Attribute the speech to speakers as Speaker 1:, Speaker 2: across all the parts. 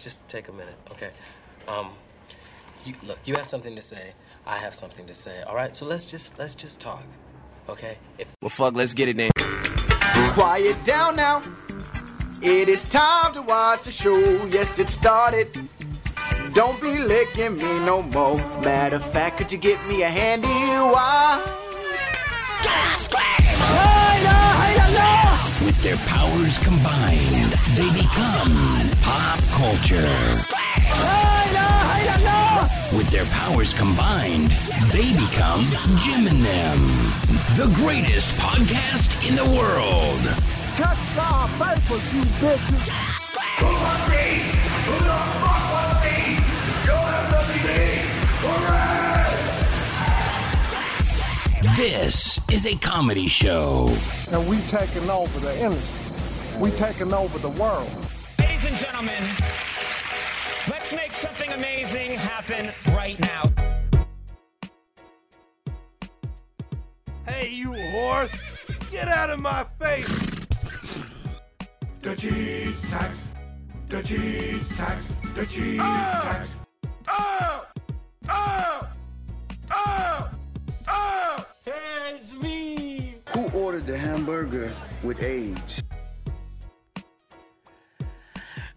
Speaker 1: just take a minute, okay? Um, you, look, you have something to say. I have something to say. All right, so let's just let's just talk, okay? If
Speaker 2: Well, fuck, let's get it then.
Speaker 3: Quiet down now. It is time to watch the show. Yes, it started. Don't be licking me no more. Matter of fact, could you get me a handy wire? Hey, yeah, hey, yeah, yeah.
Speaker 4: With their powers combined, they become pop culture.
Speaker 3: Hey, yeah, hey, yeah, yeah.
Speaker 4: With their powers combined, they become Jim and them, the greatest podcast in the world.
Speaker 3: Cut some papers, you bitches.
Speaker 4: This is a comedy show.
Speaker 5: and we taking over the industry. We taking over the world.
Speaker 6: Ladies and gentlemen, let's make something amazing happen right now.
Speaker 7: Hey, you horse! Get out of my face! The cheese tax! The cheese tax! The cheese tax! Oh! Oh! Oh! Oh! It's me!
Speaker 8: Who ordered the hamburger with age?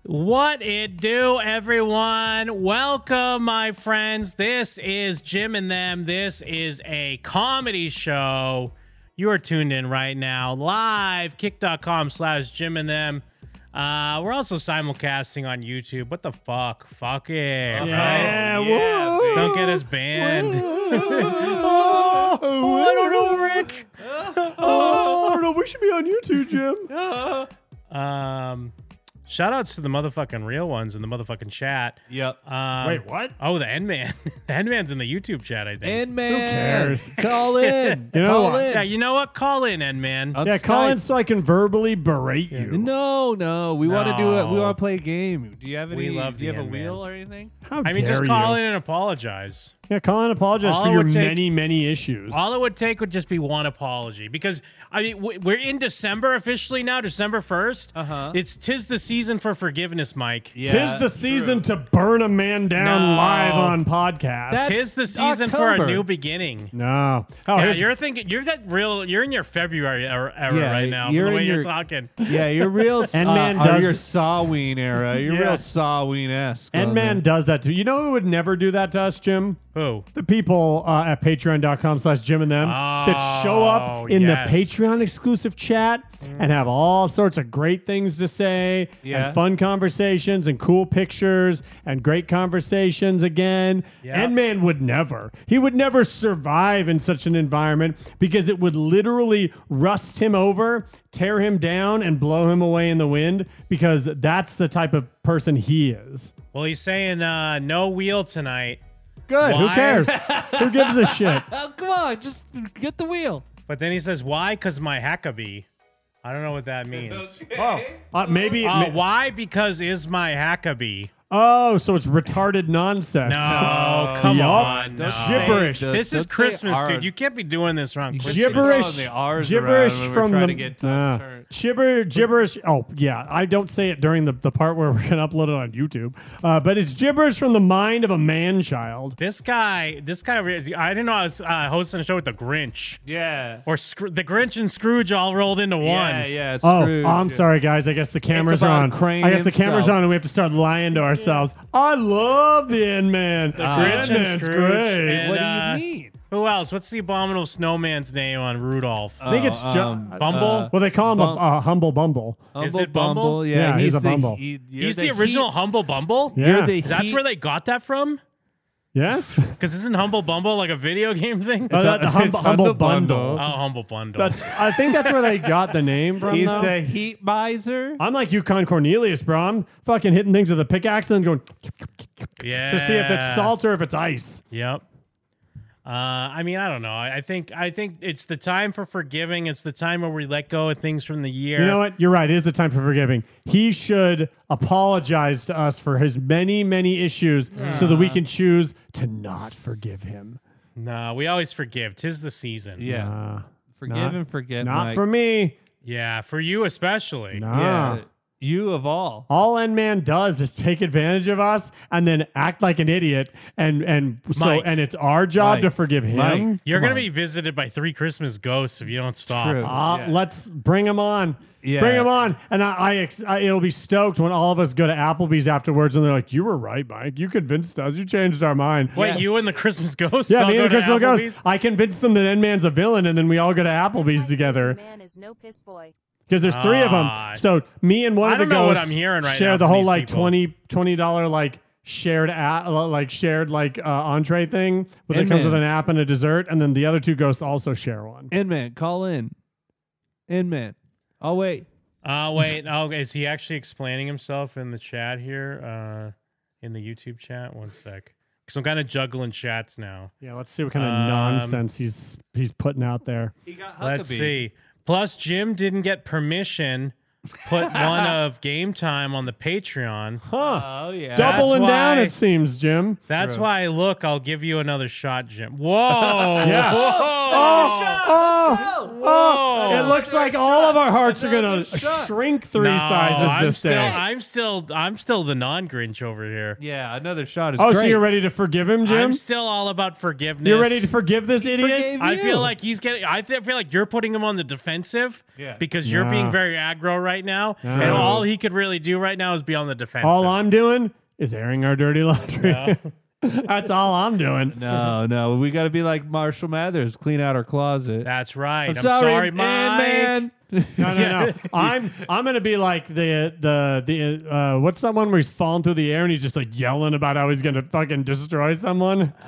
Speaker 9: What it do, everyone? Welcome, my friends. This is Jim and Them. This is a comedy show. You are tuned in right now, live, kick.com slash Jim and Them. Uh, we're also simulcasting on YouTube. What the fuck? Fuck it. Yeah, Don't get us banned. oh, I don't know, Rick.
Speaker 10: Oh, I don't know. We should be on YouTube, Jim.
Speaker 9: Um, shout outs to the motherfucking real ones in the motherfucking chat.
Speaker 10: yep.
Speaker 9: Um,
Speaker 10: Wait, what?
Speaker 9: Oh, the End Man. the End Man's in the YouTube chat, I think.
Speaker 11: And man, call in.
Speaker 10: You know
Speaker 11: call
Speaker 10: what?
Speaker 11: in.
Speaker 9: yeah, you know what? Call in, End Man.
Speaker 11: On
Speaker 10: yeah, call in
Speaker 11: Skype.
Speaker 10: so I can verbally berate you.
Speaker 11: No, no, Oh, we want to do it. We
Speaker 9: No.
Speaker 11: want to play a game. Do you have
Speaker 9: We
Speaker 11: any?
Speaker 9: love
Speaker 11: do you
Speaker 9: the
Speaker 11: have a
Speaker 9: end man.
Speaker 11: wheel or anything?
Speaker 10: How
Speaker 9: I mean, just
Speaker 10: dare
Speaker 9: call
Speaker 10: you.
Speaker 9: in and apologize.
Speaker 10: Yeah, call in. Apologize
Speaker 9: All
Speaker 10: for
Speaker 9: it
Speaker 10: your
Speaker 9: would take-
Speaker 10: many, many issues.
Speaker 9: All it would take would just be one apology because I mean we- we're in December officially now, December first.
Speaker 11: Uh-huh.
Speaker 9: It's tis the season for forgiveness, Mike.
Speaker 11: Yeah,
Speaker 10: Tis the season to burn a man down
Speaker 9: No.
Speaker 10: live on podcast.
Speaker 11: That's-
Speaker 9: Tis the season for
Speaker 11: October.
Speaker 9: a new beginning.
Speaker 10: no. Oh,
Speaker 9: yeah,
Speaker 10: here's-
Speaker 9: you're thinking you're that real. You're in your February era, era
Speaker 11: Yeah,
Speaker 9: right now. from
Speaker 11: you're
Speaker 9: the
Speaker 11: in
Speaker 9: way you're
Speaker 11: your-
Speaker 9: talking.
Speaker 11: Yeah, you're real.
Speaker 10: And
Speaker 11: uh,
Speaker 10: man
Speaker 11: or
Speaker 10: does-
Speaker 11: your Sawween era. You're
Speaker 10: Yeah.
Speaker 11: real Sawween esque.
Speaker 10: and man does that too. You know who would never do that to us, Jim?
Speaker 9: Who?
Speaker 10: The people uh, at patreon.com slash Jim and them that show
Speaker 9: Oh,
Speaker 10: up in
Speaker 9: yes.
Speaker 10: the Patreon exclusive chat and have all sorts of great things to say
Speaker 11: Yeah.
Speaker 10: and fun conversations and cool pictures and great conversations again.
Speaker 9: Yeah.
Speaker 10: And man would never. He would never survive in such an environment because it would literally rust him over, tear him down, and blow him away in the wind because that's the type of person he is.
Speaker 9: Well, he's saying uh, no wheel tonight.
Speaker 10: Good. Who
Speaker 9: Why?
Speaker 10: cares? Who gives a shit?
Speaker 11: Oh, come on, just get the wheel.
Speaker 9: But then he says, "Why? Because my Huckabee." I don't know what that means.
Speaker 10: Uh, maybe.
Speaker 9: Uh,
Speaker 10: ma-
Speaker 9: why? Because is my Huckabee?
Speaker 10: oh, so it's retarded nonsense.
Speaker 9: No, come
Speaker 10: Yup.
Speaker 9: on, no.
Speaker 10: Gibberish.
Speaker 11: Don't
Speaker 9: This
Speaker 11: say
Speaker 9: is Christmas,
Speaker 11: R.
Speaker 9: dude. You can't be doing this wrong. Christmas.
Speaker 10: Gibberish.
Speaker 11: Throwing the R's
Speaker 10: gibberish
Speaker 11: around when we're
Speaker 10: from
Speaker 11: trying
Speaker 10: the
Speaker 11: to get Tom's turn.
Speaker 10: gibber gibberish. Oh yeah, I don't say it during the, the part where we're gonna upload it on YouTube. Uh, but it's gibberish from the mind of a man child.
Speaker 9: This guy, this guy, over here- I didn't know I was uh, hosting a show with the Grinch
Speaker 11: Yeah.
Speaker 9: or Scro- the Grinch and Scrooge all rolled into
Speaker 11: Yeah,
Speaker 9: one.
Speaker 11: yeah.
Speaker 10: Oh,
Speaker 11: Scrooge.
Speaker 10: I'm sorry, guys. I guess the cameras are
Speaker 11: about
Speaker 10: on.
Speaker 11: Crane
Speaker 10: I guess the cameras
Speaker 11: himself.
Speaker 10: on, and we have to start lying to ourselves. I love the End Man. The
Speaker 9: Grinch and Scrooge
Speaker 10: great.
Speaker 9: and-
Speaker 11: What
Speaker 9: uh,
Speaker 11: do you mean?
Speaker 9: Who else? What's the abominable snowman's name on Rudolph?
Speaker 10: I think it's
Speaker 11: Oh,
Speaker 10: ju-
Speaker 11: um,
Speaker 9: Bumble.
Speaker 10: well, they call him
Speaker 11: Bum-
Speaker 10: a uh, humble bumble.
Speaker 11: Humble
Speaker 9: it Bumble?
Speaker 11: Yeah,
Speaker 10: Yeah, he's a
Speaker 11: the-
Speaker 10: Bumble.
Speaker 11: he- you're
Speaker 9: He's the, original
Speaker 11: heat-
Speaker 9: Humble Bumble.
Speaker 10: Yeah.
Speaker 11: You're the
Speaker 9: That's
Speaker 11: heat-
Speaker 9: where they got that from.
Speaker 10: Yeah.
Speaker 9: Because isn't Humble Bumble like a video game thing?
Speaker 10: Oh,
Speaker 9: oh,
Speaker 10: that- the hum-
Speaker 11: it's
Speaker 10: humble
Speaker 11: Humble
Speaker 10: bundle.
Speaker 11: Bundle.
Speaker 9: Humble Bundle.
Speaker 10: But I think that's where they got the name from.
Speaker 11: He's
Speaker 10: though.
Speaker 11: the heat miser.
Speaker 10: I'm like Yukon Cornelius, bro. I'm fucking hitting things with a pickaxe and then going
Speaker 9: yeah.
Speaker 10: to see if it's salt or if it's ice.
Speaker 9: Yep. Uh, I mean, I don't know. I, I think I think it's the time for forgiving. It's the time where we let go of things from the year.
Speaker 10: You know what? You're right. It is the time for forgiving. He should apologize to us for his many, many issues so that we can choose to not forgive him.
Speaker 9: No, we always forgive. Tis the season. Yeah,
Speaker 11: Yeah.
Speaker 10: Uh,
Speaker 11: Forgive
Speaker 10: not-
Speaker 11: and forget.
Speaker 10: not
Speaker 11: Mike.
Speaker 10: for me.
Speaker 9: for you especially.
Speaker 10: Nah.
Speaker 11: Yeah. You of all.
Speaker 10: All N Man does is take advantage of us and then act like an idiot, and and so
Speaker 9: Mike.
Speaker 10: and it's our job
Speaker 11: Mike.
Speaker 10: to forgive him.
Speaker 11: Mike.
Speaker 9: You're
Speaker 10: Come
Speaker 9: going to
Speaker 10: on.
Speaker 9: be visited by three Christmas ghosts if you don't stop.
Speaker 11: True.
Speaker 10: Uh,
Speaker 11: Yeah.
Speaker 10: Let's bring him on.
Speaker 11: Yeah.
Speaker 10: Bring him on, and I, I, ex- I it'll be stoked when all of us go to Applebee's afterwards, and they're like, "You were right, Mike. You convinced us. You changed our mind."
Speaker 9: Wait,
Speaker 10: yeah.
Speaker 9: you and the Christmas ghosts?
Speaker 10: Yeah,
Speaker 9: all
Speaker 10: me and
Speaker 9: go
Speaker 10: the
Speaker 9: to
Speaker 10: Crystal
Speaker 9: Applebee's?
Speaker 10: Ghost. I convinced them that N Man's a villain, and then we all go to Applebee's together
Speaker 2: Man is no piss boy.
Speaker 10: because there's three of
Speaker 9: Ah.
Speaker 10: them. So me and one
Speaker 9: I
Speaker 10: of the
Speaker 9: don't know what
Speaker 10: ghosts
Speaker 9: I'm hearing right
Speaker 10: share
Speaker 9: now
Speaker 10: the
Speaker 9: from
Speaker 10: whole
Speaker 9: these
Speaker 10: like
Speaker 9: people.
Speaker 10: twenty twenty dollar like shared a- like shared like uh, entree thing, where it comes
Speaker 11: N-Man.
Speaker 10: with an app and a dessert, and then the other two ghosts also share one.
Speaker 11: Inman, call in. Inman. Oh wait.
Speaker 9: Uh, wait. Oh, is he actually explaining himself in the chat here? Uh, in the YouTube chat? One sec. Because I'm kind of juggling chats now.
Speaker 10: Yeah, let's see what kind of
Speaker 9: Um,
Speaker 10: nonsense he's he's putting out there.
Speaker 11: He got
Speaker 9: Uh, Let's see. Plus, Jim didn't get permission. Put one of game time on the Patreon.
Speaker 10: Huh.
Speaker 11: Oh yeah.
Speaker 10: Doubling
Speaker 9: That's
Speaker 10: down,
Speaker 9: why-
Speaker 10: it seems, Jim.
Speaker 9: That's
Speaker 11: True.
Speaker 9: why. Look, I'll give you another shot, Jim. Whoa.
Speaker 10: Yeah.
Speaker 9: Whoa.
Speaker 10: Oh, oh,
Speaker 9: Whoa.
Speaker 10: it looks like all of our hearts are
Speaker 11: Another
Speaker 10: going to
Speaker 11: shot.
Speaker 10: shrink three
Speaker 9: No,
Speaker 10: sizes
Speaker 9: I'm
Speaker 10: this
Speaker 9: still,
Speaker 10: day.
Speaker 9: I'm still, I'm still the non-Grinch over here.
Speaker 11: Yeah, another shot is
Speaker 10: oh,
Speaker 11: great.
Speaker 10: so you're ready to forgive him, Jim?
Speaker 9: I'm still all about forgiveness.
Speaker 10: You're ready to forgive this
Speaker 11: forgave
Speaker 10: idiot?
Speaker 9: I
Speaker 11: you.
Speaker 9: feel like he's getting. I th- feel like you're putting him on the defensive.
Speaker 11: Yeah.
Speaker 9: Because you're being
Speaker 10: Nah.
Speaker 9: very aggro right now,
Speaker 10: True.
Speaker 9: and all he could really do right now is be on the defensive.
Speaker 10: All I'm doing is airing our dirty laundry. That's all I'm doing.
Speaker 11: No, no, we got to be like Marshall Mathers, clean out our closet.
Speaker 9: That's right.
Speaker 11: I'm,
Speaker 9: I'm,
Speaker 11: sorry,
Speaker 9: Mike.
Speaker 11: man.
Speaker 10: No, no, no. I'm I'm gonna be like the the the uh, what's that one where he's falling through the air and he's just like yelling about how he's gonna fucking destroy someone.
Speaker 11: Uh,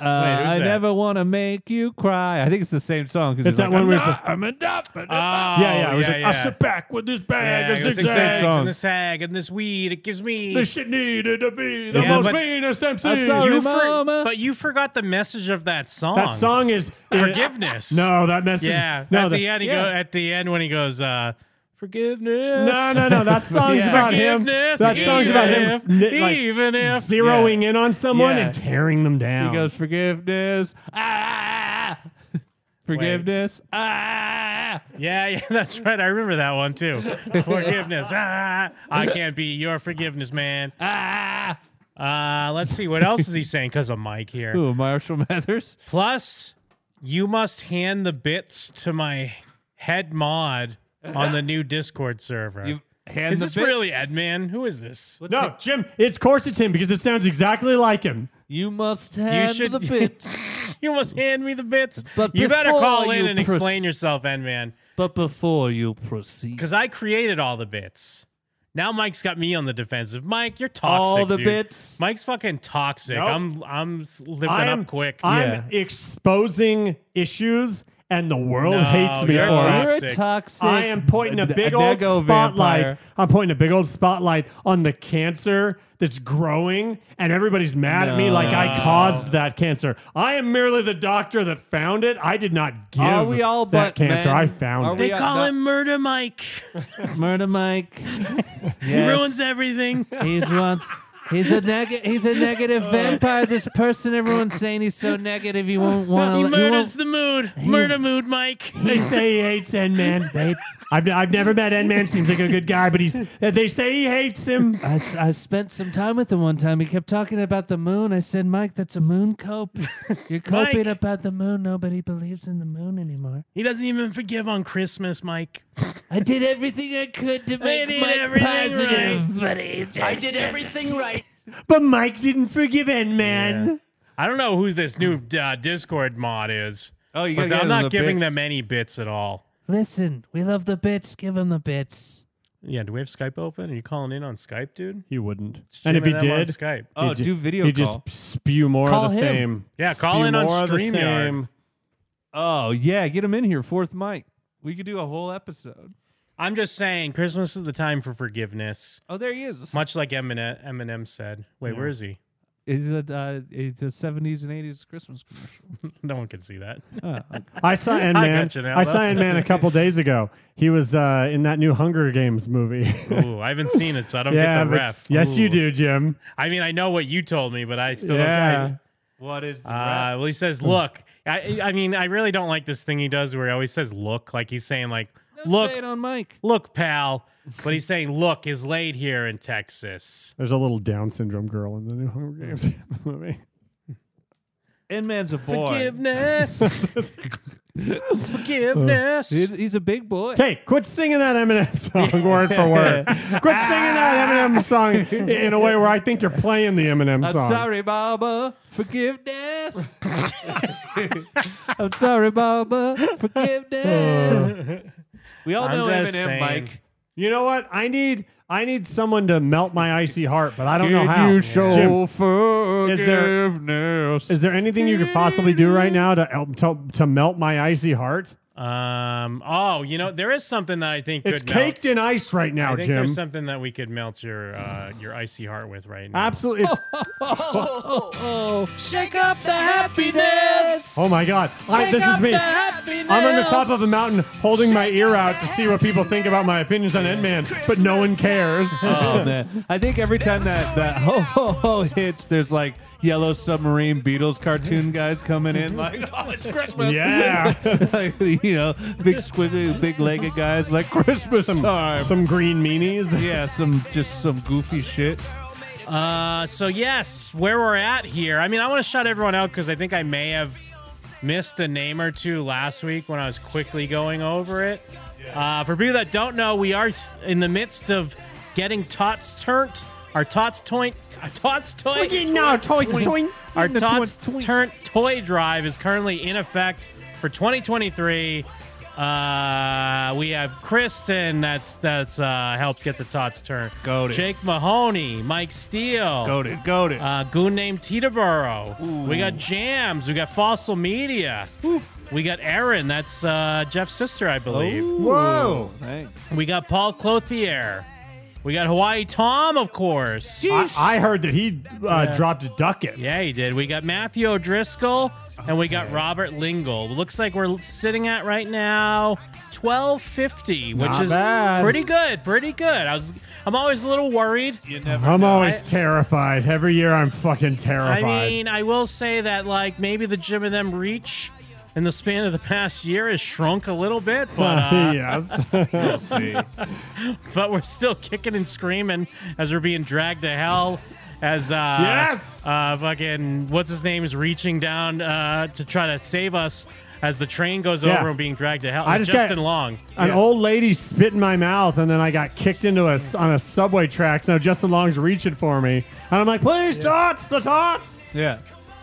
Speaker 9: that?
Speaker 11: I never want to make you cry. I think it's the same song. 'cause
Speaker 10: It's that
Speaker 11: like,
Speaker 10: one
Speaker 11: I'm
Speaker 10: where
Speaker 11: not-
Speaker 10: he's like, I'm a dump. Yeah,
Speaker 9: Oh,
Speaker 10: yeah.
Speaker 9: yeah,
Speaker 10: It was
Speaker 9: yeah.
Speaker 10: like, I sit back with this
Speaker 9: Yeah,
Speaker 10: bag
Speaker 9: I
Speaker 10: of
Speaker 9: got six
Speaker 10: zigzags.
Speaker 9: eggs and this egg and this weed. It gives me.
Speaker 10: This shit needed to be the
Speaker 9: Yeah,
Speaker 10: most
Speaker 9: but-
Speaker 10: meanest
Speaker 11: I'm
Speaker 10: MC.
Speaker 11: sorry,
Speaker 9: you
Speaker 10: You-
Speaker 9: for-
Speaker 11: mama.
Speaker 9: but you forgot the message of that song.
Speaker 10: that song is
Speaker 9: Forgiveness.
Speaker 10: No, that message.
Speaker 9: Yeah.
Speaker 10: No,
Speaker 9: at
Speaker 10: the-
Speaker 9: the end, he
Speaker 11: yeah.
Speaker 9: go, at the end when he goes, uh, forgiveness.
Speaker 10: No, no, no. That song's
Speaker 11: Yeah.
Speaker 10: about him.
Speaker 9: Forgiveness,
Speaker 10: That song's
Speaker 9: even
Speaker 10: about him.
Speaker 9: if-
Speaker 10: ni- like,
Speaker 9: even if-
Speaker 10: zeroing in on someone
Speaker 11: Yeah.
Speaker 10: and tearing them down.
Speaker 11: He goes, forgiveness. Ah, forgiveness. Ah.
Speaker 9: Yeah, yeah, that's right. I remember that one too. forgiveness. Ah, I can't be your forgiveness, man.
Speaker 11: Ah.
Speaker 9: Uh, let's see. What else is he saying? Because of Mike here.
Speaker 11: Ooh, Marshall Mathers.
Speaker 9: Plus, you must hand the bits to my head mod on the new Discord server.
Speaker 11: You hand
Speaker 9: is
Speaker 11: the
Speaker 9: this really
Speaker 11: bits.
Speaker 9: Edman? Who is this?
Speaker 10: No, Jim, it's of course it's him because it sounds exactly like him.
Speaker 11: You must hand
Speaker 9: should-
Speaker 11: the bits.
Speaker 9: You almost hand me the bits.
Speaker 11: But
Speaker 9: you better
Speaker 11: before
Speaker 9: call in
Speaker 11: you
Speaker 9: and
Speaker 11: proce-
Speaker 9: explain yourself, Edman,
Speaker 11: but before you proceed,
Speaker 9: because I created all the bits. Now Mike's got me on the defensive. Mike, you're toxic.
Speaker 11: all the
Speaker 9: dude.
Speaker 11: bits.
Speaker 9: Mike's fucking toxic.
Speaker 10: Nope.
Speaker 9: I'm I'm s- lipping
Speaker 10: I'm
Speaker 9: up quick.
Speaker 10: I'm exposing issues, and the world
Speaker 9: No,
Speaker 10: hates me
Speaker 9: you're
Speaker 10: for
Speaker 11: Oh,
Speaker 9: toxic.
Speaker 10: it.
Speaker 11: you're a toxic.
Speaker 10: I am pointing a
Speaker 11: d-
Speaker 10: big old
Speaker 11: dago
Speaker 10: spotlight.
Speaker 11: vampire.
Speaker 10: I'm pointing a big old spotlight on the cancer that's growing, and everybody's mad at me like I
Speaker 9: No.
Speaker 10: caused that cancer. I am merely the doctor that found it. I did not give
Speaker 11: Are we all
Speaker 10: that
Speaker 11: but men?
Speaker 10: cancer. I
Speaker 11: Are
Speaker 10: found
Speaker 11: we
Speaker 10: it.
Speaker 9: they
Speaker 11: Yeah,
Speaker 9: call
Speaker 11: no-
Speaker 9: him Murder Mike.
Speaker 11: Murder Mike.
Speaker 9: He
Speaker 11: Yes.
Speaker 9: ruins everything.
Speaker 11: He's once. He's a neg- He's a negative vampire. This person, everyone's saying he's so negative. You won't
Speaker 9: He
Speaker 11: want to. You
Speaker 9: murders
Speaker 11: won't.
Speaker 9: the mood. Murder mood, Mike.
Speaker 10: They say he hates N Man. I've, I've never met N Man. Seems like a good guy, but he's. They say he hates him.
Speaker 11: I, s- I spent some time with him one time. He kept talking about the moon. I said, Mike, that's a moon cope. You're
Speaker 9: Mike.
Speaker 11: coping about the moon. Nobody believes in the moon anymore.
Speaker 9: He doesn't even forgive on Christmas, Mike.
Speaker 11: I did everything I could to make
Speaker 9: did
Speaker 11: Mike
Speaker 9: everything
Speaker 11: positive, but he just I did everything right.
Speaker 10: But Mike didn't forgive N Man.
Speaker 9: I don't know who this new uh, Discord mod is.
Speaker 11: Oh, you
Speaker 9: but
Speaker 11: gotta get
Speaker 9: I'm
Speaker 11: him
Speaker 9: not
Speaker 11: the
Speaker 9: giving
Speaker 11: bits.
Speaker 9: them any bits at all.
Speaker 11: Listen, we love the bits. Give him the bits.
Speaker 9: Yeah, do we have Skype open? Are you calling in on Skype, dude?
Speaker 10: He wouldn't.
Speaker 9: It's
Speaker 10: And if he
Speaker 9: jamming them on
Speaker 10: did,
Speaker 9: Skype.
Speaker 11: Oh,
Speaker 10: he'd ju-
Speaker 11: do video
Speaker 10: He'd
Speaker 11: call.
Speaker 10: just spew more
Speaker 11: Call
Speaker 10: of the
Speaker 11: him.
Speaker 10: same.
Speaker 9: Yeah,
Speaker 10: Spew
Speaker 9: call in on
Speaker 10: more of the
Speaker 9: StreamYard.
Speaker 10: same.
Speaker 11: Oh yeah, get him in here. Fourth mic. We could do a whole episode.
Speaker 9: I'm just saying, Christmas is the time for forgiveness,
Speaker 11: Oh, there he is.
Speaker 9: much like Eminem, Eminem said. Wait, where is he?
Speaker 11: Is it uh, it's a seventies and eighties Christmas commercial? Oh,
Speaker 9: No one can see that.
Speaker 10: I saw N Man.
Speaker 9: got you now,
Speaker 10: I, saw
Speaker 9: though.
Speaker 10: N Man a couple days ago. He was uh, in that new Hunger Games movie.
Speaker 9: Ooh, I haven't seen it, so I don't
Speaker 10: yeah,
Speaker 9: get the
Speaker 10: but-
Speaker 9: ref.
Speaker 10: yes, you
Speaker 9: Ooh.
Speaker 10: do, Jim.
Speaker 9: I mean, I know what you told me, but I still don't.
Speaker 10: yeah, Hmm.
Speaker 11: What is the
Speaker 9: Uh, well, he says, "Look." I, I mean, I really don't like this thing he does where he always says "look," like he's saying, "Like look
Speaker 11: shade on Mike.
Speaker 9: Look, pal. But he's saying look is laid here in Texas.
Speaker 10: There's a little Down syndrome girl in the new Hunger Games movie.
Speaker 11: Inman's a boy.
Speaker 9: Forgiveness. Forgiveness.
Speaker 11: He- He's a big boy.
Speaker 10: Uh, Hey, quit singing that Eminem song word for word. Quit singing that Eminem song in a way where I think you're playing the Eminem
Speaker 11: I'm
Speaker 10: song.
Speaker 11: sorry, Baba. Forgiveness. I'm sorry, Baba. Forgiveness. we all
Speaker 9: I'm
Speaker 11: know Oh, Eminem,
Speaker 9: just saying.
Speaker 11: Mike.
Speaker 10: You know what? I need I need someone to melt my icy heart, but I don't know
Speaker 11: Did
Speaker 10: how.
Speaker 11: you show
Speaker 10: Jim, there-
Speaker 11: forgiveness?
Speaker 10: is there anything you could possibly do right now to el- to, to melt my icy heart?
Speaker 9: Um. Oh, you know there is something that I think
Speaker 10: It's
Speaker 9: could melt-
Speaker 10: caked in ice right now,
Speaker 9: I think
Speaker 10: Jim.
Speaker 9: there's something that we could melt your uh, your icy heart with right now.
Speaker 10: Absolutely. It's,
Speaker 11: Shake up the happiness.
Speaker 10: oh my God! I, this is me. I'm on the top of a mountain, holding my ear out to see what people think about my opinions on Endman, but no one cares.
Speaker 11: Oh man! I think every time that that ho ho ho hits, there's like yellow submarine Beatles cartoon guys coming in, like oh it's Christmas.
Speaker 10: Yeah.
Speaker 11: like, you know, big squiggly, big legged guys, like Christmas time.
Speaker 10: Some green meanies.
Speaker 11: yeah, some just some goofy shit.
Speaker 9: Uh, so yes, where we're at here. I mean, I want to shout everyone out because I think I may have missed a name or two last week when I was quickly going over it. Uh, for people that don't know, we are s- in the midst of getting tots turnt. Our tots toint, our tots toy. Our
Speaker 11: Getting the
Speaker 9: tots
Speaker 11: tots toy.
Speaker 9: turnt toy drive is currently in effect for 2023. Uh, we have Kristen that's that's uh, helped get the tots turnt.
Speaker 11: Goated.
Speaker 9: Jake Mahoney, Mike Steele.
Speaker 11: Goaded, goaded.
Speaker 9: Uh, goon named Teterboro. We got Jams. We got Fossil Media. We got Aaron. That's uh, Jeff's sister, I believe.
Speaker 10: Oh. Whoa.
Speaker 11: Thanks.
Speaker 9: We got Paul Clothier. We got Hawaii Tom, of course.
Speaker 10: I, I heard that he uh, dropped a ducat.
Speaker 9: Yeah, he did. We got Matthew O'Driscoll and we got Robert Lingle. Looks like we're sitting at right now 1250, which
Speaker 10: Not
Speaker 9: is
Speaker 10: bad.
Speaker 9: pretty good. Pretty good. I was I'm always a little worried.
Speaker 11: You never
Speaker 10: I'm
Speaker 11: know.
Speaker 10: always
Speaker 9: I-
Speaker 10: terrified. Every year I'm fucking terrified.
Speaker 9: I mean, I will say that like maybe the Jim and them reach in the span of the past year has shrunk a little bit, but uh,
Speaker 10: yes.
Speaker 9: but we're still kicking and screaming as we're being dragged to hell. As uh,
Speaker 10: Yes!
Speaker 9: uh, fucking what's his name is reaching down uh, to try to save us as the train goes
Speaker 10: Yeah.
Speaker 9: over and being dragged to hell.
Speaker 10: I just got-
Speaker 9: Justin Long.
Speaker 10: An old lady spit in my mouth, and then I got kicked into a on a subway track. So Justin Long's reaching for me, and I'm like, "Please, tots, the tots."
Speaker 11: Yeah.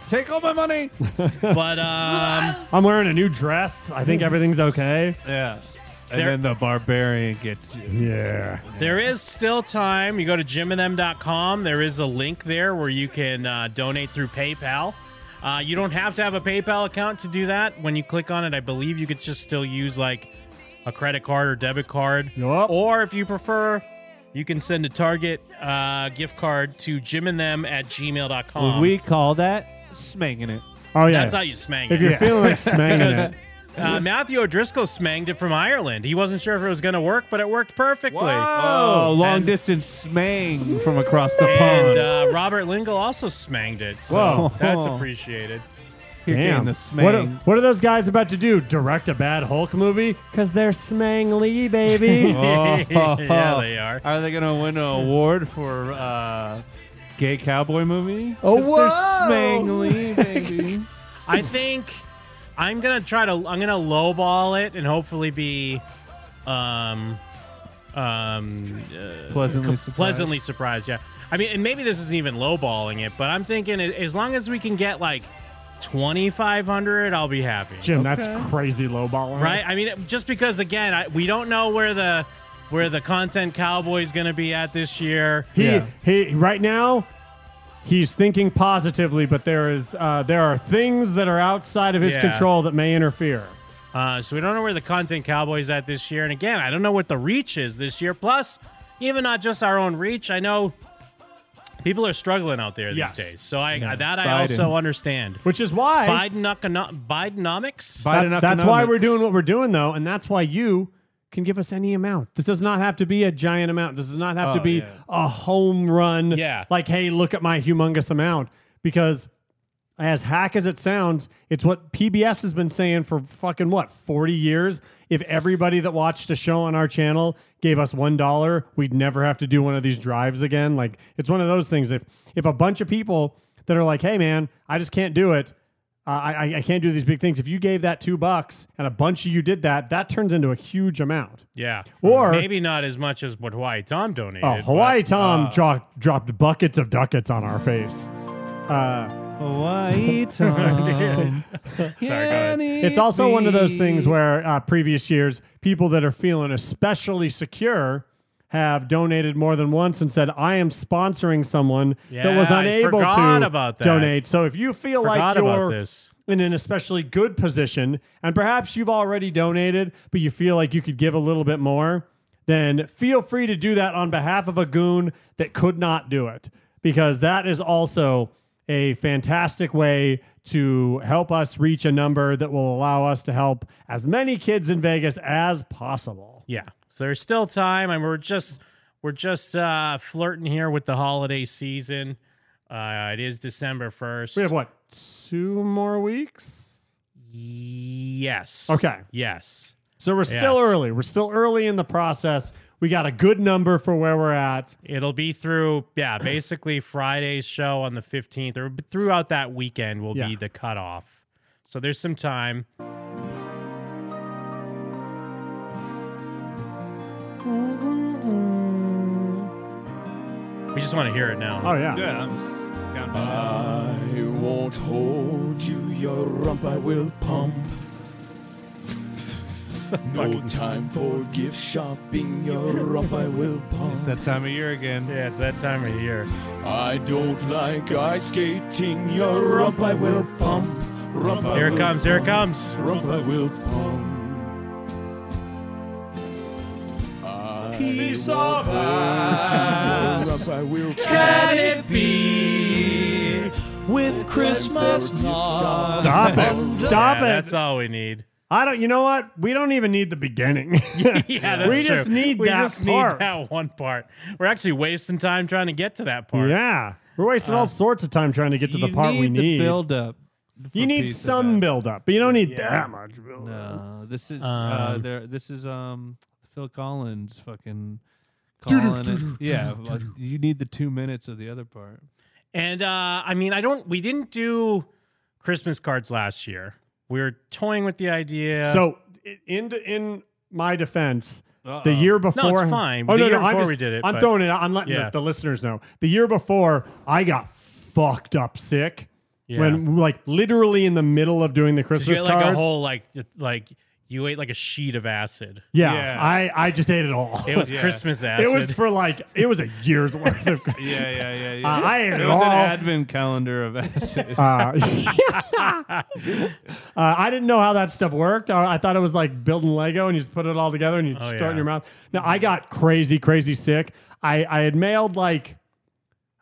Speaker 11: Take all my money.
Speaker 9: But um,
Speaker 10: I'm wearing a new dress. I think everything's okay.
Speaker 11: Yeah. And
Speaker 9: There-
Speaker 11: then the barbarian gets you.
Speaker 10: Yeah.
Speaker 9: There is still time. You go to jimandthem.com. There is a link there where you can uh, donate through PayPal. Uh, you don't have to have a PayPal account to do that. When you click on it, I believe you could just still use like a credit card or debit card.
Speaker 10: Yup.
Speaker 9: Or if you prefer, you can send a Target uh, gift card to jimandthem at gmail.com.
Speaker 11: Would we call that smanging it?
Speaker 10: Oh yeah.
Speaker 9: That's how you smang
Speaker 10: if
Speaker 9: it.
Speaker 10: you're feeling like smanging it,
Speaker 9: Uh, Matthew O'Driscoll smanged it from Ireland. He wasn't sure if it was going to work, but it worked perfectly.
Speaker 11: Oh, long
Speaker 9: And-
Speaker 11: distance smang from across the
Speaker 9: And
Speaker 11: pond.
Speaker 9: uh, Robert Lingle also smanged it. So
Speaker 10: Whoa.
Speaker 9: that's appreciated.
Speaker 11: You're getting
Speaker 10: damn.
Speaker 11: the smang.
Speaker 10: What, are, what are those guys about to do? Direct a bad Hulk movie? Cause they're smangly, baby.
Speaker 9: yeah, they are.
Speaker 11: Are they going to win an award for uh, gay cowboy movie?
Speaker 10: Oh,
Speaker 11: 'Cause They're
Speaker 10: whoa!
Speaker 11: smangly, baby.
Speaker 9: I think I'm gonna try to. I'm gonna lowball it and hopefully be, um, um, uh,
Speaker 11: Pleasantly surprised.
Speaker 9: pleasantly surprised. Yeah. I mean, and maybe this isn't even lowballing it, but I'm thinking a- as long as we can get like 2,500, I'll be happy.
Speaker 10: Jim, that's crazy lowballing.
Speaker 9: right? I mean, just because again, I, we don't know where the where the content cowboy's gonna be at this year.
Speaker 10: He
Speaker 11: Yeah.
Speaker 10: he right now he's thinking positively, but there is uh, there are things that are outside of his
Speaker 9: Yeah.
Speaker 10: control that may interfere.
Speaker 9: Uh, so we don't know where the content Cowboys at this year, and again, I don't know what the reach is this year. Plus, even not just our own reach, I know people are struggling out there these
Speaker 10: Yes.
Speaker 9: days. So I
Speaker 11: Yeah.
Speaker 9: that I
Speaker 11: Biden.
Speaker 9: also understand.
Speaker 10: Which is why
Speaker 9: Bidenomics, Bidenomics.
Speaker 10: that-
Speaker 11: Biden
Speaker 10: that's why we're
Speaker 11: economics.
Speaker 10: doing what we're doing though, and that's why you can give us any amount. This does not have to be a giant amount. This does not have to
Speaker 11: Oh,
Speaker 10: be
Speaker 11: yeah.
Speaker 10: a home run.
Speaker 9: Yeah.
Speaker 10: Like, hey, look at my humongous amount because As hack as it sounds, it's what PBS has been saying for fucking what, 40 years? If everybody that watched a show on our channel gave us $1, we'd never have to do one of these drives again. Like it's one of those things if if a bunch of people that are like, "Hey man, I just can't do it." Uh, I, I- I can't do these big things. If you gave that two bucks and a bunch of you did that, that turns into a huge amount.
Speaker 9: Yeah.
Speaker 10: Or-
Speaker 9: maybe not as much as what Hawaii Tom donated.
Speaker 10: Oh, Hawaii
Speaker 9: but,
Speaker 10: Tom
Speaker 9: uh,
Speaker 10: dro- dropped buckets of ducats on our face. Uh,
Speaker 11: Hawaii Tom. Can it
Speaker 10: it's also one of those
Speaker 11: be?
Speaker 10: things where uh, previous years, people that are feeling especially secure have donated more than once and said, I am sponsoring someone that was
Speaker 9: Yeah, I
Speaker 10: unable
Speaker 9: forgot
Speaker 10: to
Speaker 9: about that.
Speaker 10: donate. So if you feel like
Speaker 9: Forgot about
Speaker 10: you're
Speaker 9: this.
Speaker 10: in an especially good position, and perhaps you've already donated, but you feel like you could give a little bit more, then feel free to do that on behalf of a goon that could not do it, because that is also a fantastic way to help us reach a number that will allow us to help as many kids in Vegas as possible.
Speaker 9: Yeah. So there's still time. and we're just we're just uh, flirting here with the holiday season. Uh, it is December first.
Speaker 10: We have what, two more weeks?
Speaker 9: Yes.
Speaker 10: Okay.
Speaker 9: Yes.
Speaker 10: Oh. So we're still
Speaker 9: Yes.
Speaker 10: early. We're still early in the process. We got a good number for where we're at.
Speaker 9: It'll be through yeah, basically Friday's show on the fifteenth or throughout that weekend will
Speaker 10: Yeah.
Speaker 9: be the cutoff. So there's some time. We just want to hear it now.
Speaker 10: Oh, yeah.
Speaker 11: Yeah. I'm s- down for that.
Speaker 7: I won't hold you, your rump I will pump. No time for gift shopping, your rump I will
Speaker 11: It's
Speaker 7: pump.
Speaker 11: that time of year again.
Speaker 9: Yeah, it's that time of year.
Speaker 7: I don't like ice skating, your rump I will pump. Rump I
Speaker 9: Here it
Speaker 7: will
Speaker 9: comes, here it comes.
Speaker 7: Rump I will pump. I
Speaker 11: Piece
Speaker 7: won't
Speaker 11: of
Speaker 7: hold you,
Speaker 11: ice.
Speaker 7: your rump I will
Speaker 11: Can
Speaker 7: pump.
Speaker 11: it be with Christmas
Speaker 7: Stop.
Speaker 10: Stop it. Stop
Speaker 9: Yeah,
Speaker 10: it.
Speaker 9: That's all we need.
Speaker 10: I don't. You know what? We don't even need the beginning.
Speaker 9: Yeah, that's
Speaker 10: we
Speaker 9: true.
Speaker 10: just need
Speaker 9: we
Speaker 10: that
Speaker 9: just need
Speaker 10: part.
Speaker 9: that one part. We're actually wasting time trying to get to that part. Uh,
Speaker 10: Yeah, we're wasting all sorts of time trying to get to the
Speaker 11: You
Speaker 10: part we
Speaker 11: the
Speaker 10: need.
Speaker 11: build up.
Speaker 10: you need some buildup, but you don't need that much buildup.
Speaker 11: No, this is uh,
Speaker 9: Um,
Speaker 11: there. This is um Phil Collins fucking. Calling it. Yeah, well, you need the two minutes of the other part.
Speaker 9: And uh, I mean, I don't. We didn't do Christmas cards last year. We were toying with the idea.
Speaker 10: So i- in in my defense,
Speaker 11: Uh-oh.
Speaker 10: the year before,
Speaker 9: fine.
Speaker 10: Oh
Speaker 9: The
Speaker 10: no,
Speaker 9: year
Speaker 10: no, I'm
Speaker 9: before
Speaker 10: just-
Speaker 9: we did it,
Speaker 10: I'm
Speaker 9: but-
Speaker 10: throwing it. out. I'm letting
Speaker 9: Yeah.
Speaker 10: the, the listeners know. The year before, I got fucked up sick.
Speaker 9: Yeah.
Speaker 10: When like literally in the middle of doing the
Speaker 9: Did you
Speaker 10: Christmas
Speaker 9: ate like a
Speaker 10: cards,
Speaker 9: whole like like you ate like a sheet of acid.
Speaker 10: yeah,
Speaker 11: Yeah.
Speaker 10: I I just ate it all.
Speaker 9: It was
Speaker 11: Yeah.
Speaker 9: Christmas acid.
Speaker 10: it was for like it was a year's worth of.
Speaker 11: Yeah, yeah, yeah, yeah.
Speaker 10: Uh, I ate
Speaker 11: it
Speaker 10: it
Speaker 11: was
Speaker 10: all.
Speaker 11: an advent calendar of acid.
Speaker 10: Uh, uh, I didn't know how that stuff worked. Uh, I, I thought it was like building Lego and you just put it all together and you just
Speaker 9: Oh,
Speaker 10: throw it
Speaker 9: yeah.
Speaker 10: in your mouth. No, I got crazy, crazy sick. I, I had mailed like,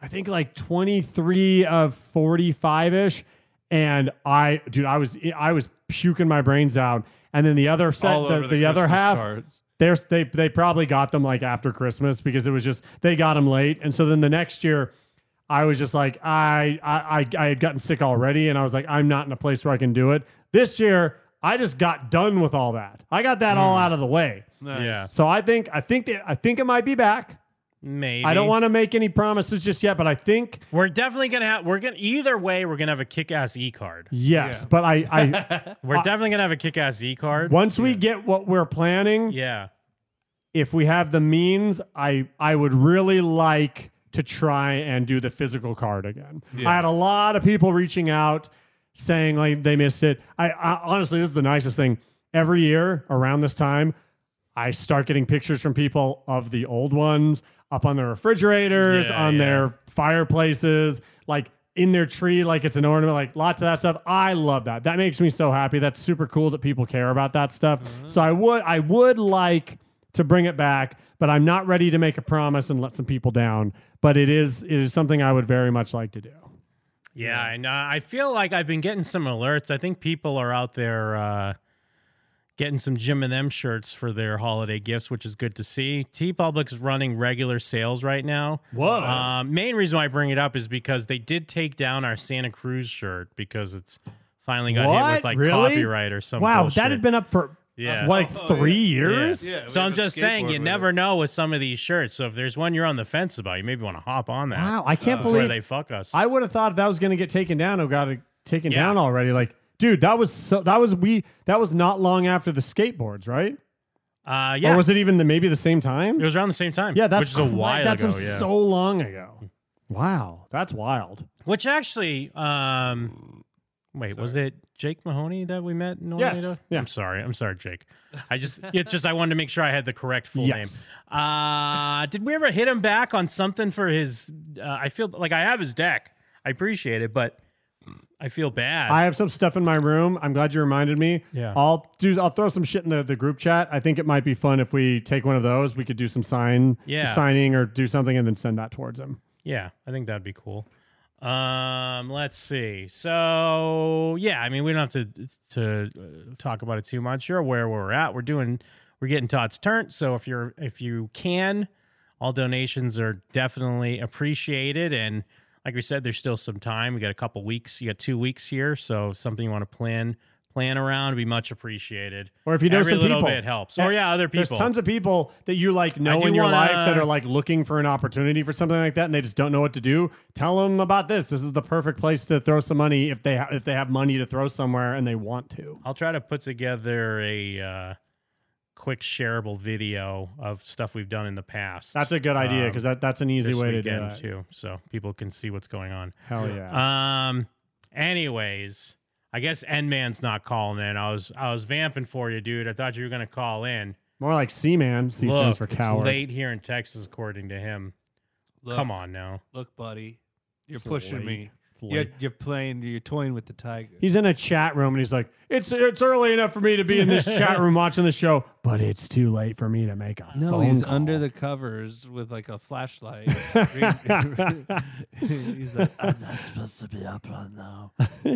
Speaker 10: I think like 23 of 45 ish. And I, dude, I was, I was puking my brains out. And then the other set,
Speaker 11: all
Speaker 10: the,
Speaker 11: over
Speaker 10: the other
Speaker 11: Christmas
Speaker 10: half,
Speaker 11: Cards.
Speaker 10: there's they they probably got them like after Christmas because it was just they got them late, and so then the next year, I was just like I I I, I had gotten sick already, and I was like I'm not in a place where I can do it this year. I just got done with all that. I got that
Speaker 11: Hmm.
Speaker 10: all out of the way.
Speaker 11: Nice.
Speaker 9: yeah,
Speaker 10: So I think I think that, I think it might be back.
Speaker 9: maybe.
Speaker 10: I don't want to make any promises just yet, but I think
Speaker 9: We're definitely gonna have. We're gonna either way. We're gonna have a kick-ass e card.
Speaker 10: yes.
Speaker 11: Yeah.
Speaker 10: But I I
Speaker 9: We're definitely gonna have a kick-ass e card.
Speaker 10: once we get what we're planning,
Speaker 9: Yeah.
Speaker 10: if we have the means, I I would really like to try and do the physical card again.
Speaker 11: Yeah.
Speaker 10: I had a lot of people reaching out saying like they missed it. I, I honestly, this is the nicest thing. Every year around this time, I start getting pictures from people of the old ones up on their refrigerators,
Speaker 9: Yeah,
Speaker 10: on
Speaker 9: yeah.
Speaker 10: their fireplaces, like in their tree, like it's an ornament, like lots of that stuff. I love that. That makes me so happy. That's super cool that people care about that stuff.
Speaker 9: Mm-hmm.
Speaker 10: So I would, I would like to bring it back, but I'm not ready to make a promise and let some people down. But it is, it is something I would very much like to do.
Speaker 9: Yeah, and uh, I feel like I've been getting some alerts. I think people are out there uh, getting some Jim and them shirts for their holiday gifts, which is good to see. T Public's running regular sales right now.
Speaker 10: Whoa.
Speaker 9: Um, main reason why I bring it up is because they did take down our Santa Cruz shirt because it's finally got hit
Speaker 10: What?
Speaker 9: with like
Speaker 10: Really?
Speaker 9: copyright or something.
Speaker 10: Wow, that had been up for
Speaker 9: Yeah.
Speaker 10: like
Speaker 11: Oh,
Speaker 10: three
Speaker 11: yeah.
Speaker 10: years.
Speaker 11: Yeah, we
Speaker 9: so
Speaker 11: have
Speaker 9: I'm
Speaker 11: a
Speaker 9: just saying,
Speaker 11: skateboard
Speaker 9: you
Speaker 11: with
Speaker 9: never know with some of these shirts. So if there's one you're on the fence about, you maybe want to hop on that.
Speaker 10: Wow, I can't
Speaker 9: before
Speaker 10: believe
Speaker 9: they fuck us. Uh,
Speaker 10: I would have thought that was going to get taken down. It got it taken
Speaker 9: Yeah.
Speaker 10: down already. Like, dude, that was so, that was we that was not long after the skateboards, right?
Speaker 9: uh, yeah,
Speaker 10: Or was it even the maybe the same time?
Speaker 9: It was around the same time.
Speaker 10: yeah, that's
Speaker 9: which is a
Speaker 10: cra-
Speaker 9: while
Speaker 10: That's
Speaker 9: ago.
Speaker 10: so-
Speaker 9: yeah.
Speaker 10: so long ago. Wow, that's wild.
Speaker 9: Which actually, um, wait, was it Jake Mahoney that we met in
Speaker 10: Yes,
Speaker 9: Orlando?
Speaker 10: yeah.
Speaker 9: I'm sorry. I'm sorry, Jake. I just, it's just, I wanted to make sure I had the correct full
Speaker 10: Yes.
Speaker 9: name. Uh, did we ever hit him back on something for his, uh, I feel like I have his deck. I appreciate it, but I feel bad.
Speaker 10: I have some stuff in my room. I'm glad you reminded me.
Speaker 9: Yeah.
Speaker 10: I'll do. I'll throw some shit in the, the group chat. I think it might be fun if we take one of those. We could do some sign
Speaker 9: Yeah.
Speaker 10: signing or do something and then send that towards him.
Speaker 9: yeah, I think that'd be cool. Um, let's see. So yeah, I mean, we don't have to to uh, talk about it too much. You're aware where we're at. We're doing we're getting Todd's turn. So if you're if you can, all donations are definitely appreciated. And like we said, there's still some time. We got a couple weeks. You got two weeks here. So if something you want to plan plan around would be much appreciated.
Speaker 10: Or if you know
Speaker 9: Every
Speaker 10: some
Speaker 9: little
Speaker 10: people,
Speaker 9: bit helps. Or
Speaker 10: Eh,
Speaker 9: yeah, other people.
Speaker 10: There's tons of people that you like know
Speaker 9: do
Speaker 10: in your
Speaker 9: wanna-
Speaker 10: life that are like looking for an opportunity for something like that, and they just don't know what to do. Tell them about this. This is the perfect place to throw some money if they ha- if they have money to throw somewhere and they want to.
Speaker 9: I'll try to put together a uh, quick shareable video of stuff we've done in the past.
Speaker 10: That's a good idea
Speaker 9: um,
Speaker 10: because that, that's an easy
Speaker 9: this
Speaker 10: way to do
Speaker 9: weekend,
Speaker 10: that.
Speaker 9: too, so people can see what's going on.
Speaker 10: Hell yeah.
Speaker 9: Um. Anyways, I guess N Man's not calling in. I was I was vamping for you, dude. I thought you were gonna call in.
Speaker 10: More like C man. C stands
Speaker 9: Look,
Speaker 10: for
Speaker 9: it's
Speaker 10: coward.
Speaker 9: late here in Texas, according to him.
Speaker 11: Look,
Speaker 9: Come on now.
Speaker 11: Look, buddy. You're
Speaker 10: It's
Speaker 11: pushing
Speaker 10: late.
Speaker 11: me.
Speaker 10: It's
Speaker 11: You're,
Speaker 10: late.
Speaker 11: you're playing, you're toying with the tiger.
Speaker 10: He's in a chat room and he's like, "It's it's early enough for me to be in this chat room watching the show, but it's too late for me to make a
Speaker 11: No,
Speaker 10: phone
Speaker 11: he's
Speaker 10: call."
Speaker 11: under the covers with like a flashlight. he's like, I'm not supposed to be up on now.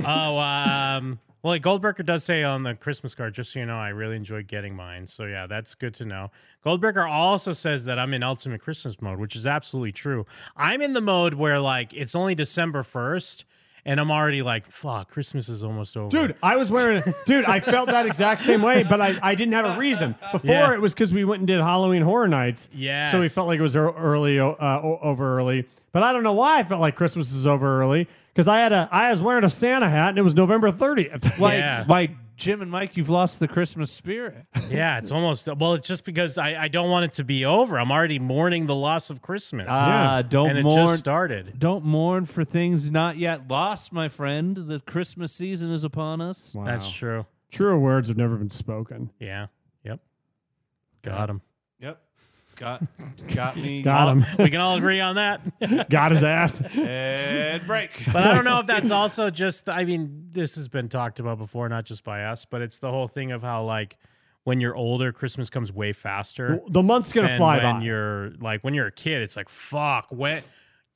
Speaker 9: oh, um, well, like Goldberger does say on the Christmas card, just so you know, I really enjoyed getting mine. So yeah, that's good to know. Goldberger also says that I'm in ultimate Christmas mode, which is absolutely true. I'm in the mode where like it's only December first, and I'm already like, fuck, Christmas is almost over,
Speaker 10: Dude, I was wearing dude, I felt that exact same way, but I, I didn't have a reason. Before
Speaker 9: Yeah.
Speaker 10: it was because we went and did Halloween Horror Nights.
Speaker 9: Yes.
Speaker 10: So we felt like it was ear- early uh, o- over early. But I don't know why I felt like Christmas is over early. Because I had a I was wearing a Santa hat and it was November 30th.
Speaker 11: Like,
Speaker 9: Yeah.
Speaker 11: like Jim and Mike, you've lost the Christmas spirit.
Speaker 9: Yeah, it's almost well. It's just because I, I don't want it to be over. I'm already mourning the loss of Christmas.
Speaker 11: Ah, don't
Speaker 9: and it
Speaker 11: mourn.
Speaker 9: just started.
Speaker 11: Don't mourn for things not yet lost, my friend. The Christmas season is upon us.
Speaker 10: Wow.
Speaker 9: That's true.
Speaker 10: Truer words have never been spoken.
Speaker 9: Yeah. Yep. Got him.
Speaker 11: Yep. Got got me.
Speaker 10: Got him.
Speaker 9: we can all agree on that.
Speaker 10: Got his ass.
Speaker 11: And break.
Speaker 9: But I don't know if that's also just, I mean, this has been talked about before, not just by us, but it's the whole thing of how, like, when you're older, Christmas comes way faster.
Speaker 10: The month's gonna
Speaker 9: than
Speaker 10: fly
Speaker 9: when
Speaker 10: by.
Speaker 9: you're like, when you're a kid, it's like, fuck, what?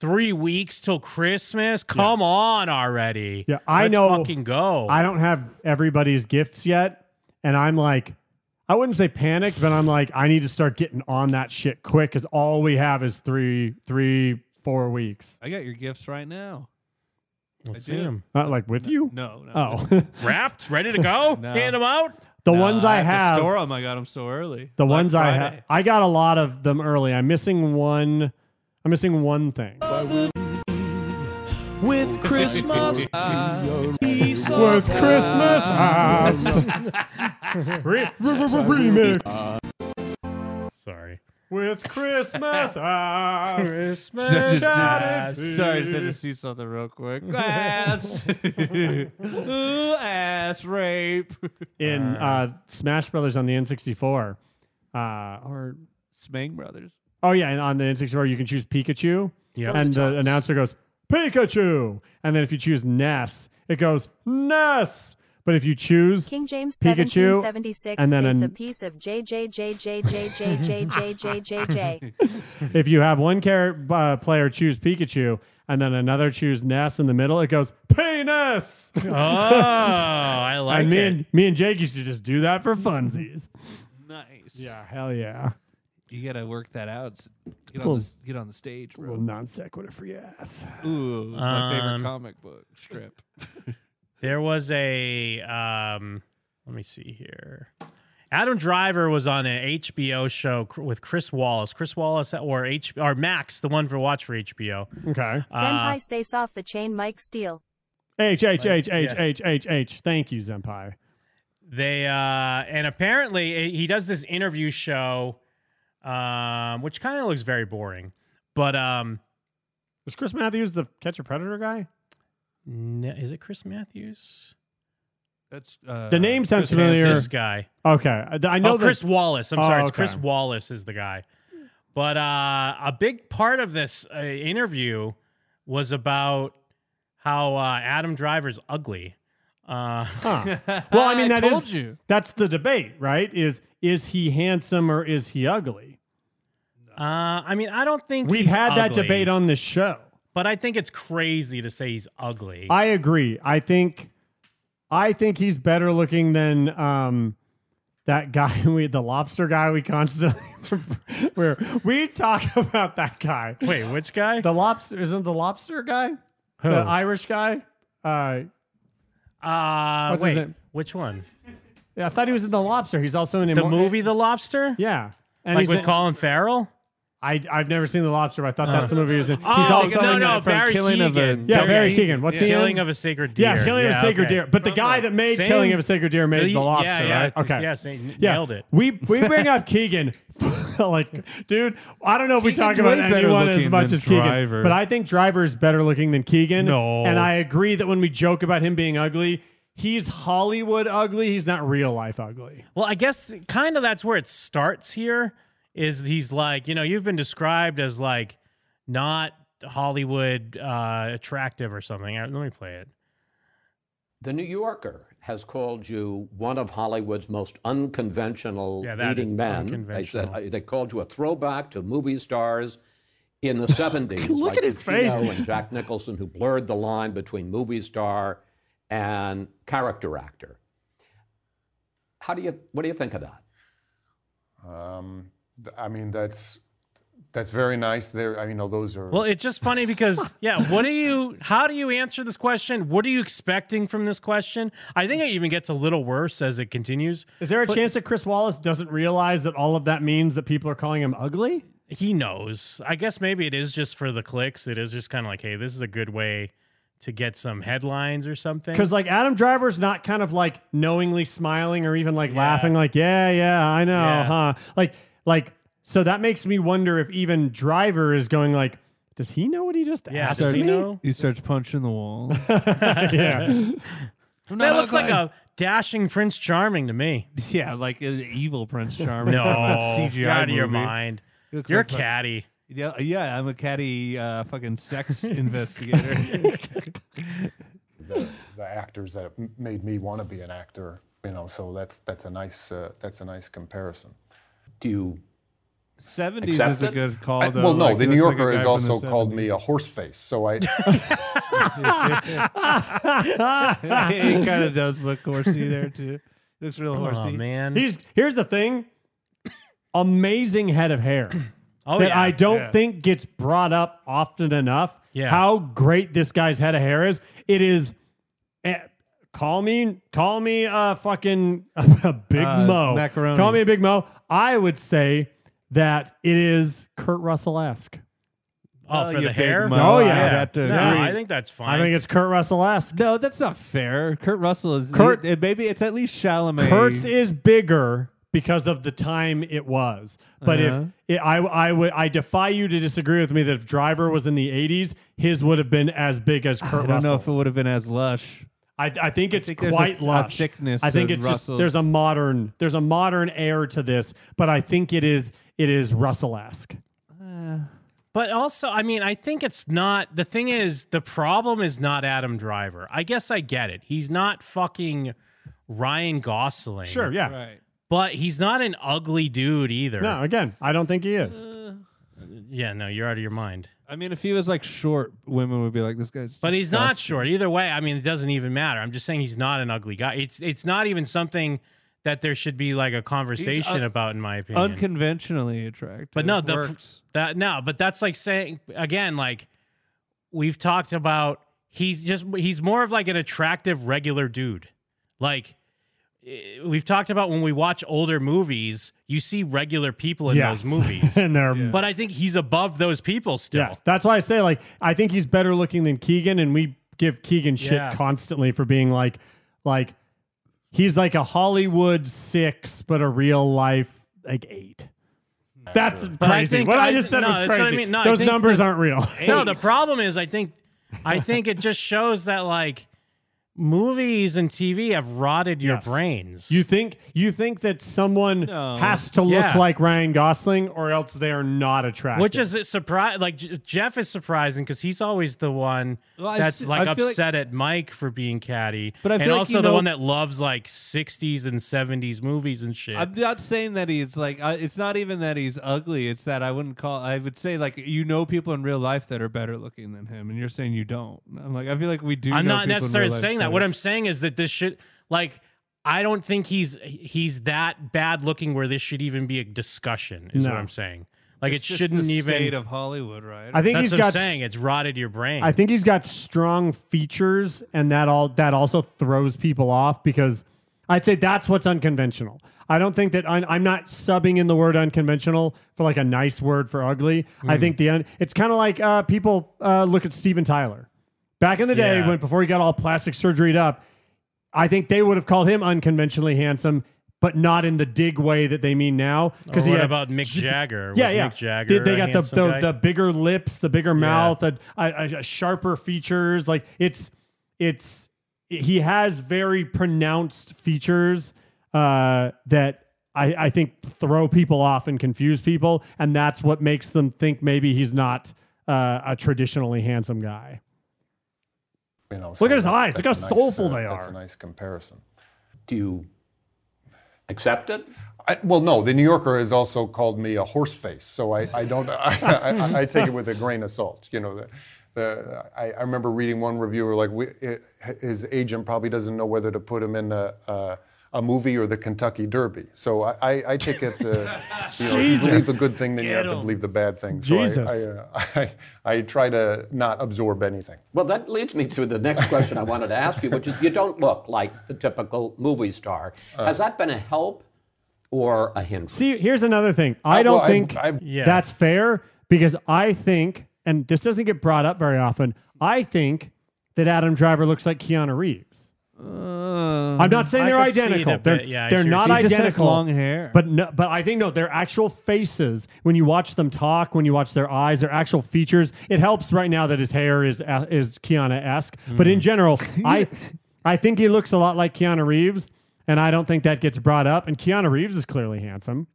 Speaker 9: Three weeks till Christmas? Come on already.
Speaker 10: Yeah, I
Speaker 9: Let's
Speaker 10: know-
Speaker 9: fucking
Speaker 11: Oh.
Speaker 9: go.
Speaker 10: I don't have everybody's gifts yet, and I'm like, I wouldn't say panicked, but I'm like, I need to start getting on that shit quick because all we have is three, three, four weeks.
Speaker 11: I got your gifts right now.
Speaker 9: Let's
Speaker 11: I
Speaker 9: see
Speaker 11: do.
Speaker 9: him.
Speaker 10: Not Uh, like with you.
Speaker 11: No, no.
Speaker 10: Oh,
Speaker 9: Wrapped, ready to go?
Speaker 11: No.
Speaker 9: Hand them out?
Speaker 10: the
Speaker 11: no,
Speaker 10: ones
Speaker 11: had
Speaker 10: I
Speaker 11: to
Speaker 10: have,
Speaker 11: store 'em. I got them so early.
Speaker 10: the
Speaker 11: Black
Speaker 10: ones I
Speaker 11: Friday.
Speaker 10: have, I got a lot of them early. I'm missing one. I'm missing one thing.
Speaker 7: With Christmas, peace
Speaker 10: With Christmas house. Re- re- re- remix.
Speaker 9: Sorry.
Speaker 10: With Christmas house.
Speaker 11: Sorry,
Speaker 9: Christmas.
Speaker 11: just-
Speaker 9: time.
Speaker 11: Sorry, just had to see something real quick. Ass. Ooh, ass rape.
Speaker 10: in uh, Smash Brothers on the N64. Uh, or
Speaker 11: Smang Brothers.
Speaker 10: oh yeah, and on the N64 you can choose Pikachu.
Speaker 9: Yep.
Speaker 10: And the announcer goes Pikachu, and then if you choose Ness, it goes Ness. But if you choose
Speaker 2: King James
Speaker 10: Pikachu,
Speaker 2: 1776
Speaker 10: and then
Speaker 2: is
Speaker 10: an-
Speaker 2: a piece of JJJJJJJJJJJ.
Speaker 10: if you have one char- uh, player choose Pikachu, and then another cheers Ness in the middle. It goes penis.
Speaker 9: Oh, I like
Speaker 10: and me
Speaker 9: it.
Speaker 10: And, me and Jake used to just do that for funsies.
Speaker 2: Nice.
Speaker 10: Yeah, hell yeah.
Speaker 2: You gotta work that out. S- Get
Speaker 10: It's
Speaker 2: on,
Speaker 10: a-
Speaker 2: the, s- get on the stage, bro.
Speaker 10: Little non sequitur for your ass.
Speaker 2: Ooh, my favorite
Speaker 9: Um,
Speaker 2: comic book strip.
Speaker 9: There was a um let me see here. Adam Driver was on an HBO show cr- with Chris Wallace. Chris Wallace or H or Max, the one for watch for HBO.
Speaker 10: Okay.
Speaker 9: Uh,
Speaker 12: Senpai says off the chain Mike Steele.
Speaker 10: H H H H
Speaker 9: Yeah.
Speaker 10: H H H. Thank you, Zempai.
Speaker 9: they uh and apparently eh, he does this interview show um which kind of looks very boring. But um
Speaker 10: Was Chris Matthews the catch a predator guy?
Speaker 9: n- is it Chris Matthews?
Speaker 2: That's uh,
Speaker 10: The name sounds
Speaker 9: Chris Matthews,
Speaker 10: familiar.
Speaker 9: This guy.
Speaker 10: Okay, I, I know
Speaker 9: oh,
Speaker 10: that-
Speaker 9: Chris Wallace. I'm
Speaker 10: Oh,
Speaker 9: sorry, it's
Speaker 10: okay.
Speaker 9: Chris Wallace is the guy. But uh, a big part of this uh, interview was about how uh, Adam Driver's ugly. Uh,
Speaker 10: Huh. Well, I mean that is
Speaker 9: told you.
Speaker 10: that's the debate, right? Is is he handsome or is he ugly?
Speaker 9: Uh, I mean, I don't think
Speaker 10: We've
Speaker 9: he's
Speaker 10: had that
Speaker 9: ugly,
Speaker 10: debate on this show.
Speaker 9: but I think it's crazy to say he's ugly.
Speaker 10: I agree. I think I think he's better looking than um that guy we the lobster guy we constantly where we talk about that guy.
Speaker 9: Wait, which guy?
Speaker 10: The lobster isn't it the lobster guy?
Speaker 9: Who?
Speaker 10: The Irish guy? Uh
Speaker 9: uh,
Speaker 10: What's his
Speaker 9: wait,
Speaker 10: name?
Speaker 9: which one?
Speaker 10: yeah, I thought he was in the lobster. He's also in
Speaker 9: The
Speaker 10: Immor-
Speaker 9: movie The Lobster?
Speaker 10: Yeah.
Speaker 9: like
Speaker 10: he's
Speaker 9: with
Speaker 10: in-
Speaker 9: Colin Farrell?
Speaker 10: I I've never seen The Lobster, but I thought
Speaker 9: Uh.
Speaker 10: that's the movie he was in. He's
Speaker 9: Oh,
Speaker 10: also
Speaker 9: no,
Speaker 10: in
Speaker 9: no,
Speaker 10: that from
Speaker 9: Barry
Speaker 10: Killing of a
Speaker 9: Keoghan.
Speaker 10: Yeah,
Speaker 9: Barry
Speaker 10: Barry
Speaker 9: Keoghan.
Speaker 10: Keegan. What's
Speaker 9: Yeah.
Speaker 10: he in?
Speaker 9: Killing of a Sacred
Speaker 10: Yes,
Speaker 9: Deer.
Speaker 10: Killing of
Speaker 9: Yeah,
Speaker 10: a Sacred
Speaker 9: okay.
Speaker 10: Deer. But the guy that made
Speaker 9: Same-
Speaker 10: Killing of a Sacred Deer made
Speaker 9: Yeah,
Speaker 10: The Lobster,
Speaker 9: yeah,
Speaker 10: right?
Speaker 9: it's-
Speaker 10: Okay.
Speaker 9: yeah, same-
Speaker 10: Yeah.
Speaker 9: nailed it.
Speaker 10: We we bring up Keegan like dude, I don't know if we talk
Speaker 11: Keegan's
Speaker 10: about
Speaker 11: way better
Speaker 10: anyone as
Speaker 11: looking
Speaker 10: much
Speaker 11: than
Speaker 10: as Keegan,
Speaker 11: Driver.
Speaker 10: but I think Driver is better looking than Keegan.
Speaker 11: No.
Speaker 10: And I agree that when we joke about him being ugly, he's Hollywood ugly, he's not real life ugly.
Speaker 9: Well, I guess kind of that's where it starts here is he's like, you know, you've been described as like not Hollywood uh, attractive or something. Uh, Let me play it.
Speaker 13: The New Yorker has called you one of Hollywood's most unconventional
Speaker 9: Yeah, that is
Speaker 13: leading men. They said
Speaker 9: unconventional.
Speaker 13: uh, they called you a throwback to movie stars in the 70s.
Speaker 10: Look
Speaker 13: like
Speaker 10: at his
Speaker 13: Pacino
Speaker 10: face.
Speaker 13: and Jack Nicholson, who blurred the line between movie star and character actor. How do you what do you think of that?
Speaker 14: Um, th- I mean, that's that's very nice. There, I mean, no, those are
Speaker 9: Well, it's just funny because yeah, what do you how do you answer this question? What are you expecting from this question? I think it even gets a little worse as it continues.
Speaker 10: Is there a chance that Chris Wallace doesn't realize that all of that means that people are calling him ugly?
Speaker 9: He knows. I guess maybe it is just for the clicks. It is just kind of like, hey, this is a good way to get some headlines or something.
Speaker 10: Because like Adam Driver's not kind of like knowingly smiling or even like laughing, like yeah, yeah, I know,
Speaker 9: Yeah.
Speaker 10: huh? Like, like so that makes me wonder if even Driver is going like, does he know what he just asked me?
Speaker 11: He starts punching the wall.
Speaker 10: yeah,
Speaker 9: that looks like a dashing Prince Charming to me.
Speaker 11: yeah, like an evil Prince Charming.
Speaker 9: No,
Speaker 11: from that CGI
Speaker 9: you're out of your
Speaker 11: movie.
Speaker 9: mind.
Speaker 11: He looks
Speaker 9: You're
Speaker 11: like
Speaker 9: a
Speaker 11: a-
Speaker 9: caddy.
Speaker 11: Yeah, yeah, I'm a caddy, uh, fucking sex investigator.
Speaker 14: the, the actors that m- made me want to be an actor. You know, so that's that's a nice uh, that's a nice comparison.
Speaker 13: Do you
Speaker 11: 70s
Speaker 14: accept
Speaker 11: is a
Speaker 14: it?
Speaker 11: good call,
Speaker 14: I-
Speaker 11: though.
Speaker 14: well, no,
Speaker 11: Like,
Speaker 14: the
Speaker 11: he
Speaker 14: New
Speaker 11: looks like a
Speaker 14: Yorker
Speaker 11: guy
Speaker 14: has
Speaker 11: from the
Speaker 14: also called me a horse face, so I.
Speaker 11: he kind of does look horsey there too. Looks real horsey.
Speaker 9: man.
Speaker 10: He's here's the thing. Amazing head of hair.
Speaker 9: Oh,
Speaker 10: that
Speaker 9: yeah.
Speaker 10: I don't
Speaker 9: Yeah.
Speaker 10: think gets brought up often enough.
Speaker 9: Yeah.
Speaker 10: How great this guy's head of hair is. It is eh, call me call me a fucking a big
Speaker 11: Uh,
Speaker 10: mo.
Speaker 11: macaroni.
Speaker 10: Call me a big mo. I would say that it is Kurt Russell esque.
Speaker 9: Oh,
Speaker 11: Well,
Speaker 9: for
Speaker 11: you
Speaker 9: the
Speaker 11: big
Speaker 9: hair?
Speaker 11: mo, Oh,
Speaker 10: I'd yeah.
Speaker 9: yeah.
Speaker 10: have to
Speaker 9: no,
Speaker 10: agree.
Speaker 9: I think that's
Speaker 10: I
Speaker 9: fine.
Speaker 10: think it's Kurt Russell esque.
Speaker 11: No, that's not fair. Kurt Russell is
Speaker 10: Kurt-
Speaker 11: Kurt. maybe it's at least Chalamet.
Speaker 10: Kurtz is bigger because of the time it was. But
Speaker 11: Uh-huh.
Speaker 10: if it, I I would I defy you to disagree with me that if Driver was in the 80s, his would have been as big as Kurt
Speaker 11: I don't know if it
Speaker 10: Russell's.
Speaker 11: would have been as lush.
Speaker 10: I, I think it's
Speaker 11: think there's a-
Speaker 10: quite
Speaker 11: a
Speaker 10: lush.
Speaker 11: thickness
Speaker 10: I think
Speaker 11: of
Speaker 10: it's just
Speaker 11: Russell's.
Speaker 10: there's a modern there's a modern air to this, but I think it is it is Russell-esque.
Speaker 9: But also, I mean, I think it's not. The thing is, the problem is not Adam Driver. I guess I get it. He's not fucking Ryan Gosling.
Speaker 10: Sure, yeah.
Speaker 11: Right.
Speaker 9: But he's not an ugly dude either.
Speaker 10: No, again, I don't think he is.
Speaker 9: Yeah, no, you're out of your mind.
Speaker 11: I mean, if he was like short, women would be like, "This guy's."
Speaker 9: But he's not
Speaker 11: disgusting.
Speaker 9: short either way. I mean, it doesn't even matter. I'm just saying he's not an ugly guy. It's it's not even something that there should be like a conversation
Speaker 11: un-
Speaker 9: about, in my opinion.
Speaker 11: Unconventionally attractive.
Speaker 9: but no, the,
Speaker 11: Works.
Speaker 9: that no, but that's like saying again, like we've talked about. He's just he's more of like an attractive regular dude. Like eh, we've talked about when we watch older movies, you see regular people in
Speaker 10: Yes.
Speaker 9: those movies,
Speaker 10: and they're
Speaker 9: but I think he's above those people still.
Speaker 10: Yes, that's why I say like I think he's better looking than Keegan, and we give Keegan shit
Speaker 9: Yeah.
Speaker 10: constantly for being like, like he's like a Hollywood six, but a real life like eight. That's crazy.
Speaker 9: But I think
Speaker 10: what I, just said
Speaker 9: no,
Speaker 10: was
Speaker 9: that's
Speaker 10: crazy.
Speaker 9: what I mean. No, I
Speaker 10: Those
Speaker 9: think
Speaker 10: numbers
Speaker 9: the-
Speaker 10: aren't real.
Speaker 9: No, the problem is I think I think it just shows that like movies and TV have rotted your
Speaker 10: Yes.
Speaker 9: brains.
Speaker 10: You think you think that someone has to look
Speaker 9: Yeah.
Speaker 10: like Ryan Gosling, or else they are not attractive.
Speaker 9: Which is a surprise. Like J- Jeff is surprising because he's always the one
Speaker 11: Well, I
Speaker 9: that's
Speaker 11: s-
Speaker 9: like
Speaker 11: I feel like-
Speaker 9: upset at Mike for being catty,
Speaker 11: But I
Speaker 9: and
Speaker 11: feel like
Speaker 9: also
Speaker 11: you
Speaker 9: the
Speaker 11: know-
Speaker 9: one that loves like '60s and '70s movies and shit.
Speaker 11: I'm not saying that he's like. Uh, it's not even that he's ugly. It's that I wouldn't call. I would say like you know people in real life that are better looking than him, and you're saying you don't. I'm like I feel like we do.
Speaker 9: I'm
Speaker 11: know
Speaker 9: not
Speaker 11: people in
Speaker 9: necessarily
Speaker 11: real life
Speaker 9: saying
Speaker 11: better.
Speaker 9: that. What I'm saying is that this should like I don't think he's he's that bad looking where this should even be a discussion. Is
Speaker 10: No.
Speaker 9: what I'm saying. Like
Speaker 11: It's
Speaker 9: it
Speaker 11: just the
Speaker 9: shouldn't even
Speaker 11: state of Hollywood, right?
Speaker 10: I think
Speaker 9: That's
Speaker 10: he's
Speaker 9: what I'm
Speaker 10: got s-
Speaker 9: saying it's rotted your brain.
Speaker 10: I think he's got strong features, and that all that also throws people off because I'd say that's what's unconventional. I don't think that un, I'm not subbing in the word unconventional for like a nice word for ugly. I
Speaker 9: Hmm.
Speaker 11: Mm.
Speaker 10: think the un, it's kind of like uh, people uh, look at Steven Tyler back in the day
Speaker 11: Yeah.
Speaker 10: when before he got all plastic surgeryed up. I think they would have called him unconventionally handsome, but not in the dig way that they mean now.
Speaker 9: Or
Speaker 10: he
Speaker 9: what
Speaker 10: had-
Speaker 9: about Mick Jagger?
Speaker 10: Yeah,
Speaker 9: Was
Speaker 10: yeah.
Speaker 9: Mick Jagger
Speaker 10: They, they
Speaker 9: a
Speaker 10: got the
Speaker 9: handsome
Speaker 10: the,
Speaker 9: guy?
Speaker 10: the bigger lips, the bigger mouth, a, a, a sharper features. Like it's it's he has very pronounced features uh, that I, I think throw people off and confuse people, and that's what makes them think maybe he's not uh, a traditionally handsome guy.
Speaker 14: You know,
Speaker 10: Look at his
Speaker 14: that-
Speaker 10: eyes. Look
Speaker 14: that's
Speaker 10: how
Speaker 14: a nice, uh,
Speaker 10: soulful they
Speaker 14: That's
Speaker 10: are.
Speaker 14: a nice comparison.
Speaker 13: Do you accept it?
Speaker 14: I, well, no. The New Yorker has also called me a horse face, so I, I don't. I, I, I take it with a grain of salt. You know, the, the, I, I remember reading one reviewer like we, it, his agent probably doesn't know whether to put him in a. a a movie or the Kentucky Derby. So I, I, I take it, uh, you know, if you
Speaker 10: Jesus.
Speaker 14: believe the good thing, then you have to
Speaker 10: Get 'em.
Speaker 14: believe the bad thing. So I-
Speaker 10: Jesus.
Speaker 14: I, uh, I, I try to not absorb anything.
Speaker 13: Well, that leads me to the next question I wanted to ask you, which is you don't look like the typical movie star.
Speaker 14: Uh.
Speaker 13: Has that been a help or a hindrance?
Speaker 10: See, here's another thing. I
Speaker 13: Uh,
Speaker 10: don't
Speaker 13: well, I-
Speaker 10: think
Speaker 13: I- Yeah.
Speaker 10: that's fair because I think, and this doesn't get brought up very often. I think that Adam Driver looks like Keanu Reeves. I'm not saying
Speaker 11: I
Speaker 10: they're
Speaker 11: could see it a
Speaker 10: identical.
Speaker 11: bit.
Speaker 10: They're,
Speaker 11: Yeah, I
Speaker 10: they're
Speaker 11: see what
Speaker 10: not
Speaker 11: you're saying. He just
Speaker 10: identical.
Speaker 11: has long hair.
Speaker 10: but no, but I think no, their actual faces. When you watch them talk, when you watch their eyes, their actual features, it helps right now that his hair is uh, is Keanu esque. But
Speaker 11: Mm.
Speaker 10: in general, I I think he looks a lot like Keanu Reeves, and I don't think that gets brought up. And Keanu Reeves is clearly handsome.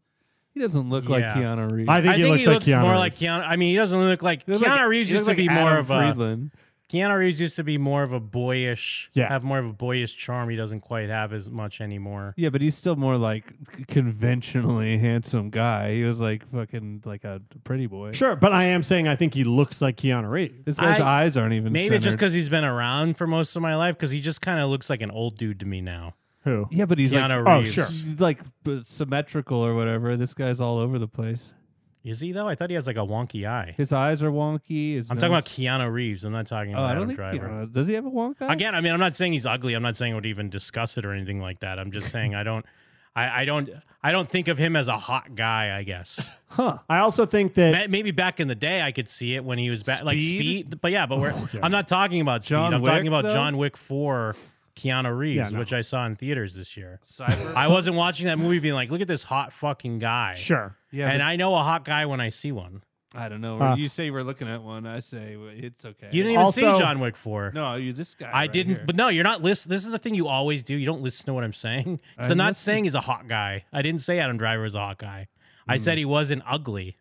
Speaker 11: He doesn't look like
Speaker 10: Yeah.
Speaker 11: Keanu Reeves.
Speaker 10: I think he looks like Keanu
Speaker 9: more
Speaker 10: Reeves.
Speaker 9: like Keanu. I mean, he doesn't look like
Speaker 11: He
Speaker 9: Keanu
Speaker 11: looks like-
Speaker 9: Reeves
Speaker 11: he
Speaker 9: used
Speaker 11: looks
Speaker 9: to be
Speaker 11: like Adam
Speaker 9: more of
Speaker 11: Friedland.
Speaker 9: a Keanu Reeves used to be more of a boyish,
Speaker 11: Yeah.
Speaker 9: have more of a boyish charm. He doesn't quite have as much anymore.
Speaker 11: Yeah, but he's still more like c- conventionally handsome guy. He was like fucking like a pretty boy.
Speaker 10: Sure, but I am saying I think he looks like Keanu Reeves.
Speaker 11: This guy's
Speaker 9: I-
Speaker 11: eyes aren't even.
Speaker 9: Maybe it's just
Speaker 11: centered.
Speaker 9: because he's been around for most of my life, because he just kind of looks like an old dude to me now.
Speaker 10: Who?
Speaker 11: Yeah, but he's
Speaker 9: Keanu
Speaker 11: like
Speaker 9: Reeves.
Speaker 11: oh sure, he's like b- symmetrical or whatever. This guy's all over the place.
Speaker 9: Is he though? I thought he has like a wonky eye.
Speaker 11: His eyes are wonky. His
Speaker 9: I'm talking about Keanu Reeves. I'm not talking
Speaker 11: Oh,
Speaker 9: about
Speaker 11: I
Speaker 9: Adam
Speaker 11: don't think
Speaker 9: Driver.
Speaker 11: Keanu- does he have a wonky eye?
Speaker 9: Again, I mean, I'm not saying he's ugly. I'm not saying I would even discuss it or anything like that. I'm just saying I don't, I, I don't, I don't think of him as a hot guy. I guess.
Speaker 10: Huh. I also think that
Speaker 9: Ma- Maybe back in the day, I could see it when he was back, like
Speaker 10: Speed?
Speaker 9: Speed. But yeah, but
Speaker 11: Oh,
Speaker 9: we're, I'm not talking about Speed.
Speaker 10: John
Speaker 9: I'm
Speaker 10: Wick,
Speaker 9: talking about
Speaker 10: though?
Speaker 9: John Wick Four, Keanu Reeves,
Speaker 10: Yeah, no.
Speaker 9: which I saw in theaters this year.
Speaker 11: Cyber.
Speaker 9: I wasn't watching that movie being like, look at this hot fucking guy.
Speaker 10: Sure.
Speaker 11: Yeah,
Speaker 9: and
Speaker 11: but-
Speaker 9: I know a hot guy when I see one.
Speaker 11: I don't know.
Speaker 9: Uh,
Speaker 11: you say we're looking at one. I say well, it's okay.
Speaker 9: You didn't even see John Wick Four.
Speaker 11: No, you this guy.
Speaker 9: I
Speaker 11: right
Speaker 9: didn't,
Speaker 11: here.
Speaker 9: but no, you're not listening. This is the thing you always do. You don't listen to what I'm saying. Because
Speaker 11: I'm
Speaker 9: I'm not
Speaker 11: listening.
Speaker 9: saying he's a hot guy. I didn't say Adam Driver was a hot guy. I
Speaker 11: Mm.
Speaker 9: said he wasn't ugly.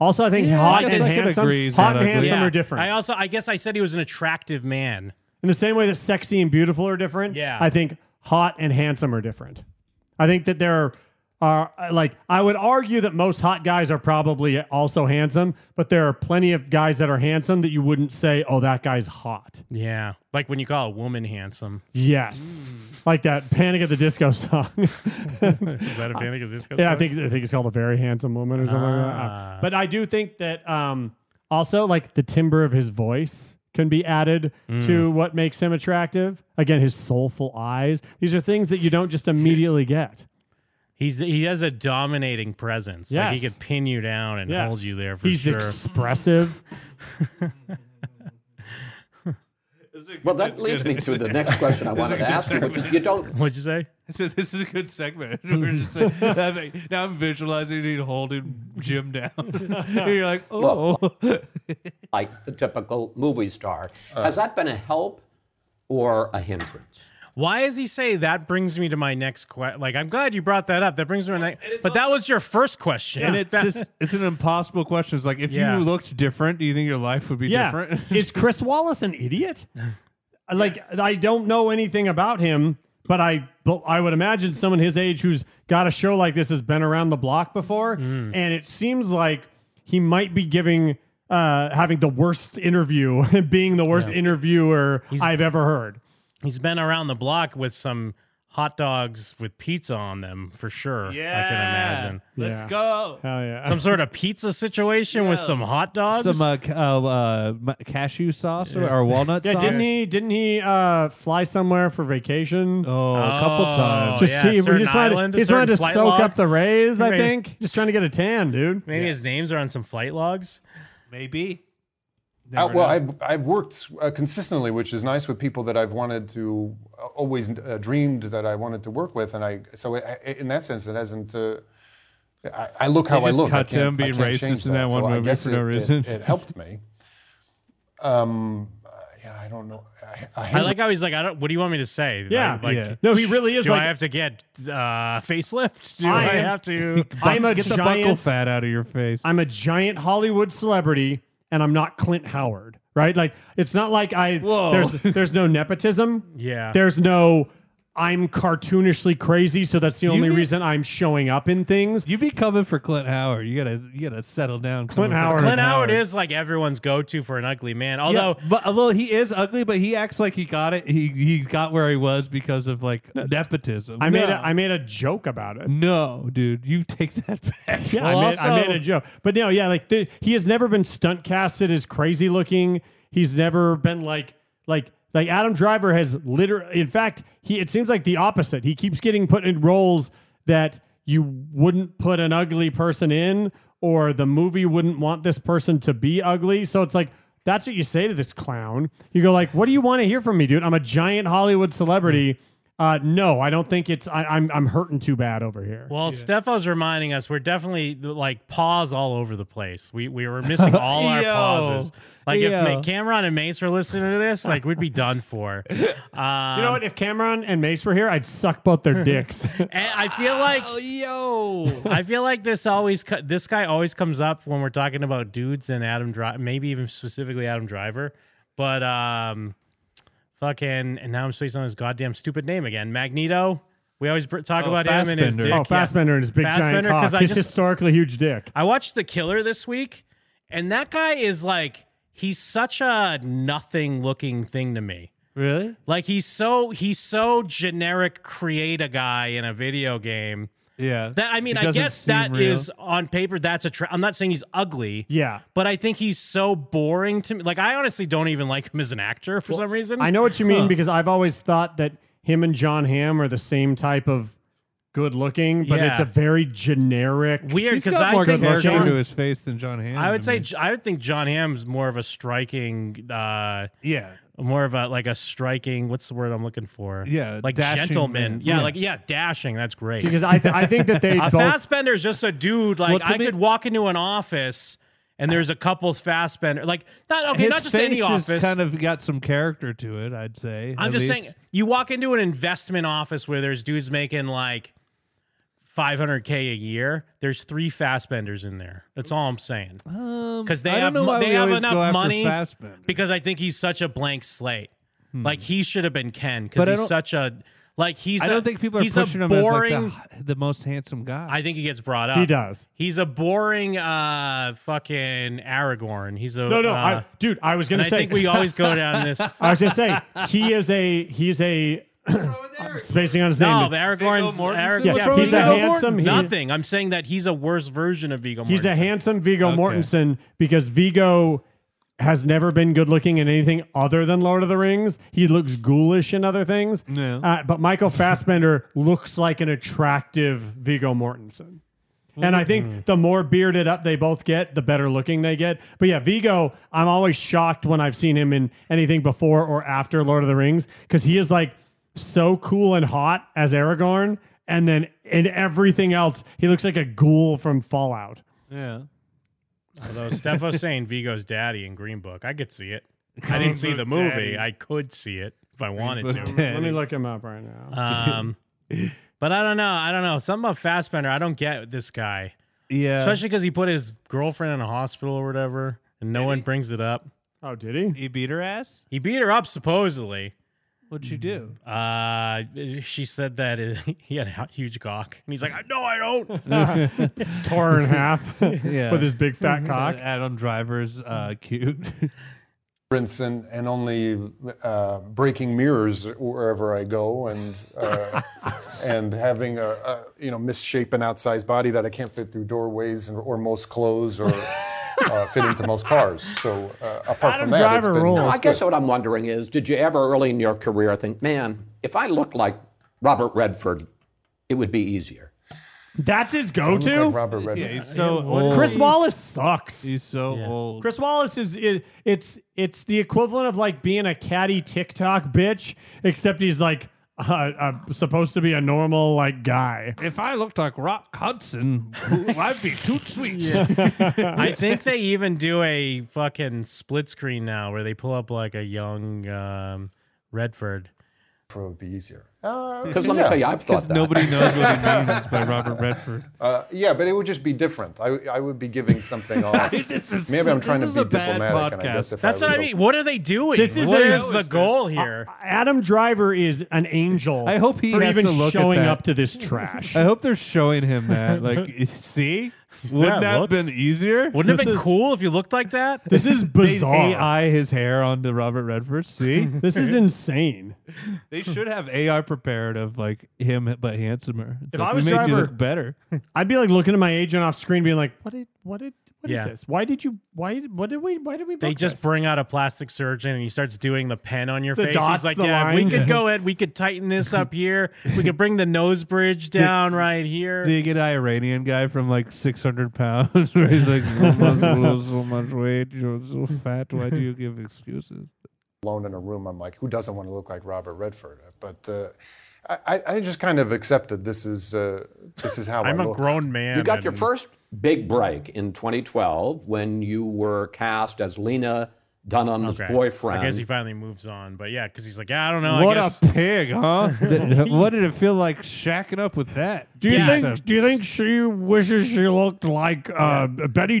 Speaker 10: Also, I think
Speaker 9: Yeah, I
Speaker 10: hot
Speaker 9: guess
Speaker 10: and
Speaker 9: I could
Speaker 10: handsome,
Speaker 11: agree he's
Speaker 10: hot
Speaker 11: not
Speaker 10: and
Speaker 11: ugly.
Speaker 10: handsome
Speaker 9: Yeah.
Speaker 10: are different.
Speaker 9: I also, I guess, I said he was an attractive man.
Speaker 10: In the same way that sexy and beautiful are different,
Speaker 9: Yeah.
Speaker 10: I think hot and handsome are different. I think that there are are uh, like I would argue that most hot guys are probably also handsome, but there are plenty of guys that are handsome that you wouldn't say, "Oh, that guy's hot."
Speaker 9: Yeah. Like when you call a woman handsome.
Speaker 10: Yes.
Speaker 9: Mm.
Speaker 10: Like that Panic at the Disco song. Is
Speaker 9: that a Panic at the Disco
Speaker 10: Yeah, I
Speaker 9: song?
Speaker 10: think I think it's called a very handsome woman or something like that.
Speaker 9: Ah.
Speaker 10: Uh, But I do think that um, also like the timbre of his voice can be added
Speaker 9: Mm.
Speaker 10: to what makes him attractive. Again, his soulful eyes. These are things that you don't just immediately get.
Speaker 9: He's he has a dominating presence. Like he
Speaker 10: Yes.
Speaker 9: could pin you down and
Speaker 10: Yes.
Speaker 9: hold you there for
Speaker 10: He's
Speaker 9: sure.
Speaker 10: expressive.
Speaker 13: Well, that leads me to the next question I
Speaker 11: This is
Speaker 13: wanted
Speaker 11: a
Speaker 13: to
Speaker 11: good
Speaker 13: ask you, which is
Speaker 11: segment.
Speaker 13: you don't.
Speaker 9: What'd you say?
Speaker 11: I said this is a good segment. We're just like, I'm like- now I'm visualizing you holding Jim down. and you're like, oh,
Speaker 13: Look, like the typical movie star. Has that been a help or a hindrance?
Speaker 9: Why does he say that brings me to my next question? Like, I'm glad you brought that up. That brings me to my next. But that was your first question.
Speaker 11: and it's just, it's an impossible question. It's like if
Speaker 9: Yeah.
Speaker 11: you looked different, do you think your life would be different?
Speaker 10: Is Chris Wallace an idiot? like I don't know anything about him, but I but I would imagine someone his age who's got a show like this has been around the block before, and it seems like he might be giving. Uh, having the worst interview, being the worst interviewer I've ever heard.
Speaker 9: he's been around the block with some hot dogs with pizza on them for sure. I can imagine.
Speaker 11: Let's go.
Speaker 10: Hell yeah.
Speaker 9: Some sort of pizza situation with
Speaker 11: Yeah.
Speaker 9: some hot dogs.
Speaker 11: Some uh, ca- uh, uh, ma- cashew sauce or, or walnut
Speaker 10: Yeah,
Speaker 11: sauce.
Speaker 10: didn't he? Didn't he uh, fly somewhere for vacation?
Speaker 11: Oh, a couple
Speaker 9: Oh,
Speaker 11: times.
Speaker 10: Just
Speaker 9: yeah,
Speaker 10: he, he
Speaker 9: certain
Speaker 10: just wanted,
Speaker 9: island, a
Speaker 10: he just wanted
Speaker 9: certain
Speaker 10: to
Speaker 9: flight
Speaker 10: soak
Speaker 9: log.
Speaker 10: up the rays. I
Speaker 9: Right.
Speaker 10: think just trying to get a tan, dude.
Speaker 9: Maybe his names are on some flight logs.
Speaker 11: Maybe.
Speaker 14: Uh, well, I've, I've worked uh, consistently, which is nice with people that I've wanted to uh, always uh, dreamed that I wanted to work with, and I so i I- in that sense it hasn't. Uh, I, I look how
Speaker 11: They
Speaker 14: I
Speaker 11: just
Speaker 14: look. I
Speaker 11: cut to
Speaker 14: can't-
Speaker 11: him being
Speaker 14: I can't change
Speaker 11: racist in that one
Speaker 14: so I
Speaker 11: movie
Speaker 14: guess
Speaker 11: for
Speaker 14: it,
Speaker 11: no
Speaker 14: it-
Speaker 11: reason.
Speaker 14: It, helped me. Um, uh, yeah, I don't know. I,
Speaker 9: I like how he's like, I don't. What do you want me to say?
Speaker 10: Yeah.
Speaker 9: Like- like,
Speaker 10: Yeah. No, he really is
Speaker 9: Do
Speaker 10: like-
Speaker 9: I have to get uh, facelift? Do I,
Speaker 10: I am-
Speaker 9: have to?
Speaker 10: I'm a
Speaker 11: Get the
Speaker 10: giant,
Speaker 11: buckle fat out of your face.
Speaker 10: I'm a giant Hollywood celebrity, and I'm not Clint Howard, right? Like it's not like I.
Speaker 11: Whoa.
Speaker 10: There's there's no nepotism.
Speaker 9: Yeah.
Speaker 10: There's no. I'm cartoonishly crazy, so that's the
Speaker 11: You
Speaker 10: only
Speaker 11: be-
Speaker 10: reason I'm showing up in things.
Speaker 11: You be coming for Clint Howard. You gotta you gotta settle down. coming
Speaker 10: Clint
Speaker 11: for
Speaker 10: Howard.
Speaker 9: Clint Howard is like everyone's go-to for an ugly man. Although
Speaker 11: yeah, but although he is ugly, but he acts like he got it. He he got where he was because of like nepotism.
Speaker 10: I made
Speaker 11: no.
Speaker 10: a, I made a joke about it.
Speaker 11: no, dude, you take that back.
Speaker 10: Yeah,
Speaker 9: Well,
Speaker 10: I, made, I
Speaker 9: also-
Speaker 10: made a joke. But no, yeah, like the, he has never been stunt casted as crazy looking. He's never been like like like Adam Driver has literally. In fact, he it seems like the opposite. He keeps getting put in roles that you wouldn't put an ugly person in, or the movie wouldn't want this person to be ugly. So it's like. That's what you say to this clown. You go like, "What do you want to hear from me, dude? I'm a giant Hollywood celebrity. Uh, no, I don't think it's. I, I'm I'm hurting too bad over here.
Speaker 9: Well, Stefo's reminding us we're definitely like paws all over the place. We we were missing all our
Speaker 11: Yo.
Speaker 9: pauses. Like if Ma-
Speaker 11: Yo.
Speaker 9: Cameron and Mace were listening to this, like we'd be done for. Um,
Speaker 10: You know what? If Cameron and Mace were here, I'd suck both their dicks.
Speaker 9: and I feel like
Speaker 11: oh, yo,
Speaker 9: I feel like this always co- this guy always comes up when we're talking about dudes and Adam Driver, maybe even specifically Adam Driver, but um, fucking and now I'm spacing on his goddamn stupid name again, Magneto. We always br- talk
Speaker 11: Oh,
Speaker 9: about him and his
Speaker 11: Fassbender.
Speaker 9: dick.
Speaker 10: oh,
Speaker 9: Yeah.
Speaker 10: Fassbender and his big giant
Speaker 9: Fassbender, 'cause
Speaker 10: cock.
Speaker 9: I
Speaker 10: His
Speaker 9: just-
Speaker 10: historically huge dick.
Speaker 9: I watched The Killer this week, and that guy is like, he's such a nothing looking thing to me.
Speaker 11: really?
Speaker 9: Like he's so he's so generic create a guy in a video game.
Speaker 11: Yeah.
Speaker 9: That I mean,
Speaker 11: It
Speaker 9: I
Speaker 11: doesn't
Speaker 9: guess
Speaker 11: seem
Speaker 9: that is
Speaker 11: real.
Speaker 9: on paper that's a tra- I'm not saying he's ugly.
Speaker 10: Yeah.
Speaker 9: But I think he's so boring to me. Like I honestly don't even like him as an actor for some reason.
Speaker 10: I know what you mean
Speaker 11: Huh.
Speaker 10: because I've always thought that him and John Hamm are the same type of good looking, but it's
Speaker 9: Yeah.
Speaker 10: a very generic.
Speaker 9: weird
Speaker 11: He's
Speaker 9: because
Speaker 11: got
Speaker 9: I
Speaker 11: more
Speaker 9: think
Speaker 11: character
Speaker 9: John-
Speaker 11: to his face than John Hamm.
Speaker 9: I would
Speaker 11: to
Speaker 9: say
Speaker 11: me.
Speaker 9: J- I would think John Hamm's more of a striking uh
Speaker 11: yeah,
Speaker 9: more of a like a striking what's the word i'm looking for
Speaker 11: Yeah,
Speaker 9: like
Speaker 11: dashing
Speaker 9: gentleman
Speaker 11: man.
Speaker 9: yeah,
Speaker 11: Yeah.
Speaker 9: like yeah dashing that's great
Speaker 10: because I, I think that they
Speaker 9: a
Speaker 10: both.
Speaker 9: fastbender is just a dude like
Speaker 11: Well, to
Speaker 9: i
Speaker 11: me-
Speaker 9: could walk into an office and there's a couple fastbender like not okay
Speaker 11: his
Speaker 9: not just
Speaker 11: face
Speaker 9: any
Speaker 11: has
Speaker 9: office
Speaker 11: kind of got some character to it. I'd say.
Speaker 9: i'm
Speaker 11: at
Speaker 9: just
Speaker 11: least.
Speaker 9: saying you walk into an investment office where there's dudes making like 500k a year there's three fastbenders in there that's all i'm saying
Speaker 11: Um,
Speaker 9: because they
Speaker 11: I don't
Speaker 9: have
Speaker 11: know
Speaker 9: mo-
Speaker 11: why
Speaker 9: they
Speaker 11: we
Speaker 9: have
Speaker 11: always go
Speaker 9: enough
Speaker 11: after
Speaker 9: money
Speaker 11: Fassbender.
Speaker 9: because I think he's such a blank slate. Like he should have been Ken because
Speaker 11: Hmm. But I
Speaker 9: he's
Speaker 11: don't-
Speaker 9: such a like he's.
Speaker 11: I
Speaker 9: a-
Speaker 11: don't think people are
Speaker 9: he's a
Speaker 11: pushing him
Speaker 9: boring,
Speaker 11: as like the, the most handsome guy.
Speaker 9: I think he gets brought up.
Speaker 10: He does.
Speaker 9: He's a boring uh fucking Aragorn. He's a
Speaker 10: No, no,
Speaker 9: uh,
Speaker 10: I, dude. I was gonna
Speaker 9: and
Speaker 10: say.
Speaker 9: I think we always go down this.
Speaker 10: I was gonna say he is a he's a. I'm spacing on his
Speaker 9: No,
Speaker 10: name.
Speaker 9: but
Speaker 10: but
Speaker 9: Aragorn's Aragorn,
Speaker 10: Yeah, he's a handsome. he-
Speaker 9: nothing. I'm saying that he's a worse version of Viggo.
Speaker 10: He's a
Speaker 9: Mortensen.
Speaker 10: handsome Vigo Mortensen because Vigo has never been good looking in anything other than Lord of the Rings. He looks ghoulish in other things.
Speaker 11: No.
Speaker 10: Uh, but Michael Fassbender looks like an attractive Vigo Mortensen. And I think the more bearded up they both get, the better looking they get. But yeah, Vigo, I'm always shocked when I've seen him in anything before or after Lord of the Rings because he is like so cool and hot as Aragorn. And then in everything else, he looks like a ghoul from Fallout.
Speaker 11: Yeah.
Speaker 9: Although Stefo saying Vigo's daddy in Green Book, I could see it. I didn't see the
Speaker 10: Book
Speaker 9: movie.
Speaker 10: daddy.
Speaker 9: I could see it if I
Speaker 10: Green
Speaker 9: wanted
Speaker 10: Book
Speaker 9: to.
Speaker 10: daddy. Let me look him up right now.
Speaker 9: Um, but I don't know. I don't know. Something about Fassbender. I don't get this guy.
Speaker 11: Yeah.
Speaker 9: Especially because he put his girlfriend in a hospital or whatever, and no one brings it up.
Speaker 10: Oh, did he?
Speaker 11: He beat her ass?
Speaker 9: He beat her up supposedly.
Speaker 11: What'd you do?
Speaker 9: Uh, she said that uh, he had a huge cock, and he's like, "I- "No, I don't."
Speaker 10: Tore her in half with his big fat cock.
Speaker 11: Adam Driver's uh, cute.
Speaker 14: Prince and, Mm. and only uh, breaking mirrors wherever I go, and uh, and having a, a you know misshapen outsized body that I can't fit through doorways or, or most clothes or uh, fit into most cars. So uh, apart from that, it's been
Speaker 13: Now, I guess what I'm wondering is, did you ever early in your career think, man, if I looked like Robert Redford, it would be easier?
Speaker 10: That's his go to?
Speaker 14: Robert
Speaker 11: Redford. Yeah, he's so old.
Speaker 10: Chris Wallace sucks.
Speaker 11: He's so old.
Speaker 10: Chris Wallace is it, it's it's the equivalent of like being a catty TikTok bitch, except he's like uh, uh, supposed to be a normal like guy.
Speaker 11: If I looked like Rock Hudson, I'd be too sweet.
Speaker 9: I think they even do a fucking split screen now where they pull up like a young um, Redford.
Speaker 14: Probably would be easier.
Speaker 10: Uh,
Speaker 13: Because let me tell you, I've thought that.
Speaker 11: Redford.
Speaker 14: Uh, yeah, but it would just be different. I, I would be giving something off. Maybe I'm trying to be diplomatic. And I guess if
Speaker 9: That's
Speaker 14: I
Speaker 9: what I
Speaker 14: was
Speaker 9: mean. What are they doing?
Speaker 10: This is
Speaker 9: what
Speaker 10: a-
Speaker 9: is the goal here?
Speaker 10: Adam Driver is an angel.
Speaker 11: I hope he
Speaker 10: for
Speaker 11: has
Speaker 10: even
Speaker 11: to look at
Speaker 10: showing
Speaker 11: that.
Speaker 10: up to this trash.
Speaker 11: I hope they're showing him that. Like, see, wouldn't
Speaker 10: that
Speaker 11: that have
Speaker 10: look?
Speaker 11: been easier?
Speaker 9: Wouldn't it have
Speaker 11: This
Speaker 9: been
Speaker 11: is-
Speaker 9: cool if you looked like that?
Speaker 10: This is
Speaker 11: They
Speaker 10: bizarre.
Speaker 11: AI his hair onto Robert Redford. See,
Speaker 10: This is insane.
Speaker 11: They should have AI prepared of like him but handsomer. It's
Speaker 10: If
Speaker 11: like,
Speaker 10: I
Speaker 11: we
Speaker 10: was
Speaker 11: made you
Speaker 10: Driver-
Speaker 11: look better.
Speaker 10: I'd be like looking at my agent off screen, being like, "What did? What did? What is
Speaker 9: Yeah.
Speaker 10: this? Why did you? Why? What did we? Why did we?
Speaker 9: They
Speaker 10: book
Speaker 9: just
Speaker 10: this?"
Speaker 9: bring out a plastic surgeon and he starts doing the pen on your
Speaker 10: The
Speaker 9: face.
Speaker 10: dots,
Speaker 9: He's like,
Speaker 10: the
Speaker 9: yeah, we
Speaker 10: lines."
Speaker 9: could go ahead. We could tighten this up here. We could bring the nose bridge down right here.
Speaker 11: Do you get an Iranian guy from like 600 pounds where he's like, so much, lose so much weight, you're so fat, why do you give excuses?
Speaker 14: alone in a room, I'm like, who doesn't want to look like Robert Redford? But uh, I, I- I just kind of accepted this is uh, this is how I look.
Speaker 9: man.
Speaker 13: You got your
Speaker 14: and-
Speaker 13: first big break in 2012 when you were cast as Lena Dunham's
Speaker 9: Okay.
Speaker 13: boyfriend.
Speaker 9: I guess he finally moves on, but yeah, because he's like, yeah, I don't know.
Speaker 11: what
Speaker 9: I guess
Speaker 11: a pig, huh? Th- what did it feel like shacking up with that?
Speaker 10: Do you
Speaker 11: piece
Speaker 10: think?
Speaker 11: of-
Speaker 10: Do you think she wishes she looked like uh, Betty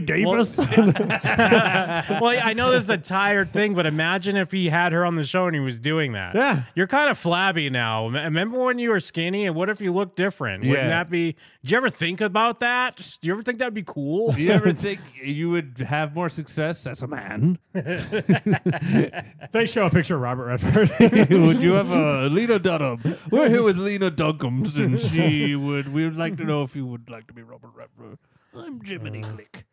Speaker 10: Davis?
Speaker 9: well, I know this is a tired thing, but imagine if he had her on the show and he was doing that.
Speaker 10: Yeah.
Speaker 9: You're kind of flabby now. M- Remember when you were skinny and what if you looked different? Wouldn't
Speaker 11: Yeah.
Speaker 9: that be Did you ever think about that? Do you ever think that'd be cool?
Speaker 11: Do you ever think you would have more success as a man?
Speaker 10: they show a picture of Robert Redford.
Speaker 11: would you have a Lena Dunham? We're here with Lena Duncums, and she would. We would like to know if you would like to be Robert Redford. I'm Jiminy Click.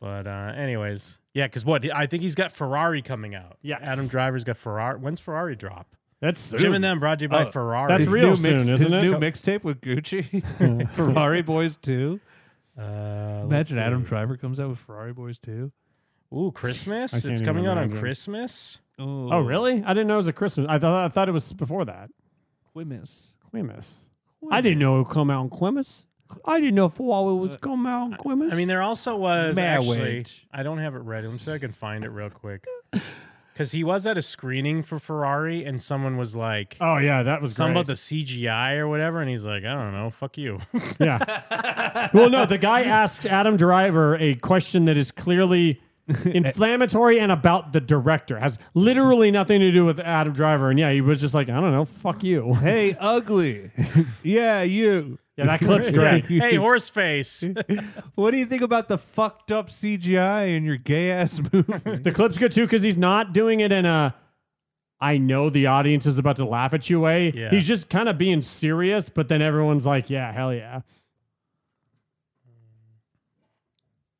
Speaker 9: but uh anyways, yeah, cuz what I think he's got Ferrari coming out.
Speaker 10: Yes.
Speaker 9: Adam Driver's got Ferrari. When's Ferrari drop?
Speaker 10: That's soon. Uh,
Speaker 9: Jim and them brought to you by
Speaker 11: Oh,
Speaker 9: Ferrari.
Speaker 10: that's
Speaker 11: His
Speaker 10: real
Speaker 11: new mix-
Speaker 10: soon, isn't
Speaker 11: his
Speaker 10: it?
Speaker 11: new mixtape with Gucci, Ferrari Boys Two.
Speaker 9: Uh, let's
Speaker 11: Imagine Adam
Speaker 9: see.
Speaker 11: Driver comes out with Ferrari Boys Two.
Speaker 9: Ooh, Christmas?
Speaker 10: I can't
Speaker 9: It's
Speaker 10: even
Speaker 9: coming out on
Speaker 10: imagine.
Speaker 9: Christmas?
Speaker 11: Oh,
Speaker 10: Oh, really? I didn't know it was a Christmas. I thought I thought it was before that.
Speaker 11: Quimus.
Speaker 10: Quimus. I didn't know it would come out in Quimus. I didn't know Ferrari was come out in Quimus.
Speaker 9: I mean, there also was actually.
Speaker 11: Marriage.
Speaker 9: I don't have it ready. Let me see if I can find it real quick. Because he was at a screening for Ferrari, and someone was like,
Speaker 10: oh yeah, that was
Speaker 9: "Something about
Speaker 10: great.
Speaker 9: the CGI or whatever," and he's like, "I don't know, fuck you."
Speaker 10: yeah. Well, no, the guy asked Adam Driver a question that is clearly inflammatory and about the director has literally nothing to do with Adam Driver. And yeah, he was just like, I don't know, fuck you.
Speaker 11: Hey, ugly. yeah, you.
Speaker 10: Yeah, that clip's great.
Speaker 9: hey, horse face.
Speaker 11: what do you think about the fucked up CGI in your gay ass movie?
Speaker 10: the clip's good too because he's not doing it in a. I know the audience is about to laugh at you way.
Speaker 9: Yeah.
Speaker 10: He's just kind of being serious, but then everyone's like, yeah, hell yeah.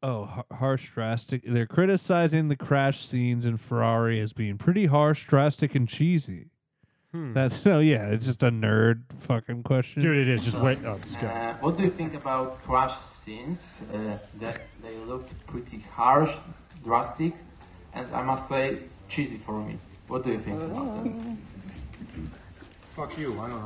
Speaker 11: Oh, har- harsh, drastic. They're criticizing the crash scenes in Ferrari as being pretty harsh, drastic, and cheesy.
Speaker 15: Hmm.
Speaker 11: That's no, yeah, it's just a nerd fucking question,
Speaker 10: Dude, it is just wait. Oh, let's go.
Speaker 15: Uh, what do you think about crash scenes? Uh, that they looked pretty harsh, drastic, and I must say cheesy for me. What do you think about them?
Speaker 16: Fuck you, I don't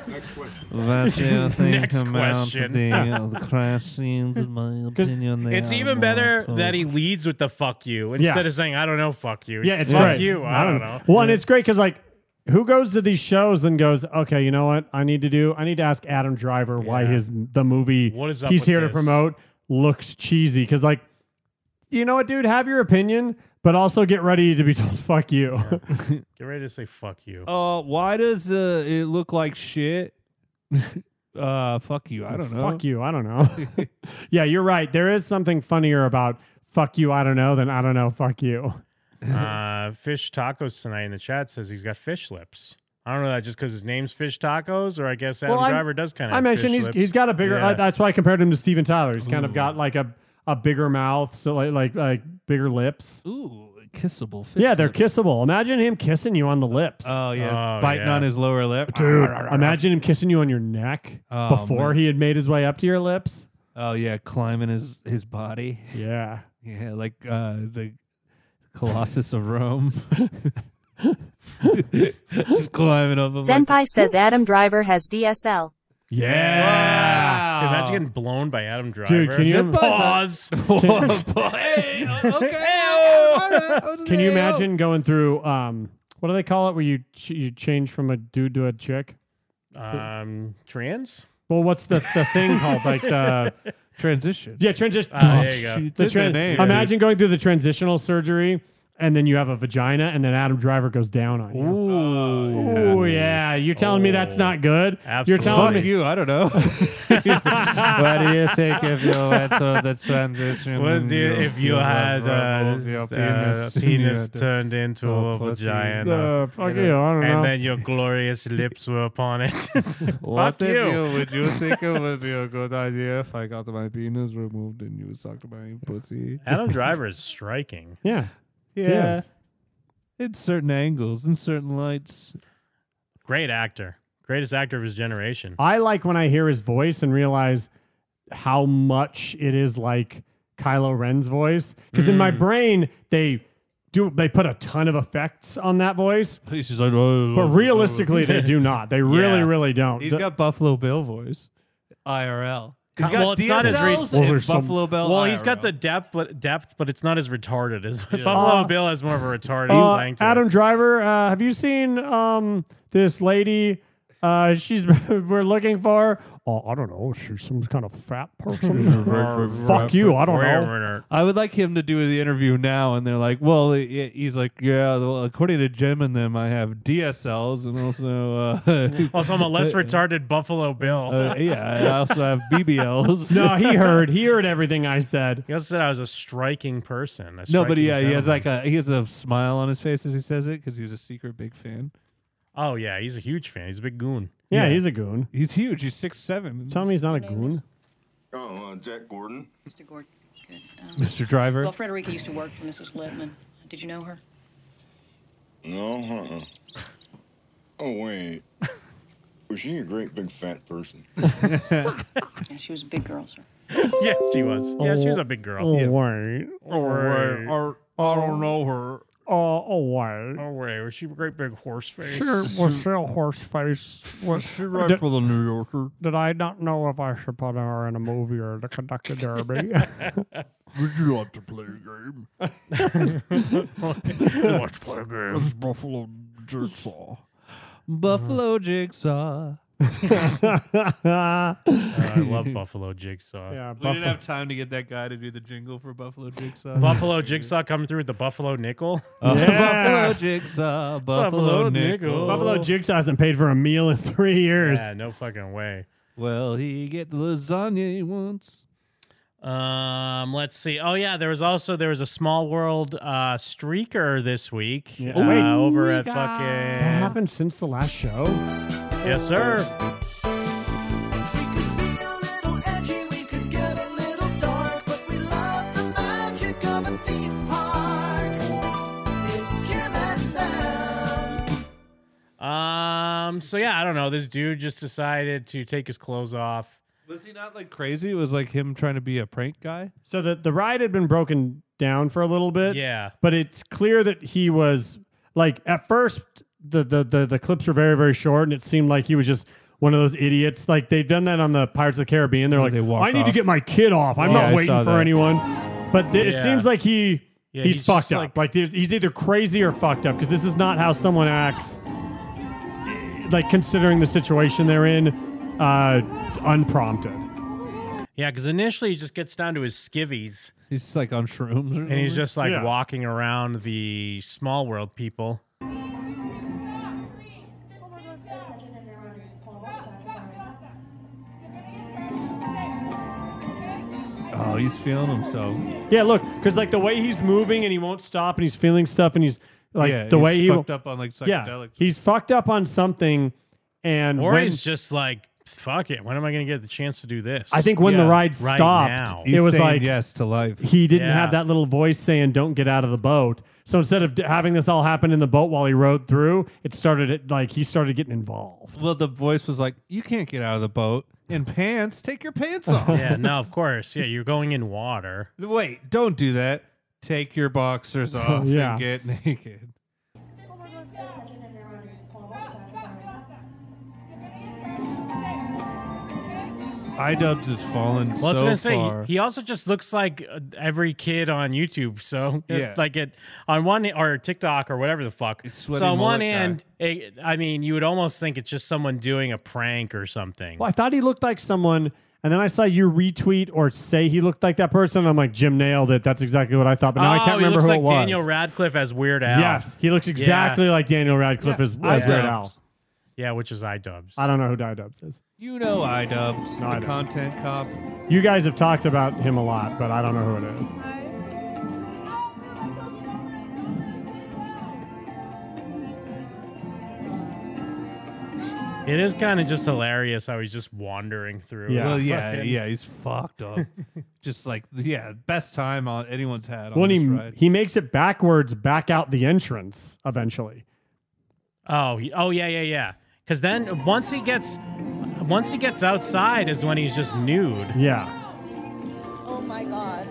Speaker 16: know. Next question.
Speaker 11: That's your thing
Speaker 9: Next
Speaker 11: about
Speaker 9: question.
Speaker 11: the, uh, the crash scenes, in my opinion. they
Speaker 9: it's
Speaker 11: are
Speaker 9: even
Speaker 11: more
Speaker 9: better
Speaker 11: tough.
Speaker 9: that he leads with the fuck you
Speaker 10: Yeah.
Speaker 9: instead of saying I don't know fuck you.
Speaker 10: Yeah, it's
Speaker 9: fuck
Speaker 10: great.
Speaker 9: you. I, don't know.
Speaker 10: Well, and it's great because like, who goes to these shows and goes, okay, you know what? I need to do. I need to ask Adam Driver why his the movie
Speaker 9: What is up
Speaker 10: he's
Speaker 9: with
Speaker 10: here to
Speaker 9: this?
Speaker 10: promote looks cheesy because like, you know what, dude, have your opinion, but also get ready to be told fuck you.
Speaker 9: Get ready to say fuck you.
Speaker 11: Uh, why does uh, it look like shit? uh, fuck you. I don't know.
Speaker 10: Fuck you. I don't know. yeah, you're right. There is something funnier about fuck you. I don't know than I don't know. Fuck you.
Speaker 9: uh, fish tacos tonight in the chat says he's got fish lips. I don't know that just because his name's Fish Tacos, or I guess Adam
Speaker 10: Well, I'm-
Speaker 9: Driver does kind of.
Speaker 10: I mentioned he's he's got a bigger. I- that's why I compared him to Steven Tyler. He's kind of got like a a bigger mouth, so like like like bigger lips.
Speaker 11: Ooh, kissable fish.
Speaker 10: yeah, they're
Speaker 11: lips.
Speaker 10: kissable. Imagine him kissing you on the lips.
Speaker 11: Oh yeah,
Speaker 9: Oh,
Speaker 11: biting
Speaker 9: yeah.
Speaker 11: on his lower lip.
Speaker 10: Dude, imagine him kissing you on your neck
Speaker 11: Oh,
Speaker 10: before
Speaker 11: man.
Speaker 10: he had made his way up to your lips.
Speaker 11: Oh yeah, climbing his his body.
Speaker 10: Yeah.
Speaker 11: Yeah, like uh, the Colossus of Rome. Just climbing up. him like-
Speaker 12: Senpai says Adam Driver has DSL.
Speaker 9: Yeah. Dude, imagine getting blown by Adam Driver.
Speaker 10: can you-
Speaker 9: pause?
Speaker 10: Can-
Speaker 11: Hey,
Speaker 10: Can you imagine going through um what do they call it where you ch- you change from a dude to a chick?
Speaker 9: um, trans?
Speaker 10: Well, what's the the thing called like the
Speaker 11: transition?
Speaker 10: Yeah, transition.
Speaker 9: Ah, there you go.
Speaker 10: The
Speaker 9: It's in
Speaker 10: tran-
Speaker 9: the name,
Speaker 10: imagine going through the transitional surgery and then you have a vagina and then Adam Driver goes down on you.
Speaker 11: Oh,
Speaker 10: Ooh, yeah. You're telling me
Speaker 9: Oh,
Speaker 10: that's not good? You're telling
Speaker 11: Fuck
Speaker 10: me
Speaker 11: you. I don't know. what do you think if you went through the transition?
Speaker 9: What
Speaker 11: and
Speaker 9: do you- if you had uh,
Speaker 11: removed your
Speaker 9: uh, penis,
Speaker 11: and you had to-
Speaker 9: turned into
Speaker 11: Oh,
Speaker 9: a
Speaker 11: pussy.
Speaker 9: vagina?
Speaker 10: Uh, fuck you, I don't
Speaker 9: and
Speaker 10: know.
Speaker 9: then your glorious lips were upon it.
Speaker 11: What
Speaker 9: fuck
Speaker 11: if
Speaker 9: you.
Speaker 11: you? Would you think it would be a good idea if I got my penis removed and you sucked my pussy?
Speaker 9: Adam Driver is striking.
Speaker 10: Yeah.
Speaker 11: Yeah.
Speaker 9: Yes.
Speaker 11: In certain angles, in certain lights.
Speaker 9: Great actor. Greatest actor of his generation.
Speaker 10: I like when I hear his voice and realize how much it is like Kylo Ren's voice. Because in
Speaker 9: Mm.
Speaker 10: my brain, they do they put a ton of effects on that voice. But realistically, they do not. They really,
Speaker 11: Yeah.
Speaker 10: really don't.
Speaker 11: He's
Speaker 10: The-
Speaker 11: got Buffalo Bill voice. IRL. He's got
Speaker 9: well, it's not as re-
Speaker 11: DSLs and Buffalo Bill.
Speaker 9: Well,
Speaker 11: IRL.
Speaker 9: he's got the depth, but depth, but it's not as retarded as
Speaker 10: Uh,
Speaker 9: Buffalo Bill has more of a retarded
Speaker 10: Uh,
Speaker 9: slang to it.
Speaker 10: Adam Driver, uh, have you seen um, this lady? Uh, she's we're looking for. Oh, I don't know. She's some kind of fat person. Uh, fuck you. I don't know.
Speaker 11: I would like him to do the interview now, and they're like, "Well, he- he- he's like, yeah. Well, according to Jim and them, I have DSLs, and also, uh,
Speaker 9: Also, I'm a less retarded Buffalo Bill.
Speaker 11: uh, yeah, I also have BBLs.
Speaker 10: No, he heard. He heard everything I said.
Speaker 9: He also said I was a striking person. a
Speaker 11: No, but
Speaker 9: striking
Speaker 11: yeah, he has
Speaker 9: gentleman.
Speaker 11: like a he has a smile on his face as he says it because he's a secret big fan.
Speaker 9: Oh yeah, he's a huge fan. He's a big goon.
Speaker 10: Yeah, he's a goon.
Speaker 11: He's huge. He's six seven.
Speaker 10: Tell me he's not a goon.
Speaker 17: Oh, uh, Jack Gordon. Mr. Gordon. Good. Um,
Speaker 11: Mr. Driver.
Speaker 17: Well, Frederica used to work for Mrs. Lippman. Did you know her?
Speaker 16: No, uh-uh. Oh, wait. Was she a great big fat person?
Speaker 17: Yeah, she was a big girl, sir.
Speaker 9: yeah, she was. Yeah, she was a big girl.
Speaker 10: Oh,
Speaker 9: yeah.
Speaker 10: wait.
Speaker 9: Oh, wait.
Speaker 11: Or I don't know her.
Speaker 10: Oh, oh, wait.
Speaker 9: Oh wait, was she a great big horse face?
Speaker 10: Sure, was she a horse face? Was she
Speaker 11: right for the New Yorker?
Speaker 10: Did I not know if I should put her in a movie or the conductor derby?
Speaker 11: Would you like to play a game?
Speaker 9: Let's play a game.
Speaker 11: It's Buffalo Jigsaw. Buffalo Jigsaw.
Speaker 10: Uh,
Speaker 9: I love Buffalo Jigsaw.
Speaker 10: Yeah,
Speaker 11: we didn't have time to get that guy to do the jingle for Buffalo Jigsaw.
Speaker 9: Buffalo Jigsaw coming through with the Buffalo Nickel.
Speaker 11: Uh, Buffalo Jigsaw, Buffalo, Nickel.
Speaker 10: Buffalo Jigsaw hasn't paid for a meal in three years.
Speaker 9: Yeah, no fucking way.
Speaker 11: Well, he get the lasagna he wants.
Speaker 9: Um, let's see. Oh yeah, there was also there was a Small World uh, streaker this week uh,
Speaker 10: Oh, wait.
Speaker 9: over at
Speaker 10: Streaker. That
Speaker 9: fucking
Speaker 10: happened since the last show.
Speaker 9: yes sir. Um, so yeah, I don't know. This dude just decided to take his clothes off.
Speaker 11: Was he not like crazy? It was like him trying to be a prank guy.
Speaker 10: So the the ride had been broken down for a little bit.
Speaker 9: Yeah.
Speaker 10: But it's clear that he was like at first the the the, the clips were very very short and it seemed like he was just one of those idiots. Like they've done that on the Pirates of the Caribbean. They're like,
Speaker 11: walk
Speaker 10: I need to
Speaker 11: off.
Speaker 10: get my kid off. I'm
Speaker 11: Yeah,
Speaker 10: not
Speaker 11: I
Speaker 10: waiting
Speaker 11: saw
Speaker 10: for
Speaker 11: that.
Speaker 10: anyone. But th-
Speaker 9: Yeah.
Speaker 10: it seems like he
Speaker 9: Yeah,
Speaker 10: he's,
Speaker 9: he's just
Speaker 10: fucked up.
Speaker 9: like-
Speaker 10: Like, there's- he's either crazy or fucked up because this is not how someone acts. Like considering the situation they're in, uh, unprompted.
Speaker 9: Yeah, because initially he just gets down to his skivvies
Speaker 11: He's just like on shrooms, or
Speaker 9: and he's
Speaker 11: something.
Speaker 9: just like walking around the small world people.
Speaker 11: Oh, he's feeling himself.
Speaker 10: Yeah, look, because like the way he's moving and he won't stop and he's feeling stuff and he's like
Speaker 11: Yeah,
Speaker 10: the
Speaker 11: he's
Speaker 10: way he
Speaker 11: fucked up on, like,
Speaker 10: Yeah,
Speaker 11: psychedelics.
Speaker 10: he's fucked up on something, and
Speaker 9: Or
Speaker 10: when
Speaker 9: he's just like, fuck it. When am I going to get the chance to do this?
Speaker 10: I think when the
Speaker 9: Yeah.
Speaker 10: ride
Speaker 9: Right
Speaker 10: stopped,
Speaker 9: now.
Speaker 10: it was like
Speaker 11: yes to life.
Speaker 10: He didn't
Speaker 9: Yeah.
Speaker 10: have that little voice saying "Don't get out of the boat." So instead of d- having this all happen in the boat while he rode through, it started at, like he started getting involved.
Speaker 11: Well, the voice was like, "You can't get out of the boat in pants. Take your pants off."
Speaker 9: yeah, no, of course. Yeah, you're going in water.
Speaker 11: Wait, don't do that. Take your boxers off
Speaker 9: Yeah.
Speaker 11: and get naked. Idubs has fallen
Speaker 9: Well, I was
Speaker 11: so
Speaker 9: gonna say
Speaker 11: far.
Speaker 9: he, he also just looks like uh, every kid on YouTube. So
Speaker 11: Yeah.
Speaker 9: like it on one or TikTok or whatever the fuck. So
Speaker 11: sweaty
Speaker 9: on one
Speaker 11: mullet guy.
Speaker 9: end, it, I mean, you would almost think it's just someone doing a prank or something.
Speaker 10: Well, I thought he looked like someone, and then I saw you retweet or say he looked like that person. and I'm like, Jim nailed it. That's exactly what I thought, but now I
Speaker 9: Oh,
Speaker 10: can't
Speaker 9: he
Speaker 10: remember
Speaker 9: looks
Speaker 10: who
Speaker 9: like
Speaker 10: it was.
Speaker 9: Daniel Radcliffe as Weird Al.
Speaker 10: Yes, he looks
Speaker 9: Yeah.
Speaker 10: exactly like Daniel Radcliffe
Speaker 9: Yeah,
Speaker 10: as, as
Speaker 9: Idubbbz.
Speaker 10: Weird Al.
Speaker 9: Yeah, which is iDubbbz.
Speaker 10: I don't know who Didubs is.
Speaker 11: you know Idubs, the content cop.
Speaker 10: You guys have talked about him a lot, but I don't know who it is.
Speaker 9: It is kind of just hilarious how he's just wandering through.
Speaker 11: Well,
Speaker 9: the
Speaker 11: yeah,
Speaker 9: fucking-
Speaker 11: yeah, he's fucked up. Just like, yeah, best time on anyone's had on
Speaker 10: When
Speaker 11: this
Speaker 10: he
Speaker 11: ride.
Speaker 10: he makes it backwards back out the entrance eventually.
Speaker 9: Oh, he- oh yeah, yeah, yeah. Because then once he gets, once he gets outside is when he's just nude.
Speaker 10: Yeah.
Speaker 18: Oh my god.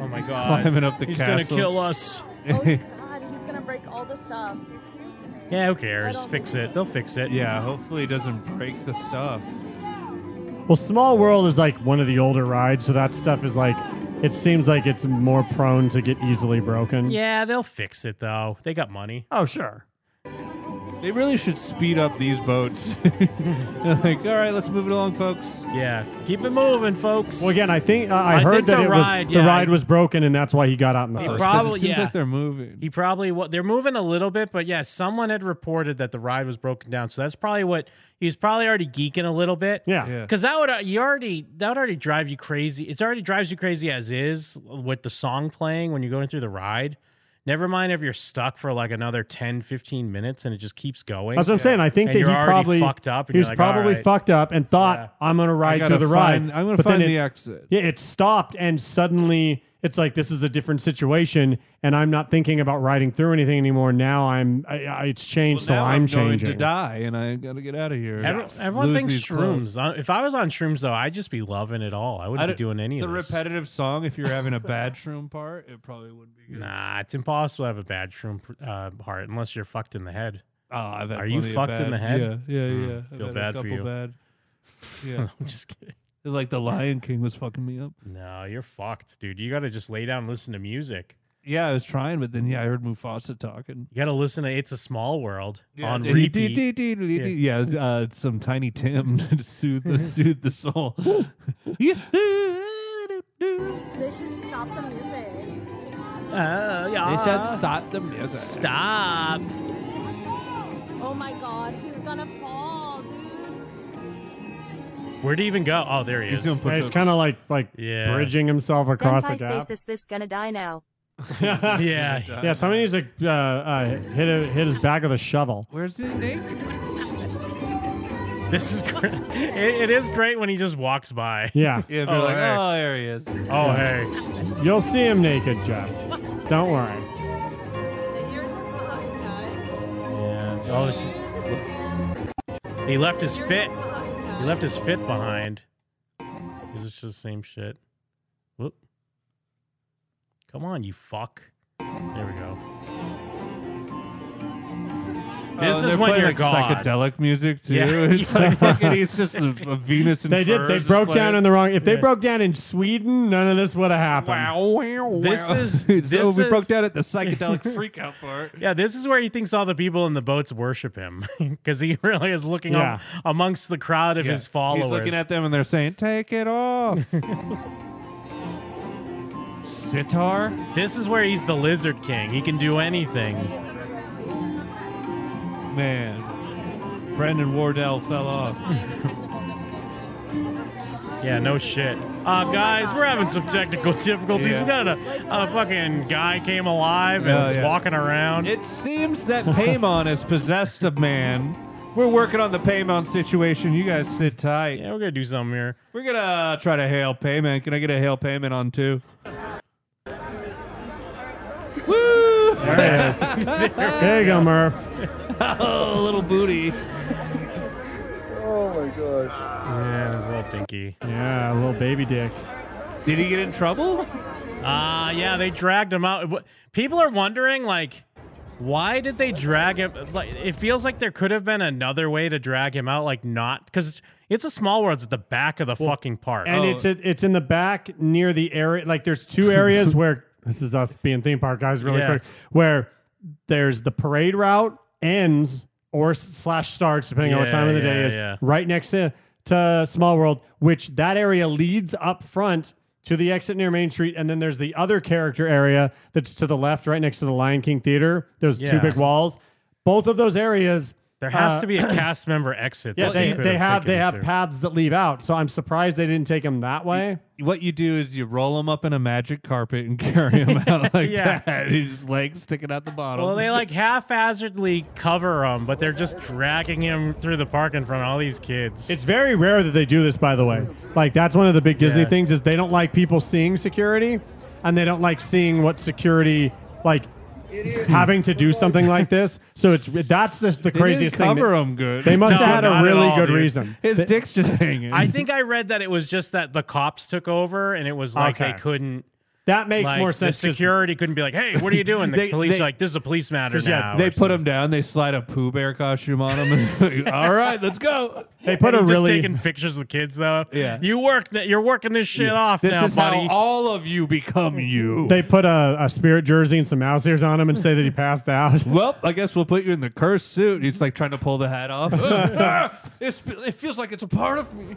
Speaker 9: Oh my god.
Speaker 11: climbing up the
Speaker 9: he's
Speaker 11: castle.
Speaker 9: gonna kill us.
Speaker 18: God, he's gonna break all the stuff.
Speaker 9: yeah, who cares? Fix it. They'll fix it.
Speaker 11: Yeah, hopefully he doesn't break the stuff.
Speaker 10: Well, Small World is like one of the older rides, so that stuff is like it seems like it's more prone to get easily broken.
Speaker 9: Yeah, they'll fix it though. They got money.
Speaker 10: Oh sure.
Speaker 11: They really should speed up these boats. like, all right, let's move it along, folks.
Speaker 9: Yeah, keep it moving, folks.
Speaker 10: Well, again, I think uh, I, heard
Speaker 9: think
Speaker 10: that
Speaker 9: the
Speaker 10: it
Speaker 9: ride,
Speaker 10: was
Speaker 9: yeah,
Speaker 10: the ride was broken, and that's why he got out in the
Speaker 9: He
Speaker 10: first. place.
Speaker 9: probably yeah.
Speaker 11: like they're moving.
Speaker 9: He probably what they're moving a little bit, but yeah, someone had reported that the ride was broken down, so that's probably what he was probably already geeking a little bit.
Speaker 10: Yeah. Yeah.
Speaker 9: because that would uh, you already that would already drive you crazy. It's already drives you crazy as is with the song playing when you're going through the ride. Never mind if you're stuck for like another 10, 15 minutes and it just keeps going.
Speaker 10: That's what I'm saying. I think
Speaker 9: And
Speaker 10: that
Speaker 9: you're
Speaker 10: he
Speaker 9: already
Speaker 10: probabed
Speaker 9: fucked up. And
Speaker 10: he
Speaker 9: you're
Speaker 10: was
Speaker 9: like, "All
Speaker 10: probably
Speaker 9: right."
Speaker 10: fucked up and thought, "I'm going to ride
Speaker 11: gotta
Speaker 10: through the
Speaker 11: find-
Speaker 10: ride.
Speaker 11: I'm gonna
Speaker 10: But then
Speaker 11: find the
Speaker 10: it-
Speaker 11: exit.
Speaker 10: Yeah, it stopped, and suddenly it's like this is a different situation, and I'm not thinking about riding through anything anymore. Now I'm, I, I, it's changed, so
Speaker 11: now
Speaker 10: I'm,
Speaker 11: I'm going
Speaker 10: changing.
Speaker 11: to die, and I gotta get out of here.
Speaker 9: Every-
Speaker 11: Yes.
Speaker 9: Everyone
Speaker 11: Lose
Speaker 9: thinks
Speaker 11: these clothes.
Speaker 9: shrooms. Uh, If I was on shrooms though, I'd just be loving it all. I
Speaker 11: I
Speaker 9: wouldn't be
Speaker 11: don't-
Speaker 9: doing any
Speaker 11: the
Speaker 9: of this.
Speaker 11: repetitive song. If you're having a bad shroom part, it probably wouldn't be.
Speaker 9: Nah, it's impossible to have a bad shroom uh, heart unless you're fucked in the head.
Speaker 11: Oh, I've had
Speaker 9: Are you
Speaker 11: plenty of
Speaker 9: fucked in
Speaker 11: bad-
Speaker 9: the head?
Speaker 11: Yeah, yeah,
Speaker 9: Mm,
Speaker 11: yeah. I've
Speaker 9: feel
Speaker 11: had a
Speaker 9: bad for
Speaker 11: couple
Speaker 9: you.
Speaker 11: Hmm. bad- Yeah.
Speaker 9: I'm just kidding.
Speaker 11: Like the Lion King was fucking me up.
Speaker 9: No, you're fucked, dude. You got to just lay down and listen to music.
Speaker 11: yeah, I was trying, but then yeah, I heard Mufasa talking.
Speaker 9: You got to listen to "It's a Small World"
Speaker 11: Yeah,
Speaker 9: on
Speaker 11: dee- dee- dee-
Speaker 9: repeat.
Speaker 11: dee- dee- dee- yeah, uh, some Tiny Tim to soothe the soothe the soul.
Speaker 18: They should stop the music.
Speaker 9: Oh,
Speaker 11: They said stop the music.
Speaker 9: Stop.
Speaker 18: Oh my god, he's gonna fall,
Speaker 9: Where'd he even go? Oh, there he is.
Speaker 10: Yeah, He's kind of like like
Speaker 9: Yeah.
Speaker 10: bridging himself across the
Speaker 12: Senpai
Speaker 10: gap.
Speaker 12: says this gonna die now.
Speaker 9: yeah,
Speaker 10: yeah. Somebody needs to uh, uh, hit a, hit his back with a shovel.
Speaker 11: Where's it naked?
Speaker 9: This is great. It, it is great when he just walks by.
Speaker 10: Yeah.
Speaker 11: Yeah, if you're like, oh, there he is.
Speaker 9: Oh,
Speaker 10: Yeah.
Speaker 9: hey.
Speaker 10: You'll see him naked, Jeff. Don't worry.
Speaker 9: Yeah. Oh, this- he left his fit. He left his fit behind. This is just the same shit. Whoop. Come on, you fuck. There we go. This
Speaker 11: Oh,
Speaker 9: is
Speaker 11: they're
Speaker 9: when
Speaker 11: playing,
Speaker 9: you're
Speaker 11: like
Speaker 9: gone.
Speaker 11: psychedelic music too.
Speaker 9: Yeah.
Speaker 11: It's
Speaker 9: Yeah.
Speaker 11: like fucking, he's just a, a Venus and
Speaker 10: They did. They broke down in the wrong. If they
Speaker 11: broke.
Speaker 10: broke down in Sweden, none of this would have happened.
Speaker 9: This is
Speaker 11: Oh, so
Speaker 9: this
Speaker 11: we
Speaker 9: is-
Speaker 11: broke down at the psychedelic freakout part.
Speaker 9: Yeah, this is where he thinks all the people in the boats worship him because he really is looking
Speaker 11: Yeah.
Speaker 9: up amongst the crowd of
Speaker 11: Yeah.
Speaker 9: his followers.
Speaker 11: He's looking at them and they're saying, "Take it off." Sitar.
Speaker 9: This is where he's the lizard king. He can do anything.
Speaker 11: Man, Brandon Wardell fell off.
Speaker 9: Yeah, no shit. Uh, guys, we're having some technical difficulties.
Speaker 11: Yeah.
Speaker 9: We got a, a fucking guy came alive and
Speaker 11: Yeah,
Speaker 9: is
Speaker 11: yeah.
Speaker 9: walking around.
Speaker 11: It seems that Paimon has possessed a man. We're working on the Paimon situation. You guys sit tight.
Speaker 9: Yeah, we're gonna do something here.
Speaker 11: We're gonna uh, try to hail payment. Can I get a hail payment on two? Woo!
Speaker 10: There, it is. there you go, Murph.
Speaker 11: oh, little booty.
Speaker 8: Oh my gosh.
Speaker 9: Yeah, it was a little dinky.
Speaker 10: Yeah, a little baby dick.
Speaker 11: Did he get in trouble?
Speaker 9: Uh, yeah, they dragged him out. Wh- People are wondering, like, why did they drag him? Like, it feels like there could have been another way to drag him out, like, not because it's a small world. It's at the back of the fucking park.
Speaker 10: And it's it, it's in the back near the area. Like there's two areas where this is us being theme park guys really
Speaker 9: Yeah.
Speaker 10: quick. Where there's the parade route ends or slash starts depending on what
Speaker 9: Yeah,
Speaker 10: time of the day
Speaker 9: yeah,
Speaker 10: is.
Speaker 9: yeah.
Speaker 10: Right next to to Small World, which that area leads up front to the exit near Main Street, and then there's the other character area that's to the left, right next to the Lion King Theater. Those
Speaker 9: Yeah.
Speaker 10: two big walls. Both of those areas.
Speaker 9: there has
Speaker 10: uh,
Speaker 9: to be a cast member exit.
Speaker 10: Yeah,
Speaker 9: that
Speaker 10: they,
Speaker 9: could
Speaker 10: they have
Speaker 9: taken
Speaker 10: they
Speaker 9: him
Speaker 10: have
Speaker 9: to.
Speaker 10: paths that leave out. So I'm surprised they didn't take them that way.
Speaker 11: What you do is you roll him up in a magic carpet and carry him out like
Speaker 9: Yeah.
Speaker 11: that. His legs sticking out the bottom.
Speaker 9: Well, they like haphazardly cover him, but they're just dragging him through the park in front of all these kids.
Speaker 10: It's very rare that they do this, by the way. Like that's one of the big Disney
Speaker 9: Yeah.
Speaker 10: things is they don't like people seeing security, and they don't like seeing what security like having to do something like this. So it's that's the, the
Speaker 11: They
Speaker 10: craziest
Speaker 11: didn't
Speaker 10: thing.
Speaker 11: cover
Speaker 10: that-
Speaker 11: him good.
Speaker 10: They must
Speaker 9: No,
Speaker 10: have had
Speaker 9: not
Speaker 10: a
Speaker 9: at
Speaker 10: really
Speaker 9: all,
Speaker 10: good
Speaker 9: dude.
Speaker 10: reason.
Speaker 11: His dick's just hanging.
Speaker 9: I think I read that it was just that the cops took over and it was like
Speaker 10: Okay.
Speaker 9: they couldn't.
Speaker 10: That makes
Speaker 9: like,
Speaker 10: more
Speaker 9: the
Speaker 10: sense. 'cause-
Speaker 9: security couldn't be like, "Hey, what are you doing?" The
Speaker 11: They-
Speaker 9: police
Speaker 11: they-
Speaker 9: are like, "This is a police matter
Speaker 11: 'Cause,
Speaker 9: now."
Speaker 11: yeah, they put him down. They slide a Pooh Bear costume on him. And, All right, let's go.
Speaker 10: They put
Speaker 9: and
Speaker 10: a
Speaker 9: he's
Speaker 10: really
Speaker 9: just taking pictures of the kids though.
Speaker 11: Yeah.
Speaker 9: you work. You're working this shit off
Speaker 11: This
Speaker 9: now,
Speaker 11: is
Speaker 9: buddy.
Speaker 11: how all of you become you.
Speaker 10: they put a, a spirit jersey and some mouse ears on him and say that he passed out.
Speaker 11: well, I guess we'll put you in the cursed suit. He's like trying to pull the hat off. Ah, it's, it feels like it's a part of me.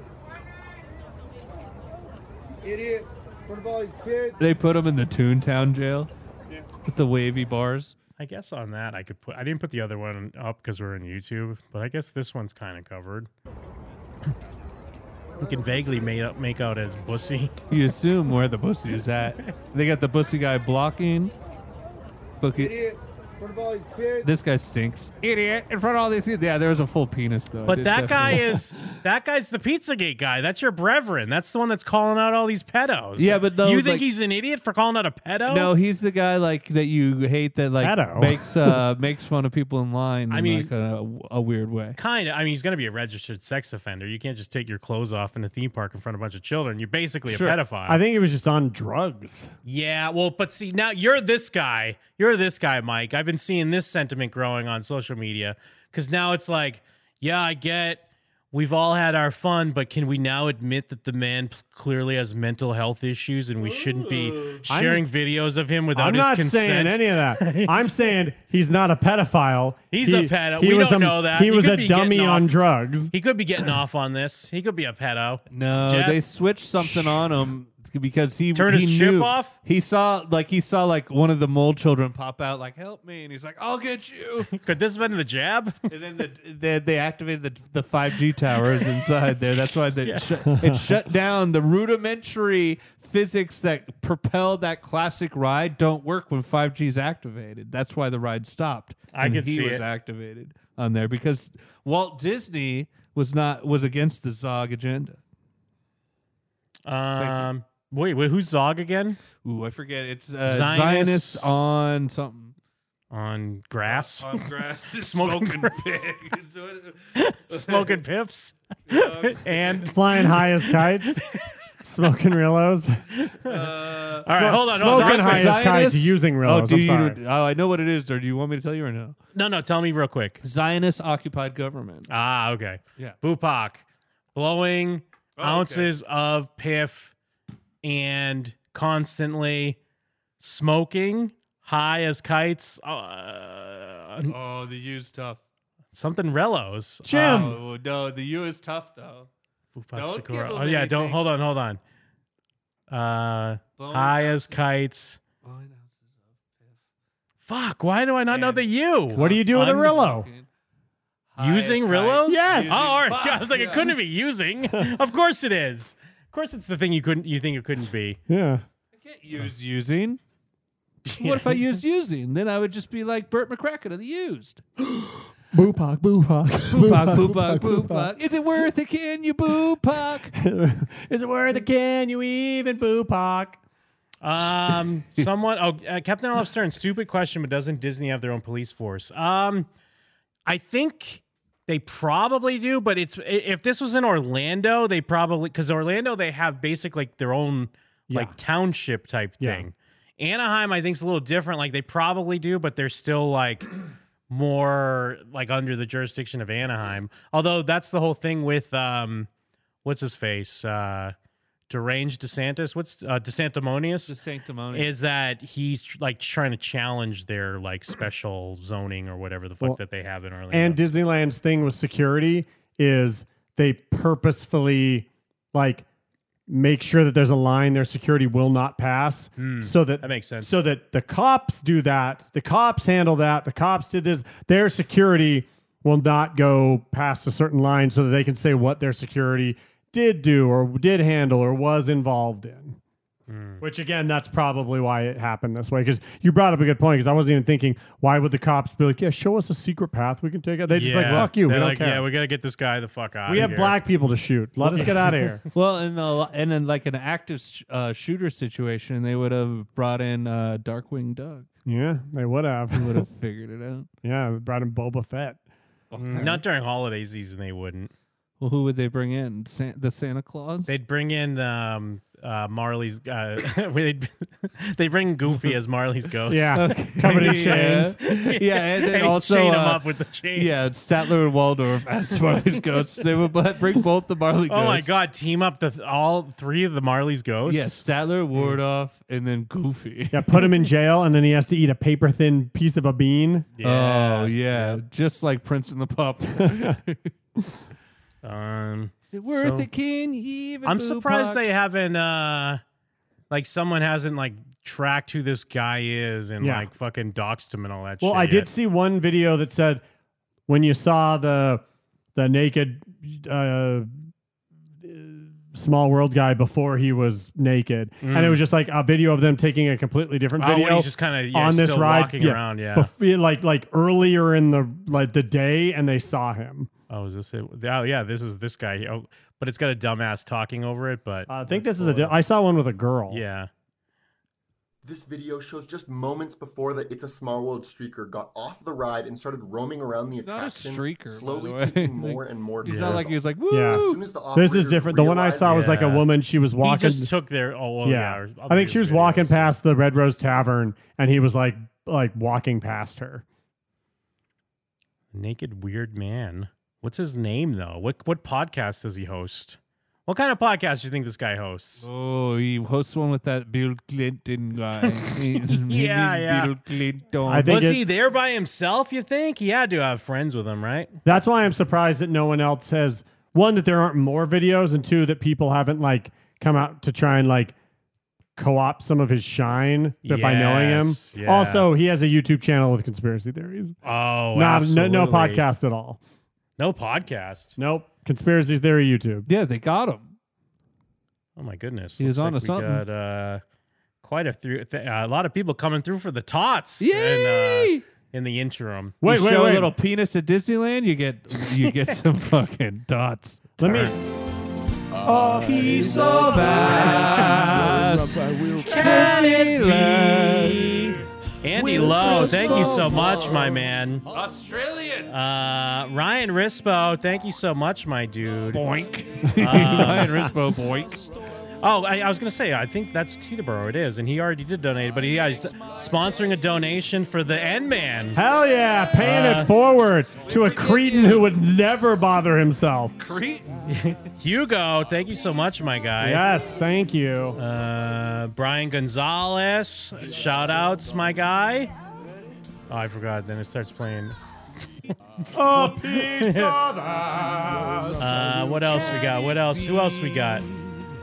Speaker 5: Idiot. What about his kids?
Speaker 11: They put him in the Toontown jail with the wavy bars.
Speaker 9: I guess on that, I could put. I didn't put the other one up because we're in YouTube, but I guess this one's kind of covered. you can vaguely make up make out as bussy.
Speaker 11: You assume where the pussy is at. They got the pussy guy blocking. Book it.
Speaker 5: Idiot. What about his kids?
Speaker 11: This guy stinks. Idiot. In front of all these kids. Yeah, there was a full penis, though. I
Speaker 9: But
Speaker 11: did
Speaker 9: that guy
Speaker 11: definitely-
Speaker 9: is that guy's the Pizzagate guy. That's your brethren. That's the one that's calling out all these pedos.
Speaker 11: Yeah, but no,
Speaker 9: you think
Speaker 11: like-
Speaker 9: he's an idiot for calling out a pedo?
Speaker 11: No, he's the guy like that you hate that like
Speaker 10: Pedo.
Speaker 11: makes uh makes fun of people in line.
Speaker 9: I
Speaker 11: in,
Speaker 9: mean,
Speaker 11: like, a, a weird way.
Speaker 9: kind of. I mean, he's going to be a registered sex offender. You can't just take your clothes off in a theme park in front of a bunch of children. You're basically
Speaker 10: Sure.
Speaker 9: a pedophile.
Speaker 10: I think he was just on drugs.
Speaker 9: yeah, well, but see, now you're this guy. You're this guy, Mike. I've been seeing this sentiment growing on social media because now it's like, yeah, I get we've all had our fun, but can we now admit that the man p- clearly has mental health issues and we shouldn't be sharing videos of him without
Speaker 10: I'm
Speaker 9: his
Speaker 10: not
Speaker 9: consent?
Speaker 10: saying any of that. I'm saying he's not a pedophile.
Speaker 9: He's
Speaker 10: He-
Speaker 9: a pedo.
Speaker 10: he
Speaker 9: we
Speaker 10: was
Speaker 9: don't
Speaker 10: a-
Speaker 9: know that.
Speaker 10: He was
Speaker 9: could
Speaker 10: a
Speaker 9: be
Speaker 10: dummy
Speaker 9: getting
Speaker 10: on
Speaker 9: off-
Speaker 10: drugs.
Speaker 9: He could be getting off on this. He could be a pedo.
Speaker 11: No,
Speaker 9: Jeff?
Speaker 11: they switched something on him because he
Speaker 9: Turned
Speaker 11: he
Speaker 9: his chip
Speaker 11: knew,
Speaker 9: off?
Speaker 11: He saw like he saw like one of the mole children pop out like help me, and he's like I'll get you.
Speaker 9: Could this have been the jab?
Speaker 11: And then the, they they activated the the five G towers inside there. That's why they
Speaker 9: Yeah.
Speaker 11: shut, it shut down the rudimentary physics that propel that classic ride don't work when five G's activated. That's why the ride stopped.
Speaker 9: I
Speaker 11: And
Speaker 9: could
Speaker 11: he
Speaker 9: see
Speaker 11: was
Speaker 9: it.
Speaker 11: activated on there because Walt Disney was not was against the Zog agenda.
Speaker 9: Um, wait, wait, who's Zog again?
Speaker 11: Ooh, I forget. It's uh, Zionists on something.
Speaker 9: On grass.
Speaker 11: On grass. Smoking pigs.
Speaker 9: Smoking pips. and
Speaker 10: flying high as kites, smoking rillos.
Speaker 11: Uh,
Speaker 9: All right, hold on, hold on.
Speaker 10: Smoking high as kites,
Speaker 11: Zionists?
Speaker 10: using rillos.
Speaker 11: Oh, do
Speaker 10: I'm
Speaker 11: you-
Speaker 10: sorry.
Speaker 11: oh, I know what it is, or do you want me to tell you or no?
Speaker 9: No, no, tell me real quick.
Speaker 11: Zionist occupied government.
Speaker 9: Ah, okay.
Speaker 11: Yeah.
Speaker 9: Bupak blowing
Speaker 11: Oh, okay.
Speaker 9: ounces of piff and constantly smoking high as kites. Uh,
Speaker 11: Oh, the U's tough.
Speaker 9: something rellos. Um,
Speaker 11: Oh, no, the U is tough though.
Speaker 9: Bupak
Speaker 11: Don't give
Speaker 9: Shakura.
Speaker 11: him
Speaker 9: Oh yeah, don't
Speaker 11: anything.
Speaker 9: hold on, hold on. Uh,
Speaker 11: Blowing
Speaker 9: high as kites. Fuck! Why do I not know the U?
Speaker 10: What do you do with a
Speaker 9: I'm-
Speaker 10: Rillo?
Speaker 9: Using Rillos?
Speaker 10: Yes.
Speaker 9: Oh, all right.
Speaker 10: Fuck,
Speaker 9: I was like,
Speaker 10: yeah.
Speaker 9: it couldn't be using. of course it is. Of course it's the thing you couldn't. You think it couldn't be.
Speaker 10: Yeah.
Speaker 11: Use using. What if I used using? Then I would just be like Burt McCracken of the used.
Speaker 10: Boopak, boopak,
Speaker 11: Boopak, boopak, boopak. Is it worth it? Can you boopak?
Speaker 10: boopak? Is it worth it? Can you even boopak?
Speaker 9: Um, someone. Oh, uh, Captain Olive Stern. Stupid question, but doesn't Disney have their own police force? Um, I think they probably do, but it's i- if this was in Orlando, they probably because Orlando they have basic like their own like township type
Speaker 10: Yeah.
Speaker 9: thing. Anaheim, I think, is a little different. Like they probably do, but they're still like more like under the jurisdiction of Anaheim. Although that's the whole thing with um, what's his face, uh, deranged DeSantis. What's uh, DeSantimonious?
Speaker 11: DeSantimonious
Speaker 9: is that he's tr- like trying to challenge their like special zoning or whatever the fuck
Speaker 10: Well,
Speaker 9: that they have in Orlando.
Speaker 10: And Disneyland's thing with security is they purposefully like make sure that there's a line their security will not pass
Speaker 9: Hmm,
Speaker 10: so that
Speaker 9: that makes sense.
Speaker 10: so that the cops do that the cops handle that the cops did this their security will not go past a certain line so that they can say what their security did do or did handle or was involved in
Speaker 9: Hmm.
Speaker 10: which again, that's probably why it happened this way. Because you brought up a good point. Because I wasn't even thinking, why would the cops be like, "Yeah, show us a secret path we can take out"? They just like, "Fuck you, we
Speaker 9: They're
Speaker 10: don't
Speaker 9: like,
Speaker 10: care."
Speaker 9: Yeah, we gotta get this guy the fuck out.
Speaker 10: we have black people to shoot. Let us get out of here.
Speaker 11: well, in the and in like an active sh- uh, shooter situation, they would have brought in uh, Darkwing Duck.
Speaker 10: Yeah, they would have.
Speaker 11: Would have figured it out.
Speaker 10: yeah, we brought in Boba Fett.
Speaker 9: Oh,
Speaker 10: Mm.
Speaker 9: Not during holiday season, they wouldn't.
Speaker 11: Well, who would they bring in? San- the Santa Claus?
Speaker 9: They'd bring in um, uh, Marley's. Uh, they'd they bring Goofy as Marley's ghost.
Speaker 10: Yeah, covered in chains.
Speaker 11: Yeah, and then
Speaker 9: They'd
Speaker 11: also
Speaker 9: chain him
Speaker 11: uh,
Speaker 9: up with the chains.
Speaker 11: Yeah, Statler and Waldorf as Marley's ghosts. They would bu- bring both the Marley ghosts.
Speaker 9: Oh my god! Team up the all three of the Marley's ghosts.
Speaker 11: Yeah, Statler, Wardoff, and then Goofy.
Speaker 10: Yeah, put him in jail, and then he has to eat a paper thin piece of a bean.
Speaker 11: Oh yeah, just like Prince and the Pup.
Speaker 9: Um,
Speaker 11: Is it worth
Speaker 9: so-
Speaker 11: it? Can you even?
Speaker 9: I'm
Speaker 11: Boopak?
Speaker 9: surprised they haven't uh like someone hasn't like tracked who this guy is and
Speaker 10: Yeah.
Speaker 9: like fucking doxed him and all that shit.
Speaker 10: Well, I
Speaker 9: yet.
Speaker 10: did see one video that said when you saw the the naked uh, small world guy before he was naked, and it
Speaker 9: Mm.
Speaker 10: was just like a video of them taking a completely different
Speaker 9: Oh, when
Speaker 10: video,
Speaker 9: he's just kinda, yeah,
Speaker 10: on this
Speaker 9: still
Speaker 10: ride,
Speaker 9: walking around, yeah.
Speaker 10: bef- like like earlier in the like the day, and they saw him.
Speaker 9: Oh, is this it? Oh yeah, this is this guy. Oh, but it's got a dumbass talking over it, but
Speaker 10: I think this is a. di- I saw one with a girl.
Speaker 9: yeah.
Speaker 19: This video shows just moments before the It's a Small World streaker got off the ride and started roaming around the
Speaker 11: not a
Speaker 19: attraction,
Speaker 11: streaker, by the
Speaker 19: slowly
Speaker 11: way.
Speaker 19: taking
Speaker 11: Like,
Speaker 19: more and more.
Speaker 11: he's not like he was like,
Speaker 19: results.
Speaker 10: Yeah.
Speaker 19: As soon as the
Speaker 10: This is
Speaker 19: operators
Speaker 10: different. The one I
Speaker 19: realized-
Speaker 10: saw was like a
Speaker 9: Yeah.
Speaker 10: woman. She was
Speaker 9: He
Speaker 10: walking.
Speaker 9: just took their- oh, well, yeah, or
Speaker 10: I think she was walking past the Red Rose Tavern, and he was like like walking past her.
Speaker 9: Naked weird man. What's his name though? What what podcast does he host? What kind of podcast do you think this guy hosts?
Speaker 11: Oh, he hosts one with that Bill Clinton guy. He's- him
Speaker 9: Yeah,
Speaker 11: and
Speaker 9: yeah.
Speaker 11: Bill Clinton.
Speaker 10: I think
Speaker 9: was he
Speaker 10: it's-
Speaker 9: there by himself? You think he had to have friends with him, right?
Speaker 10: That's why I'm surprised that no one else has one that there aren't more videos, and two that people haven't like come out to try and like co-opt some of his shine but by knowing him.
Speaker 9: Yes, yeah.
Speaker 10: Also, he has a YouTube channel with conspiracy theories.
Speaker 9: Oh,
Speaker 10: no, no, no
Speaker 9: absolutely.
Speaker 10: podcast at all.
Speaker 9: No podcast.
Speaker 10: Nope, conspiracy theory YouTube.
Speaker 11: Yeah, they got him.
Speaker 9: Oh my goodness!
Speaker 10: He was
Speaker 9: Looks
Speaker 10: onto
Speaker 9: like we
Speaker 10: something.
Speaker 9: Got, uh, quite a few, th- a lot of people coming through for the tots. In, uh, in the interim.
Speaker 11: Wait, you show a little penis at Disneyland, you get you get some fucking dots.
Speaker 10: Let me.
Speaker 11: A piece of ass. Can
Speaker 9: it be? Andy
Speaker 11: Will
Speaker 9: Lowe,
Speaker 11: just
Speaker 9: thank you
Speaker 11: the
Speaker 9: so much, my
Speaker 11: one.
Speaker 9: man.
Speaker 11: Australian.
Speaker 9: Uh, Ryan Rispo, thank you so much, my dude.
Speaker 11: Boink.
Speaker 9: Uh,
Speaker 11: Ryan Rispo, boink.
Speaker 9: Oh, I, I was gonna say, I think that's Teterboro. It is, and he already did donate, but he yeah, he's sponsoring a donation for the N Man.
Speaker 10: Hell yeah,
Speaker 9: Uh,
Speaker 10: paying it forward to a cretin who would never bother himself.
Speaker 9: Hugo, thank you so much, my guy.
Speaker 10: Yes, thank you.
Speaker 9: Uh, Brian Gonzalez, shout outs, my guy. Oh, I forgot. Then it starts playing.
Speaker 10: A piece of ass.
Speaker 9: Uh, what else we got? What else? Who else we got?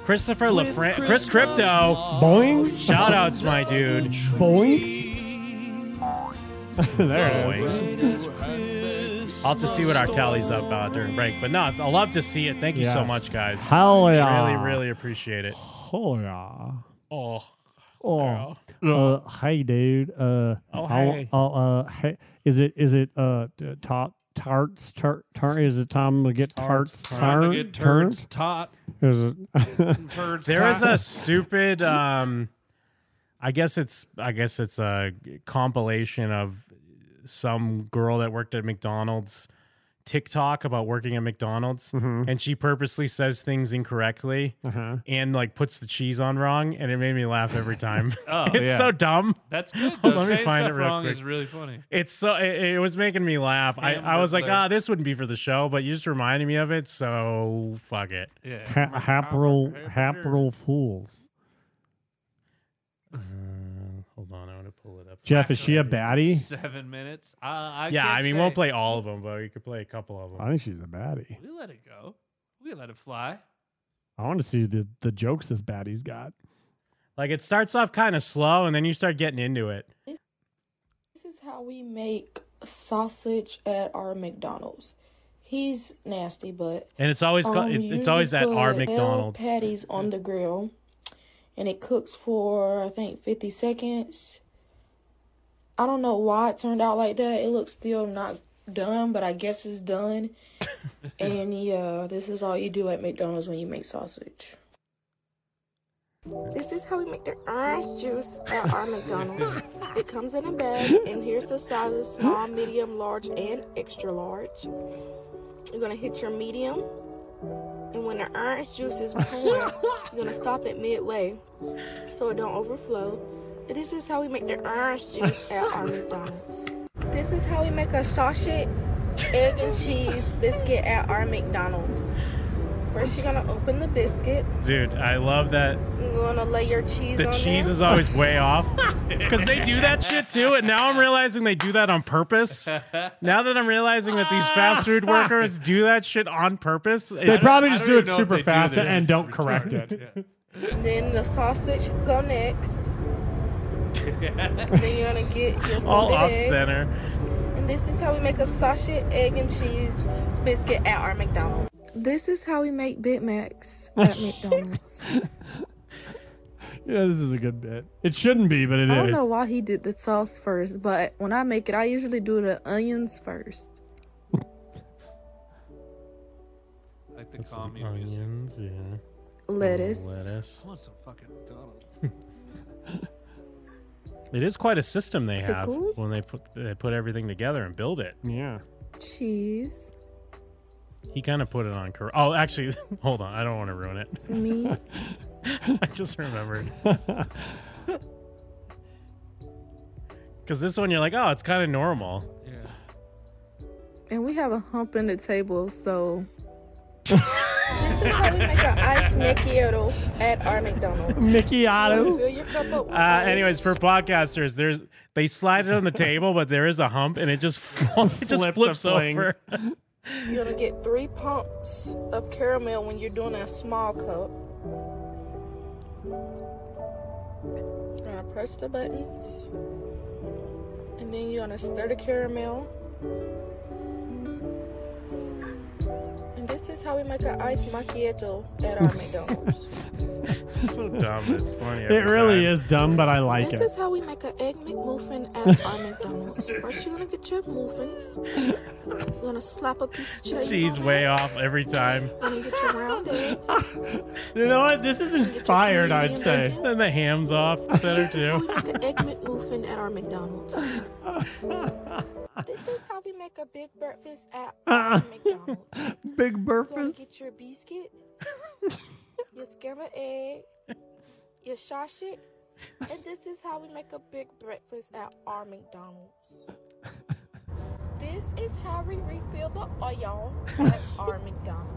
Speaker 9: Christopher LaFran- Chris Crypto.
Speaker 10: Boing.
Speaker 9: Shout outs, my dude.
Speaker 10: Boink. there it is.
Speaker 9: Boing. I'll have to see what our tally's up uh, during break. But no, I'll love to see it. Thank you so
Speaker 10: Yes.
Speaker 9: much, guys.
Speaker 10: Hell yeah.
Speaker 9: Really, really appreciate it.
Speaker 10: Oh yeah.
Speaker 9: Oh.
Speaker 10: Oh. Uh, hey, dude. Uh,
Speaker 9: Oh,
Speaker 10: I wa-
Speaker 9: hey.
Speaker 10: oh, uh, hey. Is it is it uh t- tot tarts tart tart? Is it time to get tarts
Speaker 11: Time to
Speaker 10: tart
Speaker 11: get
Speaker 10: tart?
Speaker 11: turds tot.
Speaker 10: Is it?
Speaker 11: Turds
Speaker 9: There is
Speaker 11: tot.
Speaker 9: a stupid. Um, I guess it's. I guess it's a compilation of some girl that worked at McDonald's TikTok about working at McDonald's,
Speaker 10: Mhm.
Speaker 9: and she purposely says things incorrectly
Speaker 10: Uh-huh.
Speaker 9: and like puts the cheese on wrong, and it made me laugh every time.
Speaker 11: Oh,
Speaker 9: it's
Speaker 11: yeah.
Speaker 9: so dumb.
Speaker 11: That's good,
Speaker 9: Hold
Speaker 11: though.
Speaker 9: on, Let me
Speaker 11: Saying
Speaker 9: find
Speaker 11: stuff
Speaker 9: it real
Speaker 11: wrong
Speaker 9: quick.
Speaker 11: is really funny.
Speaker 9: It's so it, it was making me laugh. I, I was like,
Speaker 11: Hamburger.
Speaker 9: ah, this wouldn't be for the show, but you just reminded me of it, so fuck it.
Speaker 10: Ha- Hapril Hapril fools.
Speaker 9: Hold on, I want to pull it up.
Speaker 10: Jeff, is she a baddie?
Speaker 11: Seven minutes. Uh, I
Speaker 9: yeah,
Speaker 11: can't
Speaker 9: I mean,
Speaker 11: say.
Speaker 9: won't play all of them, but we could play a couple of them.
Speaker 10: I think she's a baddie.
Speaker 11: We let it go. We let it fly.
Speaker 10: I want to see the the jokes this baddie's got.
Speaker 9: Like it starts off kind of slow, and then you start getting into it.
Speaker 20: This is how we make sausage at our McDonald's. He's nasty, but um,
Speaker 9: And it's always co- it- it's
Speaker 20: you
Speaker 9: always at our
Speaker 20: put bell
Speaker 9: McDonald's.
Speaker 20: Patties on the grill, and it cooks for I think fifty seconds. I don't know why it turned out like that. It looks still not done, but I guess it's done. and yeah, this is all you do at McDonald's when you make sausage.
Speaker 21: This is how we make the orange juice at our McDonald's. it comes in a bag, and here's the sizes small, medium, large, and extra large. You're gonna hit your medium, and when the orange juice is pouring, you're gonna stop it midway so it don't overflow. And this is how we make the orange juice at our McDonald's. This is how we make a sausage, egg, and cheese biscuit at our McDonald's. First, you're gonna open the biscuit.
Speaker 9: Dude, I love that
Speaker 21: You're gonna lay your cheese
Speaker 9: the
Speaker 21: on
Speaker 9: cheese
Speaker 21: there.
Speaker 9: is always way off because they do that shit too. And now I'm realizing they do that on purpose. Now that I'm realizing that these fast food workers do that shit on purpose,
Speaker 10: They probably just do it super fast and don't correct it.
Speaker 21: And then the sausage go next. then you're gonna get your
Speaker 9: all
Speaker 21: folded
Speaker 9: off
Speaker 21: egg.
Speaker 9: center.
Speaker 21: And this is how we make a sausage, egg, and cheese biscuit at our McDonald's. This is how we make Big Macs at McDonald's.
Speaker 10: Yeah, this is a good bit. It shouldn't be, but it
Speaker 21: I don't
Speaker 10: is.
Speaker 21: know why he did the sauce first, but when I make it, I usually do the onions first.
Speaker 11: Like the commune music.
Speaker 21: Lettuce.
Speaker 9: Lettuce.
Speaker 11: I want some fucking McDonald's.
Speaker 9: It is quite a system they have
Speaker 21: Pickles?
Speaker 9: when they put they put everything together and build it.
Speaker 10: Yeah.
Speaker 21: Cheese.
Speaker 9: He kind of put it on. Cor- oh, actually, hold on. I don't want to ruin it.
Speaker 21: Meat.
Speaker 9: I just remembered. Because this one, you're like, oh, it's kind of normal.
Speaker 1: And we have a hump in the table, so
Speaker 21: This is how we make an iced macchiato at our McDonald's.
Speaker 10: Macchiato.
Speaker 21: Fill your cup up with
Speaker 9: Uh, anyways, for podcasters, there's they slide it on the table, but there is a hump, and it just fall- it just
Speaker 10: Flips
Speaker 9: flips
Speaker 10: the flings.
Speaker 9: over.
Speaker 21: You're gonna get three pumps of caramel when you're doing a small cup. Gonna press the buttons, and then you're gonna stir the caramel. And this is how we make an iced macchiato at our McDonald's.
Speaker 9: so dumb. It's funny.
Speaker 10: It really is dumb, but I like
Speaker 21: this
Speaker 10: it.
Speaker 21: is how we make an egg McMuffin at our McDonald's. First, you're gonna get your muffins. You're gonna slap a piece of cheese.
Speaker 9: She's
Speaker 21: on
Speaker 9: way off every time.
Speaker 21: it, You're gonna get your round egg.
Speaker 10: You know what? This is inspired, I'd say.
Speaker 9: Then the ham's off center too.
Speaker 21: Make an egg McMuffin at our McDonald's. this is how we make a big breakfast at our McDonald's.
Speaker 10: Big
Speaker 21: You're gonna
Speaker 10: burpers.
Speaker 21: get your biscuit, your scrambled egg, your sausage, and this is how we make a big breakfast at our McDonald's. This is how we refill the oil at our McDonald's.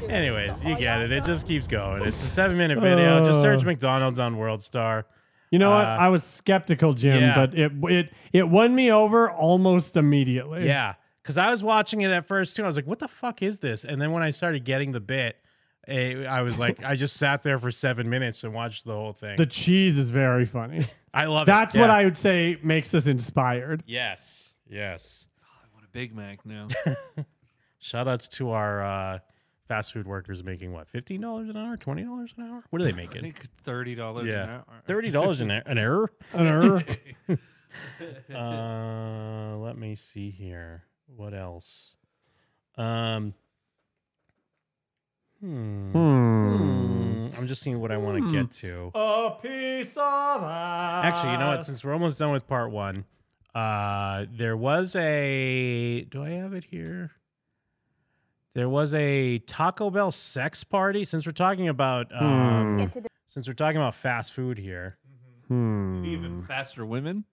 Speaker 21: You're gonna
Speaker 9: Anyways,
Speaker 21: put the
Speaker 9: you
Speaker 21: oil
Speaker 9: get it. It just keeps going. It's a seven minute video. just search McDonald's on World Star.
Speaker 10: You know what?
Speaker 9: Uh,
Speaker 10: I was skeptical, Jim,
Speaker 9: yeah.
Speaker 10: but it it it won me over almost immediately.
Speaker 9: Yeah, because I was watching it at first too. I was like, "What the fuck is this?" And then when I started getting the bit, eh, I was like, I just sat there for seven minutes and watched the whole thing.
Speaker 10: The cheese is very funny.
Speaker 9: I love it,
Speaker 10: That's what
Speaker 9: yeah.
Speaker 10: I would say makes this inspired.
Speaker 9: yes, yes.
Speaker 11: I want a Big Mac now.
Speaker 9: Shout outs to our uh, fast food workers making what fifteen dollars an hour, twenty dollars an hour. What are they making?
Speaker 11: I think thirty dollars.
Speaker 9: yeah,
Speaker 11: an hour.
Speaker 9: thirty dollars an hour. An hour.
Speaker 10: An hour.
Speaker 9: uh, let me see here. What else? Um. Hmm.
Speaker 10: Hmm.
Speaker 9: Hmm. I'm just seeing what I want to
Speaker 10: Hmm.
Speaker 9: get to.
Speaker 10: A piece of ice.
Speaker 9: Actually, you know
Speaker 10: Uh,
Speaker 9: what? Since we're almost done with part one, uh, there was a. Do I have it here? There was a Taco Bell sex party. Since we're talking about, um,
Speaker 10: Hmm.
Speaker 9: since we're talking about fast food here,
Speaker 11: Hmm. Even faster women.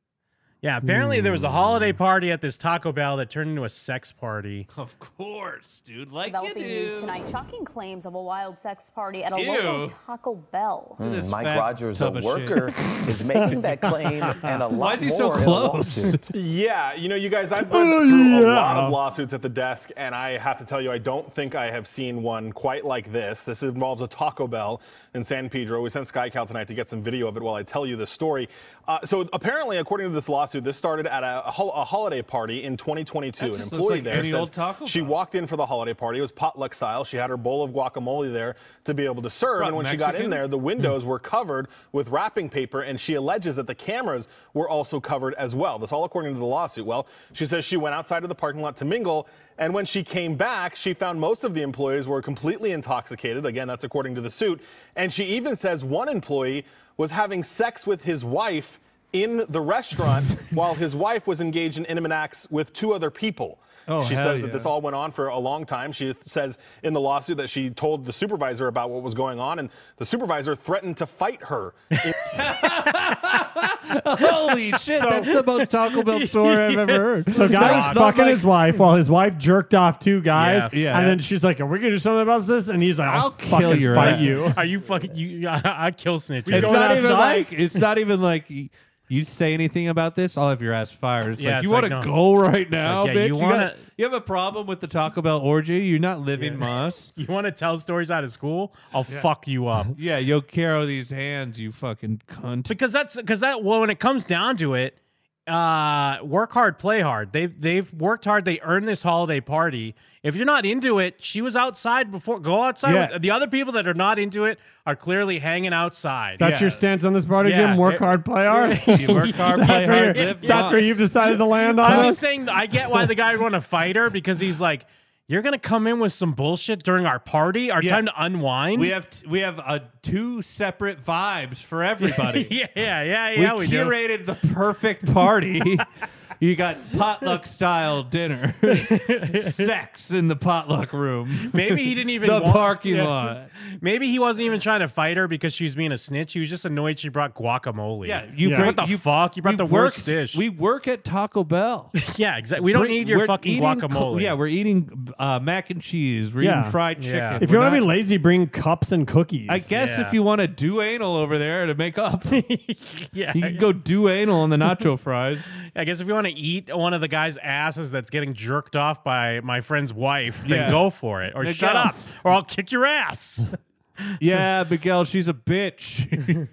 Speaker 9: yeah. Apparently, there was
Speaker 11: Hmm.
Speaker 9: a holiday party at this Taco Bell that turned into a sex party.
Speaker 11: Of course, dude. Like you
Speaker 22: Developing news
Speaker 11: do.
Speaker 22: tonight, shocking claims of a wild sex party at a
Speaker 11: Ew.
Speaker 22: local Taco Bell.
Speaker 23: Hmm,
Speaker 11: this
Speaker 23: Mike
Speaker 11: fat
Speaker 23: Rogers, a
Speaker 11: tub of shit.
Speaker 23: worker, is making that claim and a lot
Speaker 24: Why is he so
Speaker 23: more in a
Speaker 24: close?
Speaker 23: lawsuit.
Speaker 24: Yeah, you know, you guys, I've
Speaker 23: Oh,
Speaker 24: been through a
Speaker 23: yeah.
Speaker 24: lot of lawsuits at the desk, and I have to tell you, I don't think I have seen one quite like this. This involves a Taco Bell in San Pedro. We sent SkyCal tonight to get some video of it while I tell you this story. Uh, so apparently, according to this lawsuit, this started at a, a hol- a holiday party in 2022.
Speaker 11: That
Speaker 24: An
Speaker 11: just looks
Speaker 24: employee
Speaker 11: like
Speaker 24: there
Speaker 11: any
Speaker 24: says
Speaker 11: old Taco
Speaker 24: she walked in for the holiday party. It was potluck style. She had her bowl of guacamole there to be able to serve,
Speaker 11: Brought
Speaker 24: and when she got in
Speaker 11: Mexican?
Speaker 24: there, the windows were covered with wrapping paper, and she alleges that the cameras were also covered as well. This all according to the lawsuit. Well, she says she went outside of the parking lot to mingle, and when she came back, she found most of the employees were completely intoxicated. Again, that's according to the suit. And she even says one employee was having sex with his wife in the restaurant while his wife was engaged in intimate acts with two other people.
Speaker 11: Oh,
Speaker 24: she
Speaker 11: hell
Speaker 24: says that
Speaker 11: yeah.
Speaker 24: this all went on for a long time. She says in the lawsuit that she told the supervisor about what was going on, and the supervisor threatened to fight her.
Speaker 11: Holy shit!
Speaker 24: So-
Speaker 11: that's the most Taco Bell story I've ever heard.
Speaker 10: So guy
Speaker 11: Not
Speaker 10: was fucking
Speaker 11: like-
Speaker 10: his wife while his wife jerked off two guys,
Speaker 11: Yeah, yeah.
Speaker 10: and then she's like, "Are we gonna do something about this?" And he's like, "I'll, fucking fight you."
Speaker 9: Are you fucking? You, I, I kill snitches.
Speaker 11: It's not even like it's not even like y- you say anything about this, I'll have your ass fired. It's
Speaker 9: Yeah,
Speaker 11: like
Speaker 9: it's
Speaker 11: you want to
Speaker 9: like, no.
Speaker 11: go right
Speaker 9: It's like,
Speaker 11: now,
Speaker 9: yeah, you
Speaker 11: bitch. You,
Speaker 9: wanna-
Speaker 11: gotta- you have a problem with the Taco Bell orgy? You're not living Moss.
Speaker 9: You want to tell stories out of school? I'll fuck you up.
Speaker 11: Yeah, yo, Caro, these hands, you fucking cunt.
Speaker 9: Because that's because that well, when it comes down to it, uh, work hard, play hard. They've they've worked hard. They earned this holiday party. If you're not into it, she was outside before. Go outside.
Speaker 10: Yeah.
Speaker 9: With, the other people that are not into it are clearly hanging outside.
Speaker 10: That's your stance on this party,
Speaker 9: Yeah,
Speaker 10: Jim. Work
Speaker 9: it-
Speaker 10: hard, play hard.
Speaker 9: You work hard, play
Speaker 10: That's where
Speaker 9: hard,
Speaker 10: you-
Speaker 9: live
Speaker 10: That's where
Speaker 9: fast.
Speaker 10: you've decided to land on
Speaker 9: I'm just
Speaker 10: us.
Speaker 9: saying. I get why the guy would want to fight her because he's like, you're gonna come in with some bullshit during our party, our
Speaker 11: Yeah.
Speaker 9: time to unwind.
Speaker 11: We have t- we have uh, two separate vibes for everybody.
Speaker 9: yeah, yeah, yeah,
Speaker 11: we
Speaker 9: yeah. We, do.
Speaker 11: curated the perfect party You got potluck style dinner, sex in the potluck room.
Speaker 9: Maybe he didn't even
Speaker 11: the
Speaker 9: want-
Speaker 11: parking
Speaker 9: yeah.
Speaker 11: lot.
Speaker 9: Maybe he wasn't even trying to fight her because she was being a snitch. He was just annoyed she brought guacamole.
Speaker 11: Yeah, you
Speaker 9: what
Speaker 11: bring-
Speaker 9: the
Speaker 11: you-
Speaker 9: fuck? You brought the
Speaker 11: work,
Speaker 9: worst dish.
Speaker 11: We work at Taco Bell.
Speaker 9: yeah, exactly. We don't
Speaker 11: Bring-
Speaker 9: need your
Speaker 11: we're
Speaker 9: fucking
Speaker 11: eating
Speaker 9: guacamole.
Speaker 11: cl- yeah, we're eating uh, mac and cheese. We're
Speaker 10: Yeah.
Speaker 11: eating fried chicken.
Speaker 9: Yeah.
Speaker 10: If you
Speaker 11: We're
Speaker 10: want to
Speaker 11: not-
Speaker 10: be lazy, bring cups and cookies.
Speaker 11: I guess
Speaker 10: Yeah.
Speaker 11: if you want to do anal over there to make up,
Speaker 9: yeah,
Speaker 11: you can go do anal on the nacho fries.
Speaker 9: I guess if you want to eat one of the guy's asses that's getting jerked off by my friend's wife, then
Speaker 11: Yeah.
Speaker 9: go for it. Or
Speaker 11: Miguel.
Speaker 9: shut up, or I'll kick your ass.
Speaker 11: Yeah, Miguel, she's a bitch.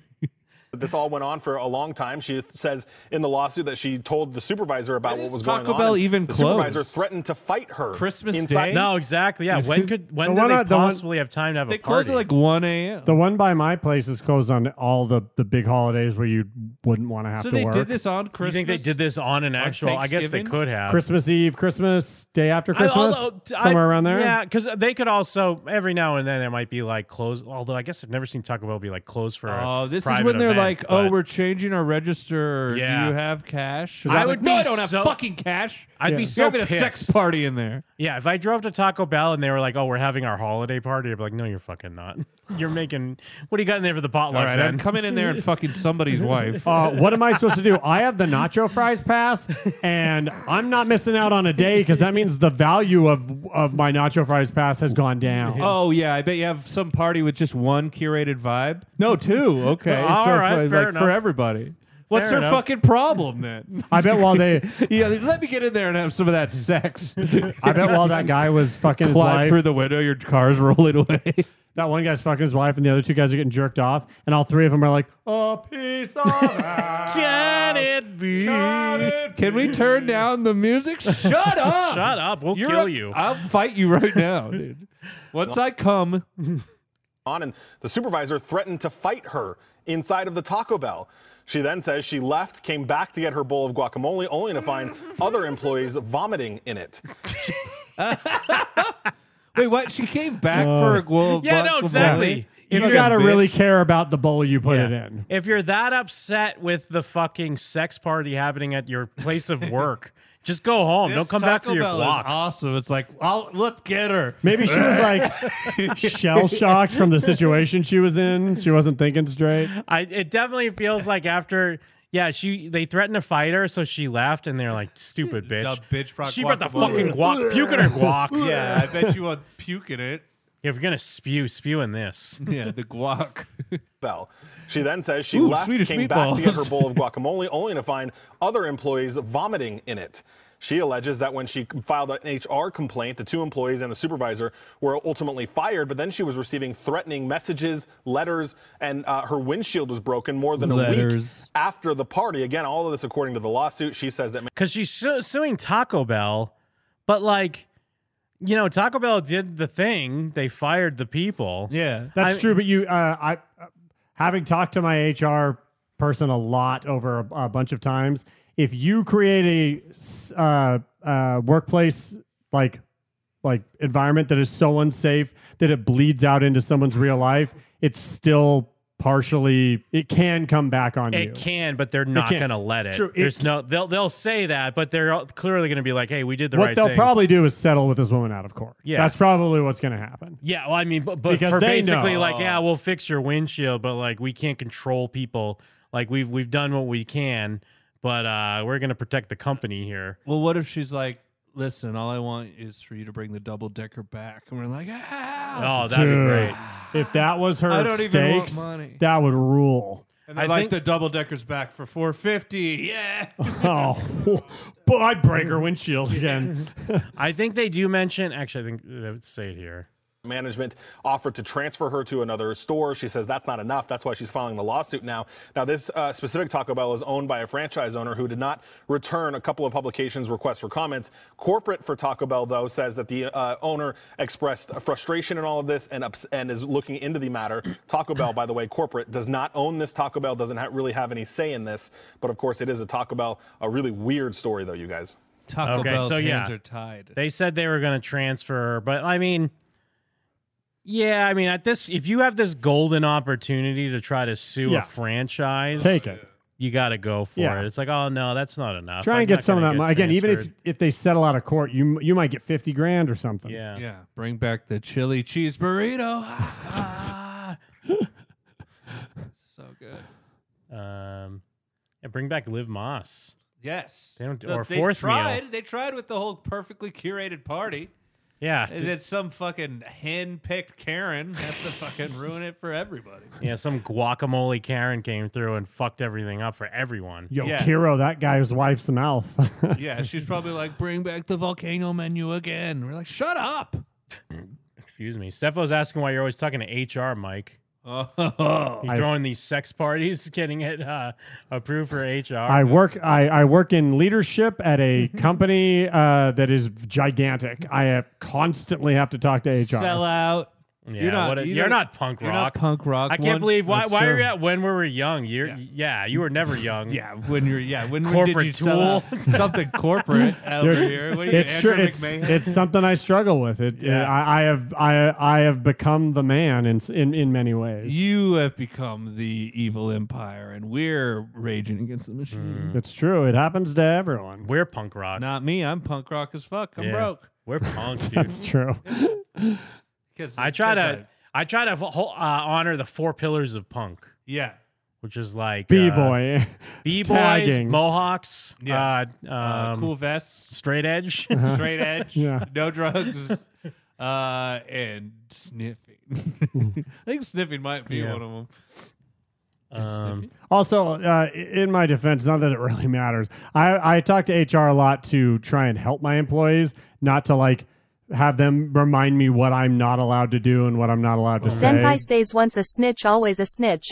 Speaker 24: This all went on for a long time. She says in the lawsuit that she told the supervisor about what was
Speaker 11: Taco
Speaker 24: going on.
Speaker 11: Bell
Speaker 24: and
Speaker 11: even
Speaker 24: the supervisor
Speaker 11: closed?
Speaker 24: threatened to fight her.
Speaker 11: Christmas
Speaker 24: inside-
Speaker 11: Day?
Speaker 9: No, exactly. Yeah. When could when
Speaker 10: Why
Speaker 9: do they
Speaker 10: not the one-
Speaker 9: possibly have time to have
Speaker 11: They
Speaker 9: a party?
Speaker 11: close at like 1 a.m.
Speaker 10: The one by my place is closed on all the, the big holidays where you wouldn't want to have
Speaker 11: So
Speaker 10: to
Speaker 11: they
Speaker 10: work.
Speaker 11: did this on Christmas.
Speaker 9: You think they did this on an actual? I guess they
Speaker 11: Thanksgiving?
Speaker 9: could have.
Speaker 10: Christmas Eve, Christmas day after
Speaker 9: I-
Speaker 10: Christmas,
Speaker 9: although, t- I-
Speaker 10: somewhere around there.
Speaker 9: Yeah, because they could also every now and then there might be like closed. Although I guess I've never seen Taco Bell be like closed for. a
Speaker 11: Oh, this is
Speaker 9: private
Speaker 11: when they're
Speaker 9: event,
Speaker 11: like,
Speaker 9: but-
Speaker 11: "Oh, we're changing our register.
Speaker 9: Yeah.
Speaker 11: Do you have cash?"
Speaker 9: I
Speaker 11: I'm
Speaker 9: would
Speaker 11: like, no,
Speaker 9: be
Speaker 11: I don't have
Speaker 9: so-
Speaker 11: fucking cash.
Speaker 9: I'd be
Speaker 11: You're
Speaker 9: so
Speaker 11: having a sex
Speaker 9: pissed.
Speaker 11: party in there.
Speaker 9: Yeah, if I drove to Taco Bell and they were like, "Oh, we're having our holiday party," I'd be like, "No, you're fucking not. You're making what do you got in there for the potluck?"
Speaker 11: All right,
Speaker 9: then?
Speaker 11: I'm coming in there and fucking somebody's wife.
Speaker 10: Uh, what am I supposed to do? I have the nacho fries pass, and I'm not missing out on a day because that means the value of of my nacho fries pass has gone down.
Speaker 11: Oh yeah, I bet you have some party with just one curated vibe. No, two. Okay,
Speaker 10: All
Speaker 11: so
Speaker 10: right,
Speaker 11: for,
Speaker 10: fair
Speaker 11: like
Speaker 10: enough.
Speaker 11: for everybody. What's
Speaker 10: Fair
Speaker 11: their
Speaker 10: enough.
Speaker 11: fucking problem then?
Speaker 10: I bet while they,
Speaker 11: yeah, let me get in there and have some of that sex.
Speaker 10: I bet while that guy was fucking his
Speaker 11: Climb
Speaker 10: wife,
Speaker 11: through the window, your car's rolling away.
Speaker 10: that one guy's fucking his wife, and the other two guys are getting jerked off, and all three of them are like, "A piece of ass.
Speaker 9: Can it be?
Speaker 10: Can it
Speaker 11: Can we turn down the music? Shut up!
Speaker 9: Shut up. We'll
Speaker 11: You're
Speaker 9: kill
Speaker 11: a-
Speaker 9: you.
Speaker 11: I'll fight you right now, dude. Once I come,
Speaker 24: on and the supervisor threatened to fight her inside of the Taco Bell. She then says she left, came back to get her bowl of guacamole, only to find other employees vomiting in it.
Speaker 11: wait, what? She came back for a global.
Speaker 9: Yeah, no, exactly. If
Speaker 10: you
Speaker 9: you're-
Speaker 10: gotta really care about the bowl you put it in."
Speaker 9: If you're that upset with the fucking sex party happening at your place of work, just go home. Don't come back to your block.
Speaker 11: awesome. It's like, I'll, let's get her.
Speaker 10: Maybe she was like shell shocked from the situation she was in. She wasn't thinking straight.
Speaker 9: I it definitely feels like after yeah, she they threatened to fight her, so she left, and they're like, "Stupid bitch,
Speaker 11: The bitch brought
Speaker 9: she brought the
Speaker 11: guacamole.
Speaker 9: fucking guac, puke in her guac."
Speaker 11: Yeah, I bet you want puke in it.
Speaker 9: Yeah, if you're gonna spew, spew in this.
Speaker 11: Yeah, the guac.
Speaker 24: Bell. She then says she
Speaker 11: Ooh,
Speaker 24: left,
Speaker 11: Swedish
Speaker 24: came back to get her
Speaker 11: meatballs.
Speaker 24: bowl of guacamole, only to find other employees vomiting in it. She alleges that when she filed an HR complaint, the two employees and the supervisor were ultimately fired, but then she was receiving threatening messages, letters, and uh, her windshield was broken more than a
Speaker 11: Letters.
Speaker 24: week after the party. Again, all of this according to the lawsuit. She says that
Speaker 9: because she's su- suing Taco Bell, but like, you know, Taco Bell did the thing; they fired the people.
Speaker 11: Yeah,
Speaker 10: That's
Speaker 9: I-
Speaker 10: true, but you, uh, I, uh, having talked to my HR person a lot over a, a bunch of times, if you create a s- uh, uh, workplace like like environment that is so unsafe that it bleeds out into someone's real life, it's still partially it can come back on you.
Speaker 9: It can, but they're not
Speaker 10: can.
Speaker 9: going to let it.
Speaker 10: True, it
Speaker 9: There's no. They'll they'll say that, but they're all- clearly going to be like, "Hey, we did the
Speaker 10: what
Speaker 9: right
Speaker 10: they'll
Speaker 9: thing."
Speaker 10: probably do is settle with this woman out of court.
Speaker 9: Yeah.
Speaker 10: that's probably what's going to happen.
Speaker 9: yeah, well, I mean, but, but
Speaker 10: Because
Speaker 9: for
Speaker 10: they
Speaker 9: basically,
Speaker 10: know.
Speaker 9: like, yeah, we'll fix your windshield, but like, we can't control people. Like, we've we've done what we can, but uh, we're going to protect the company here.
Speaker 11: Well, what if she's like, listen, all I want is for you to bring the double decker back? And we're like, ah.
Speaker 9: Oh, that'd be
Speaker 10: Dude,
Speaker 9: great.
Speaker 10: If that was her
Speaker 11: I don't even want
Speaker 10: stakes,
Speaker 11: money.
Speaker 10: that would rule.
Speaker 11: And they're
Speaker 9: I
Speaker 11: like,
Speaker 9: think-
Speaker 11: the double decker's back for 450 Yeah.
Speaker 10: oh, but I'd break her windshield again.
Speaker 9: I think they do mention. Actually, I think they would say it here.
Speaker 24: management offered to transfer her to another store. She says that's not enough. That's why she's filing the lawsuit now. Now, this uh, specific Taco Bell is owned by a franchise owner who did not return a couple of publications' requests for comments. Corporate for Taco Bell, though, says that the uh, owner expressed frustration in all of this and ups- and is looking into the matter. Taco Bell, by the way, corporate does not own this. Taco Bell doesn't ha- really have any say in this. But of course, it is a Taco Bell. A really weird story, though, you guys.
Speaker 11: Taco
Speaker 9: Okay,
Speaker 11: Bell's
Speaker 9: so yeah.
Speaker 11: hands are tied.
Speaker 9: They said they were going to transfer her, but I mean, yeah, I mean, at this, if you have this golden opportunity to try to sue
Speaker 10: Yeah.
Speaker 9: a franchise,
Speaker 10: Take it.
Speaker 9: you got to go for
Speaker 10: Yeah.
Speaker 9: it. It's like, oh no, that's not enough.
Speaker 10: Try
Speaker 9: I'm
Speaker 10: and get
Speaker 9: not
Speaker 10: some of
Speaker 9: gonna
Speaker 10: that money again. Even if
Speaker 9: transferred.
Speaker 10: if they settle out of court, you you might get fifty grand or something.
Speaker 9: yeah,
Speaker 11: yeah, bring back the chili cheese burrito. Ah,
Speaker 9: Ah.
Speaker 2: so good.
Speaker 9: um, and bring back Liv Moss.
Speaker 11: Yes,
Speaker 9: They don't-
Speaker 11: The-
Speaker 9: or
Speaker 11: they
Speaker 9: force meal.
Speaker 11: tried. They tried with the whole perfectly curated party.
Speaker 9: Yeah,
Speaker 11: And then some fucking hand-picked Karen has to fucking ruin it for everybody.
Speaker 9: yeah. Some guacamole Karen came through and fucked everything up for everyone.
Speaker 10: Yo, Kiro, that guy's wife's mouth.
Speaker 11: Yeah, she's probably like, bring back the volcano menu again. We're like, shut up.
Speaker 9: Excuse me. Stefo's asking why you're always talking to HR, Mike.
Speaker 11: Oh,
Speaker 9: you
Speaker 10: I-
Speaker 9: throwing these sex parties, getting it uh, approved for HR.
Speaker 10: I work. I, I work in leadership at a company uh, that is gigantic. I have constantly have to talk to HR.
Speaker 11: Sell out.
Speaker 9: Yeah, you're not, you're not punk rock.
Speaker 11: You're not punk rock.
Speaker 9: I can't
Speaker 11: One-
Speaker 9: believe why.
Speaker 11: That's
Speaker 9: Why are
Speaker 11: true.
Speaker 9: you at when we were young? You're yeah. you were never young.
Speaker 11: yeah, when you're yeah when
Speaker 9: corporate
Speaker 11: when did you sell
Speaker 9: tool.
Speaker 11: out? something corporate over
Speaker 10: You're-
Speaker 11: here? What are you,
Speaker 10: it's
Speaker 11: Andrew
Speaker 10: true. It's,
Speaker 11: McMahon?
Speaker 10: it's something I struggle with. It.
Speaker 11: Yeah.
Speaker 10: I, I have. I I have become the man in in, in many ways.
Speaker 11: You have become the evil empire, and we're raging against the machine.
Speaker 10: It's true. It happens to everyone.
Speaker 9: Mm. We're punk rock.
Speaker 11: Not me. I'm punk rock as fuck. I'm
Speaker 9: Yeah.
Speaker 11: broke.
Speaker 9: We're punk, dude.
Speaker 10: That's true.
Speaker 11: Because
Speaker 9: I try to I try to ho- uh, honor the four pillars of punk.
Speaker 11: Yeah.
Speaker 9: which is like uh,
Speaker 10: B boy,
Speaker 9: b boys,
Speaker 10: Tagging.
Speaker 9: mohawks,
Speaker 11: Yeah.
Speaker 9: uh,
Speaker 11: Uh,
Speaker 9: um,
Speaker 11: cool vests,
Speaker 9: straight edge,
Speaker 11: straight edge,
Speaker 10: Uh-huh. Yeah.
Speaker 11: no drugs, uh, and sniffing. I think sniffing might be
Speaker 10: Yeah.
Speaker 11: one of them.
Speaker 9: Um,
Speaker 10: Also, uh, i- in my defense, not that it really matters. I, I talk to HR a lot to try and help my employees, not to like have them remind me what I'm not allowed to do and what I'm not allowed to say.
Speaker 12: Senpai says once a snitch, always a snitch.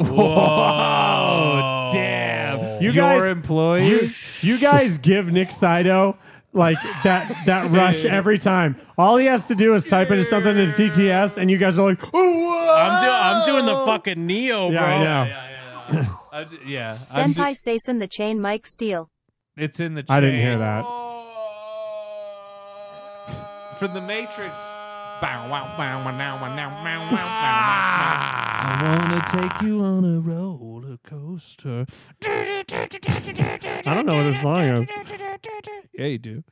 Speaker 11: Whoa, damn!
Speaker 10: You
Speaker 11: Your
Speaker 10: guys-
Speaker 11: employees.
Speaker 10: You guys give Nick Saito like that that rush every time. All he has to do is type into something in TTS, and you guys are like, "Whoa!"
Speaker 9: I'm, do- I'm doing the fucking Neo,
Speaker 10: Yeah,
Speaker 9: bro.
Speaker 10: I know.
Speaker 11: I d- yeah, I'm d-
Speaker 12: Senpai says in the chain, Mike Steele.
Speaker 11: it's in the. Chain.
Speaker 10: I didn't hear that.
Speaker 11: From the Matrix. Bow, wow, wow, wow, now, wow, now, wow, wow,
Speaker 8: I wanna take you on a roller coaster.
Speaker 10: I don't know what this song is.
Speaker 11: Yeah, you do.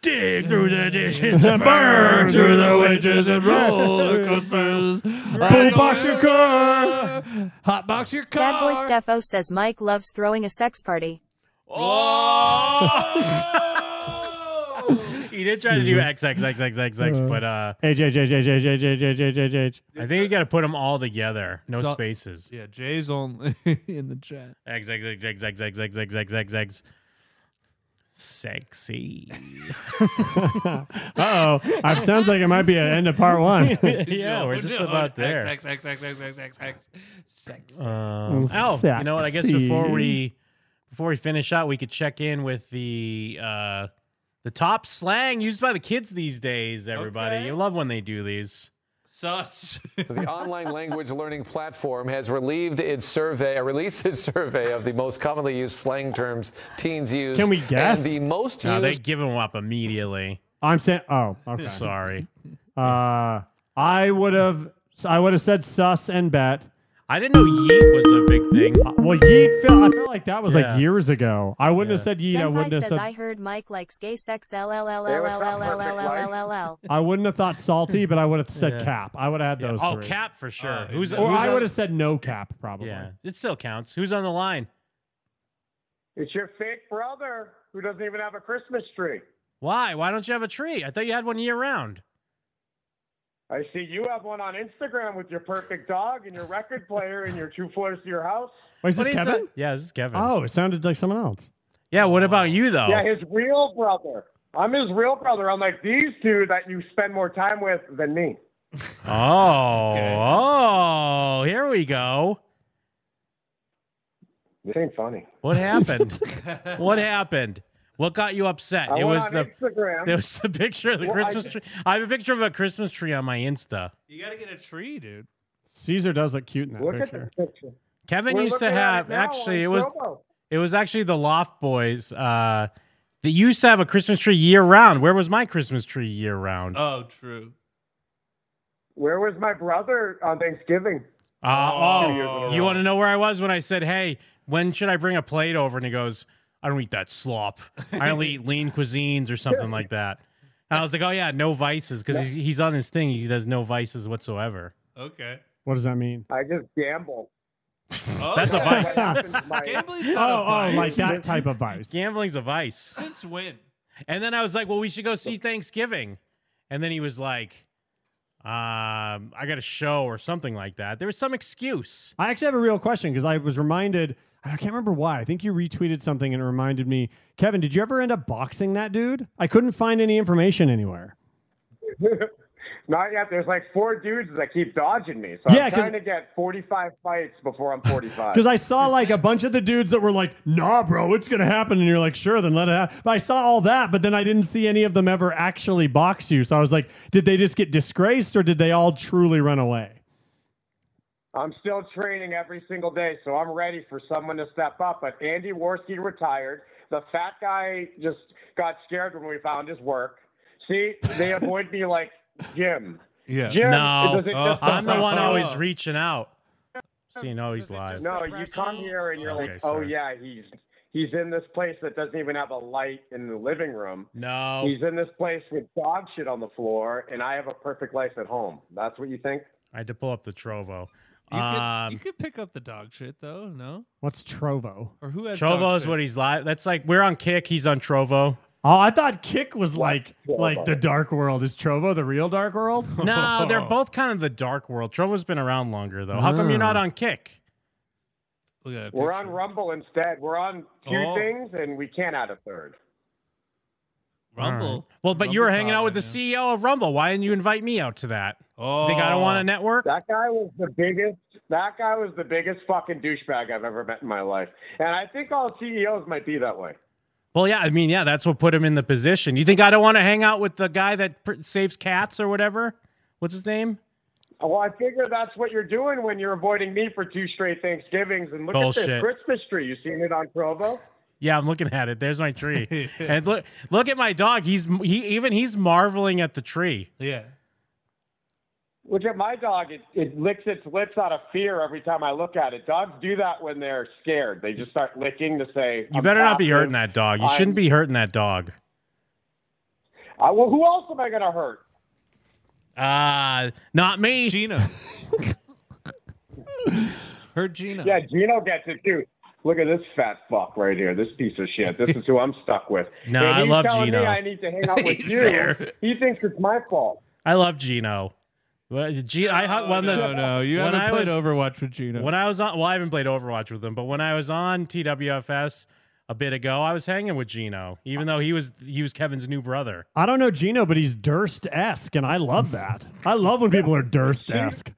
Speaker 9: Dig through the dishes,
Speaker 10: and burn through the
Speaker 11: witches and roller coasters. Boom,
Speaker 10: box your car.
Speaker 11: Hot box your
Speaker 12: Sad
Speaker 11: car.
Speaker 12: boy Steffo says Mike loves throwing a sex party.
Speaker 9: he did try to do X X X X X X, but uh,
Speaker 10: H H H H H H H H H H H.
Speaker 9: I think you got to put them all together, no
Speaker 11: It's all-
Speaker 9: spaces.
Speaker 11: Yeah, Jay's only in the chat.
Speaker 9: X X X X X X X X X X X. Sexy.
Speaker 10: Uh oh. It sounds like it might be an end of part one.
Speaker 9: yeah, we're just about there.
Speaker 11: X, X, X, X, X, X, X, Sex.
Speaker 9: Um, oh, you know what? I guess before
Speaker 10: Sexy.
Speaker 9: we before we finish out, we could check in with the uh, the top slang used by the kids these days. Everybody, you love when they do these.
Speaker 11: Sus.
Speaker 3: the online language learning platform has relieved its survey, or released its survey of the most commonly used slang terms teens use.
Speaker 10: Can we guess?
Speaker 3: And the most
Speaker 9: No, they
Speaker 3: used.
Speaker 9: give them up immediately.
Speaker 10: I'm saying. Oh, okay.
Speaker 9: Sorry,
Speaker 10: Uh, I would have. I would have said sus and bet. Uh,
Speaker 9: I didn't know yeet was a big thing.
Speaker 10: Well, yeet. Feel, I feel like that was
Speaker 9: Yeah.
Speaker 10: like years ago. I wouldn't have said yeet. I
Speaker 12: Senpai
Speaker 10: wouldn't have
Speaker 12: says
Speaker 10: said.
Speaker 12: I heard Mike likes gay sex. LLLLLLLLLLLLLL.
Speaker 10: I wouldn't have thought salty, but I would have said
Speaker 9: Yeah.
Speaker 10: cap. I would have had those.
Speaker 9: oh,
Speaker 10: three.
Speaker 9: cap for sure.
Speaker 11: Uh,
Speaker 9: who's
Speaker 10: Or
Speaker 9: who's
Speaker 10: I
Speaker 9: on-
Speaker 10: would have said no cap probably.
Speaker 9: Yeah, it still counts. Who's on the line?
Speaker 4: It's your fake brother who doesn't even have a Christmas tree.
Speaker 9: Why? Why don't you have a tree? I thought you had one year round.
Speaker 4: I see you have one on Instagram with your perfect dog and your record player and your two floors to your house.
Speaker 10: Wait, is this
Speaker 9: What are you
Speaker 10: Kevin?
Speaker 9: ta- yeah, Oh, this is Kevin.
Speaker 10: Oh, it sounded like someone else.
Speaker 9: Yeah, what about you though?
Speaker 4: Yeah, his real brother. I'm his real brother. I'm like these two that you spend more time with than me.
Speaker 9: Oh, oh, here we go.
Speaker 4: This ain't funny.
Speaker 9: What happened? what happened? What got you upset?
Speaker 4: I
Speaker 9: it
Speaker 4: went
Speaker 9: was
Speaker 4: on
Speaker 9: the
Speaker 4: Instagram.
Speaker 9: it was the picture of the
Speaker 4: Well, I-
Speaker 9: Christmas tree. I have a picture of a Christmas tree on my Insta.
Speaker 11: You got to get a tree, dude.
Speaker 10: Caesar does look cute in that
Speaker 4: Look at
Speaker 10: picture.
Speaker 4: this picture.
Speaker 9: Kevin
Speaker 4: We're
Speaker 9: used to
Speaker 4: looking at it
Speaker 9: have
Speaker 4: now on
Speaker 9: actually it was
Speaker 4: Provo.
Speaker 9: it was actually the Loft Boys. Uh, they used to have a Christmas tree year round. Where was my Christmas tree year round? Uh,
Speaker 11: Oh, true.
Speaker 4: Where was my brother on Thanksgiving?
Speaker 9: Uh, oh, you want to know where I was when I said, "Hey, when should I bring a plate over? And he goes, I don't eat that slop. I only eat lean cuisines or something like that. And I was like, oh yeah, no vices because he's, he's on his thing. He does no vices whatsoever.
Speaker 11: Okay. Oh,
Speaker 10: What does that mean?
Speaker 4: I just gamble.
Speaker 9: That's a
Speaker 4: Okay.
Speaker 9: vice.
Speaker 4: What happens to my- Gambling's
Speaker 10: Oh, oh, like that type of vice.
Speaker 9: Gambling's a vice. Since when? And then I was like, well, we should go see Thanksgiving. And then he was like, um, I got a show or something like that. There was some excuse.
Speaker 10: I actually have a real question because I was reminded. I can't remember why. I think you retweeted something and it reminded me. Kevin, did you ever end up boxing that dude? I couldn't find any information anywhere.
Speaker 4: Not yet. There's like four dudes that keep dodging me. So
Speaker 10: Yeah,
Speaker 4: I'm
Speaker 10: 'cause-
Speaker 4: trying to get 45 fights before I'm 45.
Speaker 10: Because I saw like a bunch of the dudes that were like, nah, bro, it's going to happen. And you're like, sure, then let it happen. But I saw all that, but then I didn't see any of them ever actually box you. So I was like, did they just get disgraced or did they all truly run away?
Speaker 4: I'm still training every single day, so I'm ready for someone to step up. But Andy Worski retired. The fat guy just got scared when we found his work. See, they avoid me like Jim.
Speaker 11: Yeah.
Speaker 4: Jim,
Speaker 9: no,
Speaker 4: does it just-
Speaker 9: I'm the one always reaching out. See, no, he's live.
Speaker 4: No, you come here and you're
Speaker 9: Okay,
Speaker 4: like, oh
Speaker 9: sorry.
Speaker 4: yeah, he's he's in this place that doesn't even have a light in the living room.
Speaker 9: No.
Speaker 4: He's in this place with dog shit on the floor, and I have a perfect life at home. That's what you think?
Speaker 9: I had to pull up the Trovo.
Speaker 11: You, could,
Speaker 9: Um,
Speaker 11: you could pick up the dog shit though, no?
Speaker 10: What's Trovo?
Speaker 11: Or who has
Speaker 9: Trovo
Speaker 11: dog
Speaker 9: is
Speaker 11: shit?
Speaker 9: what he's live. That's like we're on Kick. He's on Trovo.
Speaker 10: Oh, I thought Kick was like like the dark world. Is Trovo the real dark world?
Speaker 9: No, they're both kind of the dark world. Trovo's been around longer though. How come you're not
Speaker 11: Hmm.
Speaker 10: Oh.
Speaker 9: on Kick?
Speaker 11: Look at
Speaker 4: We're on Rumble instead. We're on two
Speaker 9: Oh.
Speaker 4: things, and we can't add a third.
Speaker 9: All right. Well, but you were hanging out with the CEO of Rumble. Why didn't you invite me out to that? Oh, think I don't want to network.
Speaker 4: That guy was the biggest. That guy was the biggest fucking douchebag I've ever met in my life, and I think all CEOs might be that way.
Speaker 9: Well, yeah, I mean, yeah, that's what put him in the position. You think I don't want to hang out with the guy that pr- saves cats or whatever? What's his name?
Speaker 4: Well, I figure that's what you're doing when you're avoiding me for two straight Thanksgivings. And look at
Speaker 9: Bullshit.
Speaker 4: this Christmas tree. You seen it on Provo?
Speaker 9: Yeah, I'm looking at it. There's my tree. and look, look at my dog. He's he even he's marveling at the tree.
Speaker 11: Yeah.
Speaker 4: Look at my dog. It, it licks its lips out of fear every time I look at it. Dogs do that when they're scared. They just start licking to say.
Speaker 9: You
Speaker 4: "I'm
Speaker 9: better not be
Speaker 4: captive."
Speaker 9: hurting that dog. You shouldn't be hurting that dog.
Speaker 4: I, Uh, well, who else am I gonna hurt?
Speaker 9: Uh not me.
Speaker 11: Gina. Her Gina.
Speaker 4: Yeah, Gino gets it too. Look at this fat fuck right here. This piece of shit. This is who I'm stuck with.
Speaker 9: No,
Speaker 4: And
Speaker 9: I
Speaker 4: he's
Speaker 9: love
Speaker 4: telling
Speaker 9: Gino.
Speaker 4: Me I need to hang out with
Speaker 9: He's
Speaker 4: you.
Speaker 9: there.
Speaker 4: He thinks it's my fault.
Speaker 9: I love Gino. Well, G- I hu- when the-
Speaker 11: no, no, you
Speaker 9: when
Speaker 11: haven't
Speaker 9: I
Speaker 11: played
Speaker 9: was-
Speaker 11: Overwatch with Gino.
Speaker 9: When I was on, well, I haven't played Overwatch with him, but when I was on TWFS a bit ago, I was hanging with Gino, even though he was he was Kevin's new brother.
Speaker 10: I don't know Gino, but he's Durst esque, and I love that. I love when people are Durst esque.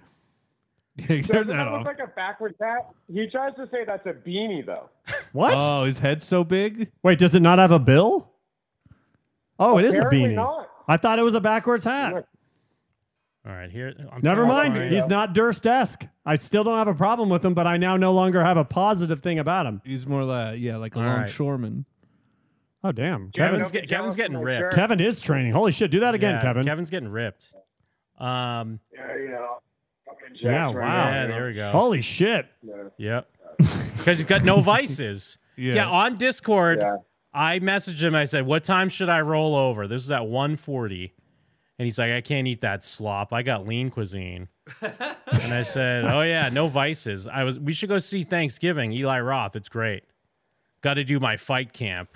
Speaker 11: Turn
Speaker 4: Doesn't
Speaker 11: that
Speaker 4: look
Speaker 11: off.
Speaker 4: like a backwards hat? He tries to say that's a beanie though.
Speaker 10: What?
Speaker 11: Oh, his head's so big.
Speaker 10: Wait, does it not have a bill? Oh, it is a
Speaker 4: Apparently
Speaker 10: beanie.
Speaker 4: not.
Speaker 10: I thought it was a backwards hat.
Speaker 9: All right, here. I'm
Speaker 10: Never
Speaker 9: trying to
Speaker 10: mind.
Speaker 9: find-
Speaker 10: He's not Durst esque. I still don't have a problem with him, but I now no longer have a positive thing about him.
Speaker 11: He's more like yeah, like a
Speaker 10: All right.
Speaker 11: longshoreman.
Speaker 10: Oh, damn.
Speaker 9: Kevin's,
Speaker 10: Kevin,
Speaker 9: get, Kevin's getting ripped.
Speaker 10: Kevin is training. Holy shit. Do that again,
Speaker 9: Yeah,
Speaker 10: Kevin.
Speaker 9: Kevin's getting ripped. Um.
Speaker 4: Yeah, you know. fucking jacks
Speaker 10: yeah,
Speaker 4: right
Speaker 10: wow.
Speaker 4: now, you know?
Speaker 9: there we go.
Speaker 10: Holy shit.
Speaker 9: Yep. Because he's got no vices.
Speaker 10: Yeah.
Speaker 9: on Discord, I messaged him. I said, "What time should I roll over?" This is at 1:40. And he's like, "I can't eat that slop. I got lean cuisine." and I said, "Oh yeah, no vices. I was. We should go see Thanksgiving. Eli Roth. It's great. Got to do my fight camp,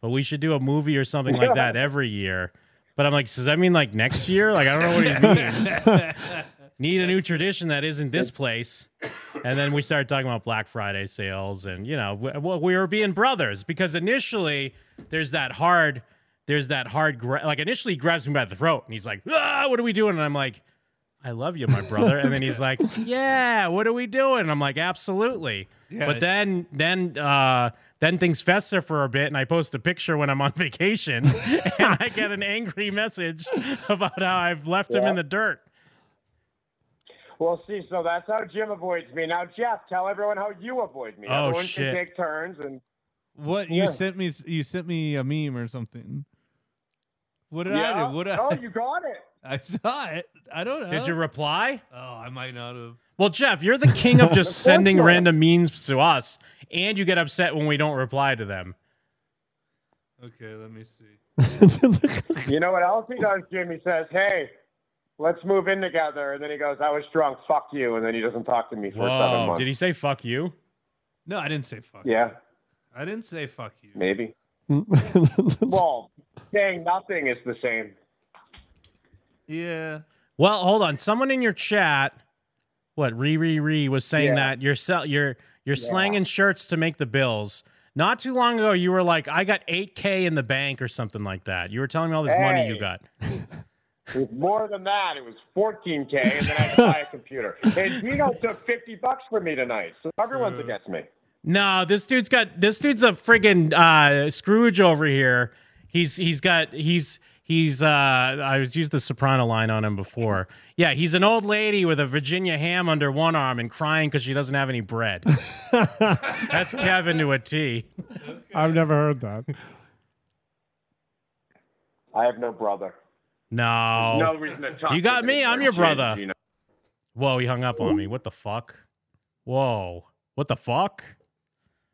Speaker 9: but we should do a movie or something like that every year." But I'm like, does that mean like next year? Like I don't know what he means. Need a new tradition that isn't this place. And then we started talking about Black Friday sales, and you know, w- w- we were being brothers because initially there's that hard, there's that hard, gra- like initially he grabs me by the throat, and he's like, "Ah, what are we doing?" And I'm like, "I love you, my brother." And then he's like, "Yeah, what are we doing?" And I'm like, "Absolutely."
Speaker 11: Yeah.
Speaker 9: But then, then, uh, then things fester for a bit, and I post a picture when I'm on vacation, and I get an angry message about how I've left him
Speaker 4: Yeah.
Speaker 9: in the dirt.
Speaker 4: Well, see, so that's how Jim avoids me. Now, Jeff, tell everyone how you avoid me.
Speaker 11: Oh,
Speaker 4: everyone can
Speaker 11: shit.
Speaker 4: take turns and
Speaker 11: What
Speaker 4: Yeah.
Speaker 11: you sent me? You sent me a meme or something. What did
Speaker 4: yeah.
Speaker 11: I do? What did
Speaker 4: oh,
Speaker 11: I,
Speaker 4: you got it.
Speaker 11: I saw it. I don't know.
Speaker 9: Did you reply?
Speaker 11: Oh, I might not have.
Speaker 9: Well, Jeff, you're the king of
Speaker 11: Of
Speaker 9: just
Speaker 11: course
Speaker 9: sending
Speaker 11: not.
Speaker 9: random memes to us, and you get upset when we don't reply to them.
Speaker 11: Okay, let me see.
Speaker 4: You know what else he does, Jim? He says, hey, let's move in together. And then he goes, I was drunk. Fuck you. And then he doesn't talk to me for seven
Speaker 9: Whoa!
Speaker 4: months.
Speaker 9: Did he say "fuck you"?
Speaker 11: No, I didn't say fuck.
Speaker 4: Yeah,
Speaker 11: I didn't say fuck you.
Speaker 4: maybe. well, saying nothing is the same.
Speaker 11: Yeah.
Speaker 9: Well, hold on. Someone in your chat, what Riri Riri was saying
Speaker 11: Yeah.
Speaker 9: that you're sell you're you're
Speaker 11: Yeah.
Speaker 9: slanging shirts to make the bills. Not too long ago, you were like, "I got 8k in the bank" or something like that. You were telling me all this money you
Speaker 4: Hey.
Speaker 9: got.
Speaker 4: It was more than that. It was 14K, and then I had to buy a computer. And Dino took 50 bucks from me tonight, so everyone's against me.
Speaker 9: No, this dude's got this dude's a friggin' uh, Scrooge over here. He's he's got he's he's uh I was used the soprano line on him before. Yeah, he's an old lady with a Virginia ham under one arm and crying because she doesn't have any bread. That's Kevin to a T.
Speaker 10: I've never heard that.
Speaker 4: I have no brother.
Speaker 9: No,
Speaker 4: No reason to talk
Speaker 9: You got
Speaker 4: to
Speaker 9: me.
Speaker 4: me.
Speaker 9: I'm your
Speaker 4: Shit,
Speaker 9: brother.
Speaker 4: you know.
Speaker 9: Whoa, he hung up on me. What the fuck? Whoa, what the fuck?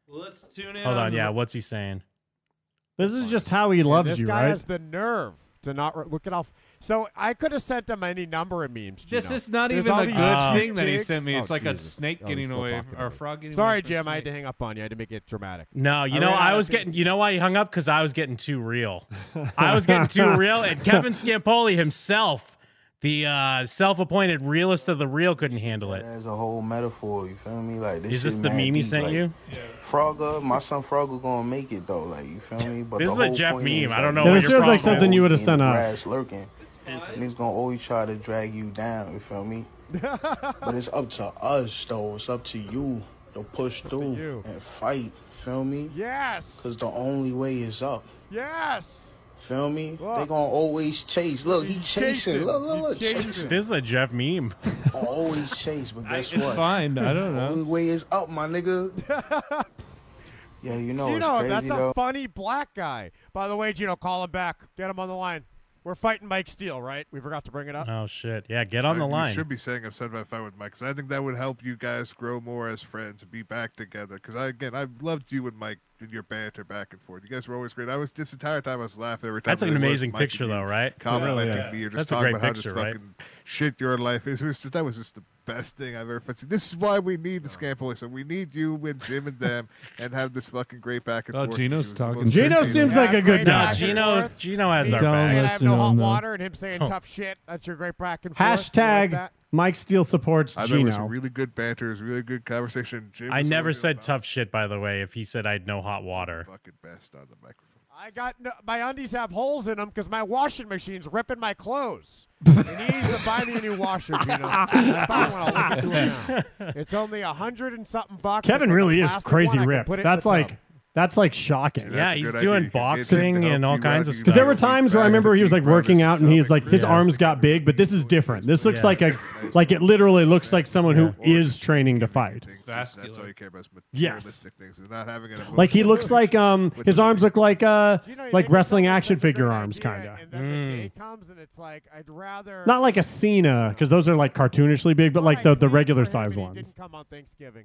Speaker 11: Let's tune
Speaker 9: Hold on, yeah, what's he saying?
Speaker 10: This is just how he
Speaker 6: Yeah,
Speaker 10: loves
Speaker 6: this
Speaker 10: you,
Speaker 6: guy
Speaker 10: right?
Speaker 6: has the nerve to not re- look it off. So I could have sent him any number of memes.
Speaker 11: This
Speaker 6: Gino.
Speaker 11: is not
Speaker 6: There's
Speaker 11: even
Speaker 6: all
Speaker 11: a
Speaker 6: these
Speaker 11: good
Speaker 6: dick
Speaker 11: thing that he
Speaker 6: pics.
Speaker 11: sent me. It's
Speaker 6: Oh,
Speaker 11: like a
Speaker 6: Jesus.
Speaker 11: snake
Speaker 6: Oh, he's
Speaker 11: getting
Speaker 6: still
Speaker 11: away
Speaker 6: talking
Speaker 11: or a
Speaker 6: about it.
Speaker 11: frog getting away.
Speaker 6: Sorry,
Speaker 11: from a
Speaker 6: Jim. I had
Speaker 11: snake.
Speaker 6: to hang up on you. I had to make it dramatic.
Speaker 9: No, you
Speaker 6: I
Speaker 9: know
Speaker 6: ran out
Speaker 9: I
Speaker 6: of
Speaker 9: was
Speaker 6: things
Speaker 9: getting. You know why he hung up? Because I was getting too real. I was getting too real, and Kevin Scampoli himself, the uh, self-appointed realist of the real, couldn't handle it.
Speaker 7: As a whole metaphor, you feel me? Like this
Speaker 9: Is this
Speaker 7: shit
Speaker 9: the
Speaker 7: mad
Speaker 9: meme he
Speaker 7: deep,
Speaker 9: sent
Speaker 7: like,
Speaker 9: you?
Speaker 7: Frogger, my son Frogger gonna make it though. Like you feel me? But
Speaker 9: This
Speaker 7: the
Speaker 9: is a
Speaker 7: whole
Speaker 9: Jeff
Speaker 7: point
Speaker 9: meme.
Speaker 7: is,
Speaker 9: I
Speaker 7: like,
Speaker 9: don't know
Speaker 10: Yeah, what this your feels like problem something is. you would've
Speaker 7: in
Speaker 10: sent
Speaker 7: the
Speaker 10: us.
Speaker 7: grass Lurking. And he's gonna always try to drag you down. You feel me? but it's up to us though. It's up to you to push through and fight. Feel me?
Speaker 6: Yes.
Speaker 7: Cause the only way is up.
Speaker 6: Yes.
Speaker 7: Feel me? They gonna always chase. Look, he chasing.
Speaker 6: chasing.
Speaker 7: Look, look, look,
Speaker 6: He chasing.
Speaker 7: chasing.
Speaker 9: This is a Jeff meme.
Speaker 7: I always chase, but guess
Speaker 9: it's
Speaker 7: what?
Speaker 9: fine. I don't know.
Speaker 7: Only way is up, my nigga. yeah, you know
Speaker 6: Gino,
Speaker 7: it's crazy
Speaker 6: that's
Speaker 7: though.
Speaker 6: a funny black guy. By the way, Gino, call him back. Get him on the line. We're fighting Mike Steele, right? We forgot to bring
Speaker 10: Uh,
Speaker 6: it up.
Speaker 9: Oh shit! Yeah, get on the
Speaker 13: I- You
Speaker 9: line.
Speaker 13: should be saying I'm set by fight with Mike because I think that would help you guys grow more as friends and be back together. Because I again, I loved you and Mike and your banter back and forth. You guys were always great. I was this entire time I was laughing every time.
Speaker 9: That's
Speaker 13: it
Speaker 9: an
Speaker 13: was
Speaker 9: amazing
Speaker 13: Mike and
Speaker 9: picture,
Speaker 13: you
Speaker 9: though, right?
Speaker 13: Complimenting
Speaker 9: Yeah.
Speaker 13: me or just
Speaker 9: That's a
Speaker 13: talking
Speaker 9: great
Speaker 13: about how just
Speaker 9: picture, right?
Speaker 13: fucking shit your life is. It was just, that was just the best thing I've ever seen. This is why we need the Scamp Boys. So we need you and Jim and them and have this fucking great back and
Speaker 11: Oh,
Speaker 13: forth.
Speaker 11: Gino's
Speaker 13: It was the
Speaker 11: talking
Speaker 13: most
Speaker 11: shit. Gino
Speaker 13: sincere-
Speaker 11: seems like a good
Speaker 6: Great
Speaker 11: No,
Speaker 6: back and
Speaker 9: Gino-
Speaker 6: forth.
Speaker 9: Gino has
Speaker 6: Me
Speaker 9: our
Speaker 6: saying
Speaker 9: back.
Speaker 6: I have no
Speaker 10: Don't
Speaker 6: hot
Speaker 10: listen to him,
Speaker 6: water
Speaker 10: though.
Speaker 6: and him saying
Speaker 10: Don't.
Speaker 6: tough shit. That's your great back and forth. You like
Speaker 10: Hashtag
Speaker 6: that?
Speaker 10: Mike Steele supports
Speaker 13: I thought it was
Speaker 10: Gino.
Speaker 13: really good banter. It was really good conversation. Jim
Speaker 9: I
Speaker 13: was
Speaker 9: never
Speaker 13: always
Speaker 9: said tough shit, by the way. If he said I'd know hot water,
Speaker 13: fucking best on the microphone.
Speaker 6: I got no, my undies have holes in them because my washing machine's ripping my clothes. and he needs to buy me a new washer, Gino. If I want to look into it now. It's only a hundred and something bucks.
Speaker 10: Kevin
Speaker 6: It's like
Speaker 10: really
Speaker 6: a
Speaker 10: is
Speaker 6: plastic
Speaker 10: crazy
Speaker 6: one. I can
Speaker 10: ripped.
Speaker 6: put it in
Speaker 10: That's
Speaker 6: the
Speaker 10: like
Speaker 6: tub.
Speaker 10: that's like shocking.
Speaker 9: Yeah, That's a he's good idea. doing You can get him to boxing help and all you kinds out. of You
Speaker 10: Because there were
Speaker 9: gotta keep
Speaker 10: times where I
Speaker 9: track of
Speaker 10: remember
Speaker 9: the
Speaker 10: he was like
Speaker 9: progress
Speaker 10: working
Speaker 9: and
Speaker 10: out and
Speaker 9: stuff
Speaker 10: he's like
Speaker 9: like
Speaker 10: his
Speaker 9: that.
Speaker 10: arms got big, but this is different. This looks
Speaker 9: Yeah.
Speaker 10: like a like it literally looks like someone who is training to fight.
Speaker 13: Things, That's, that's all you care about is
Speaker 10: Yes.
Speaker 13: materialistic things and not having an emotional
Speaker 10: Like he looks
Speaker 13: connection.
Speaker 10: like um
Speaker 13: with
Speaker 10: his
Speaker 13: the
Speaker 10: arms look like uh
Speaker 6: you
Speaker 10: like
Speaker 6: make
Speaker 10: wrestling
Speaker 6: yourself
Speaker 10: action
Speaker 6: look like a
Speaker 10: figure
Speaker 6: great
Speaker 10: arms
Speaker 6: idea,
Speaker 10: kind of.
Speaker 6: And then the day comes and it's like I'd rather
Speaker 10: Not like a Cena because those are like cartoonishly big, but like the the regular size ones.
Speaker 6: didn't come on Thanksgiving.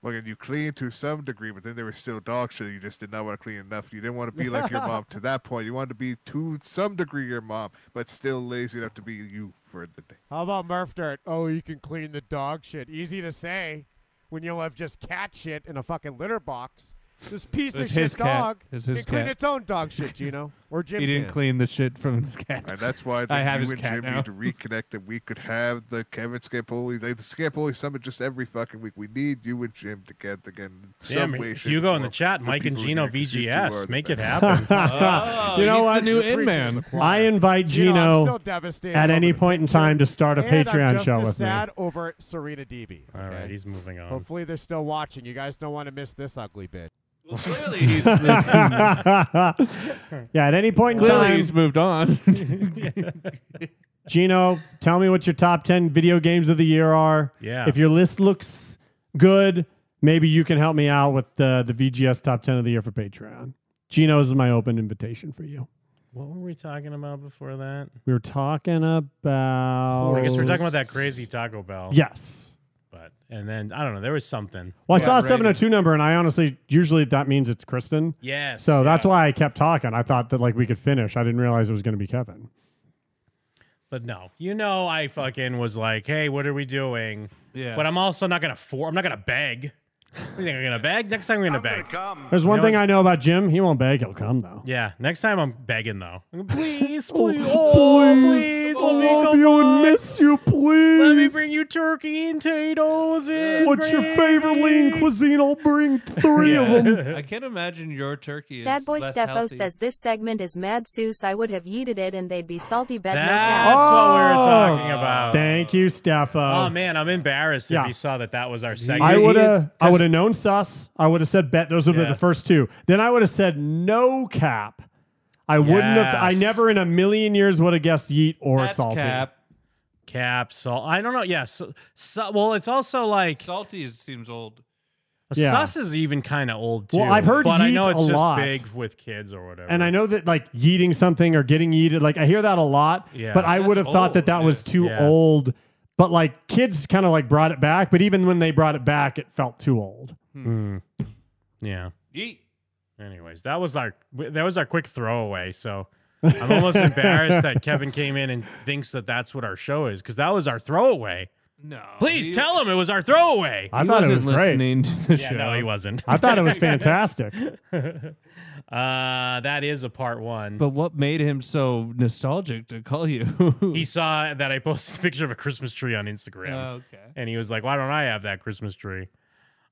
Speaker 13: Well, and you clean to some degree, but then there was still dog shit. You just did not want to clean enough. You didn't want to be like your mom to that point. You wanted to be to some degree your mom, but still lazy enough to be you for the day.
Speaker 6: How about Murph Dirt? Oh, you can clean the dog shit. Easy to say when you'll have just cat shit in a fucking litter box. This piece
Speaker 11: It
Speaker 6: of
Speaker 11: was
Speaker 6: shit
Speaker 11: his cat.
Speaker 6: dog
Speaker 11: It was his
Speaker 6: can clean
Speaker 11: cat.
Speaker 6: its own dog shit, Gino. Or Jim
Speaker 11: He didn't
Speaker 6: can.
Speaker 11: clean the shit from his cat.
Speaker 13: And that's why I, think
Speaker 11: I have
Speaker 13: you
Speaker 11: his
Speaker 13: and
Speaker 11: cat
Speaker 13: Jim
Speaker 11: now.
Speaker 13: need to reconnect, and we could have the Kevin Scampoli, like the Scampoli Summit, just every fucking week. We need you and Jim to get again in some
Speaker 9: Damn,
Speaker 13: way. shape,
Speaker 9: Hugo
Speaker 13: or
Speaker 9: in the
Speaker 13: form
Speaker 9: chat,
Speaker 13: for
Speaker 9: Mike and
Speaker 13: people
Speaker 9: Gino
Speaker 13: here, 'cause you two are
Speaker 9: VGS,
Speaker 13: the
Speaker 9: make it
Speaker 13: best.
Speaker 9: happen. Oh,
Speaker 10: you know what? I invite
Speaker 6: Gino, I'm
Speaker 10: Gino,
Speaker 6: still devastated
Speaker 10: at
Speaker 6: over
Speaker 10: any
Speaker 6: the
Speaker 10: point in time to start a
Speaker 6: and I'm
Speaker 10: Patreon
Speaker 6: just
Speaker 10: show
Speaker 6: as
Speaker 10: with
Speaker 6: sad over Serena Deeby.
Speaker 9: All right, he's moving on.
Speaker 6: Hopefully they're still watching. You guys don't want to miss this ugly bit. Well, clearly
Speaker 10: me. yeah, at any point in
Speaker 11: Clearly,
Speaker 10: time,
Speaker 11: he's moved on.
Speaker 10: Gino, tell me what your top 10 video games of the year are.
Speaker 11: Yeah.
Speaker 10: If your list looks good, maybe you can help me out with the, the VGS top 10 of the year for Patreon. Gino, this is my open invitation for you.
Speaker 9: What were we talking about before that?
Speaker 10: We were talking about.
Speaker 9: I guess we we're talking about that crazy Taco Bell.
Speaker 10: Yes.
Speaker 9: But and then I don't know. There was something.
Speaker 10: Well, I saw oh a 702 number, and I honestly, usually that means it's Kristen.
Speaker 9: Yes,
Speaker 10: So that's
Speaker 9: yeah.
Speaker 10: why I kept talking. I thought that like we could finish. I didn't realize it was going to be Kevin.
Speaker 9: But no, you know, I fucking was like, hey, what are we doing?
Speaker 11: Yeah.
Speaker 9: But I'm also not gonna for. I'm not gonna beg. What do You think I'm gonna beg? Next time I'm gonna beg. come.
Speaker 10: There's one thing I know about Jim. He won't beg. He'll come though.
Speaker 9: Yeah. Next time I'm begging though. Please,
Speaker 10: please,
Speaker 9: Oh, please,
Speaker 10: I
Speaker 9: let me
Speaker 10: love
Speaker 9: come
Speaker 10: you and miss you. Please.
Speaker 9: Let me bring you turkey and potatoes and
Speaker 10: What's your favorite lean cuisine? I'll bring three of them.
Speaker 11: I can't imagine your turkey.
Speaker 12: Sad
Speaker 11: is
Speaker 12: boy
Speaker 11: less
Speaker 12: Steffo
Speaker 11: healthy.
Speaker 12: says this segment is mad Seuss. I would have yeeted it and they'd be salty bet no
Speaker 9: That's
Speaker 12: cow.
Speaker 9: what we
Speaker 10: Oh,
Speaker 9: were talking about.
Speaker 10: Thank you, Steffo.
Speaker 9: Oh man, I'm embarrassed
Speaker 10: Yeah.
Speaker 9: if you saw that that was our segment.
Speaker 10: I would have, I would have known sus. I would have said bet. Those would have
Speaker 9: Yeah.
Speaker 10: been the first two. Then I would have said no cap. I wouldn't have. I
Speaker 9: Yes.
Speaker 10: never in a million years would have guessed yeet or
Speaker 9: That's
Speaker 10: salty.
Speaker 9: cap. Cap, salt. I don't know. Yeah. So, so, well, it's also like
Speaker 11: salty is, seems old.
Speaker 10: Yeah.
Speaker 9: sus is even kind of old too.
Speaker 10: Well, I've heard
Speaker 9: but I
Speaker 10: yeet
Speaker 9: know it's
Speaker 10: a
Speaker 9: just
Speaker 10: lot.
Speaker 9: big with kids or whatever.
Speaker 10: And I know that like yeeting something or getting yeeted, like I hear that a lot.
Speaker 9: Yeah.
Speaker 10: But I would have
Speaker 9: That's
Speaker 10: thought that that was too
Speaker 9: Yeah.
Speaker 10: old. But like kids kind of like brought it back. But even when they brought it back, it felt too old.
Speaker 9: Hmm. yeah.
Speaker 11: Yeet.
Speaker 9: Anyways, that was our that was our quick throwaway. So I'm almost embarrassed that Kevin came in and thinks that that's what our show is because that was our throwaway.
Speaker 11: No.
Speaker 9: Please tell him it was our throwaway.
Speaker 10: I thought it was great.
Speaker 9: yeah, No, he wasn't.
Speaker 10: I thought it was fantastic.
Speaker 9: uh, that is a part one.
Speaker 11: But what made him so nostalgic to call you?
Speaker 9: he saw that I posted a picture of a Christmas tree on Instagram.
Speaker 11: Oh, okay.
Speaker 9: And he was like, "Why don't I have that Christmas tree?"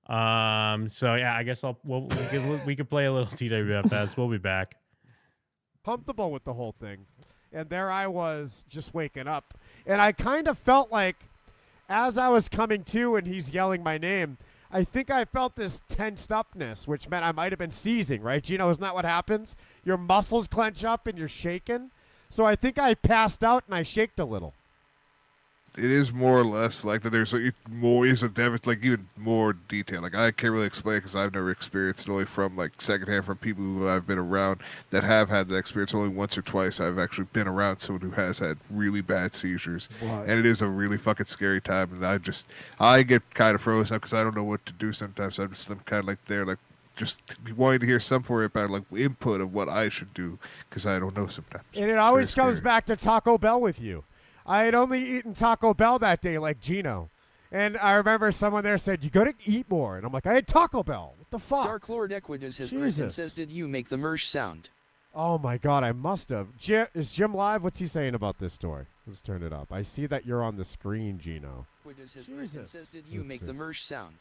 Speaker 9: Um. So yeah, I guess I'll. Well, we could we could play a little TWFS. We'll be back.
Speaker 6: comfortable with the whole thing. And there I was just waking up. And I kind of felt like as I was coming to and he's yelling my name, I think I felt this tensed upness, which meant I might have been seizing, right? Gino, isn't that what happens? Your muscles clench up and you're shaking. So I think I passed out and I shaked a little.
Speaker 13: it is more or less like that. There's like, more is a dev- like even more detail. Like I can't really explain because I've never experienced it, only from like secondhand from people who I've been around that have had that experience. Only once or twice I've actually been around someone who has had really bad seizures,
Speaker 14: Wow.
Speaker 13: and it is a really fucking scary time. And I just I get kind of frozen up because I don't know what to do sometimes. I'm just I'm kind of like there like. Just wanting to hear some for it about like input of what I should do because I don't know sometimes.
Speaker 6: And it
Speaker 13: It's
Speaker 6: always
Speaker 13: very
Speaker 6: comes
Speaker 13: scary.
Speaker 6: back to Taco Bell with you. I had only eaten Taco Bell that day, like Gino. And I remember someone there said, You gotta eat more. And I'm like, I had Taco Bell. What the fuck?
Speaker 15: Dark Lord Equidus has
Speaker 6: Jesus.
Speaker 15: Kristen says, Did you make the merch sound?
Speaker 6: Oh my God, I must have. Jim, is Jim live? What's he saying about this story? Let's turn it up. I see that you're on the screen, Gino.
Speaker 15: Equidus has Kristen says, Did you
Speaker 6: Let's
Speaker 15: make
Speaker 6: see.
Speaker 15: the merch sound?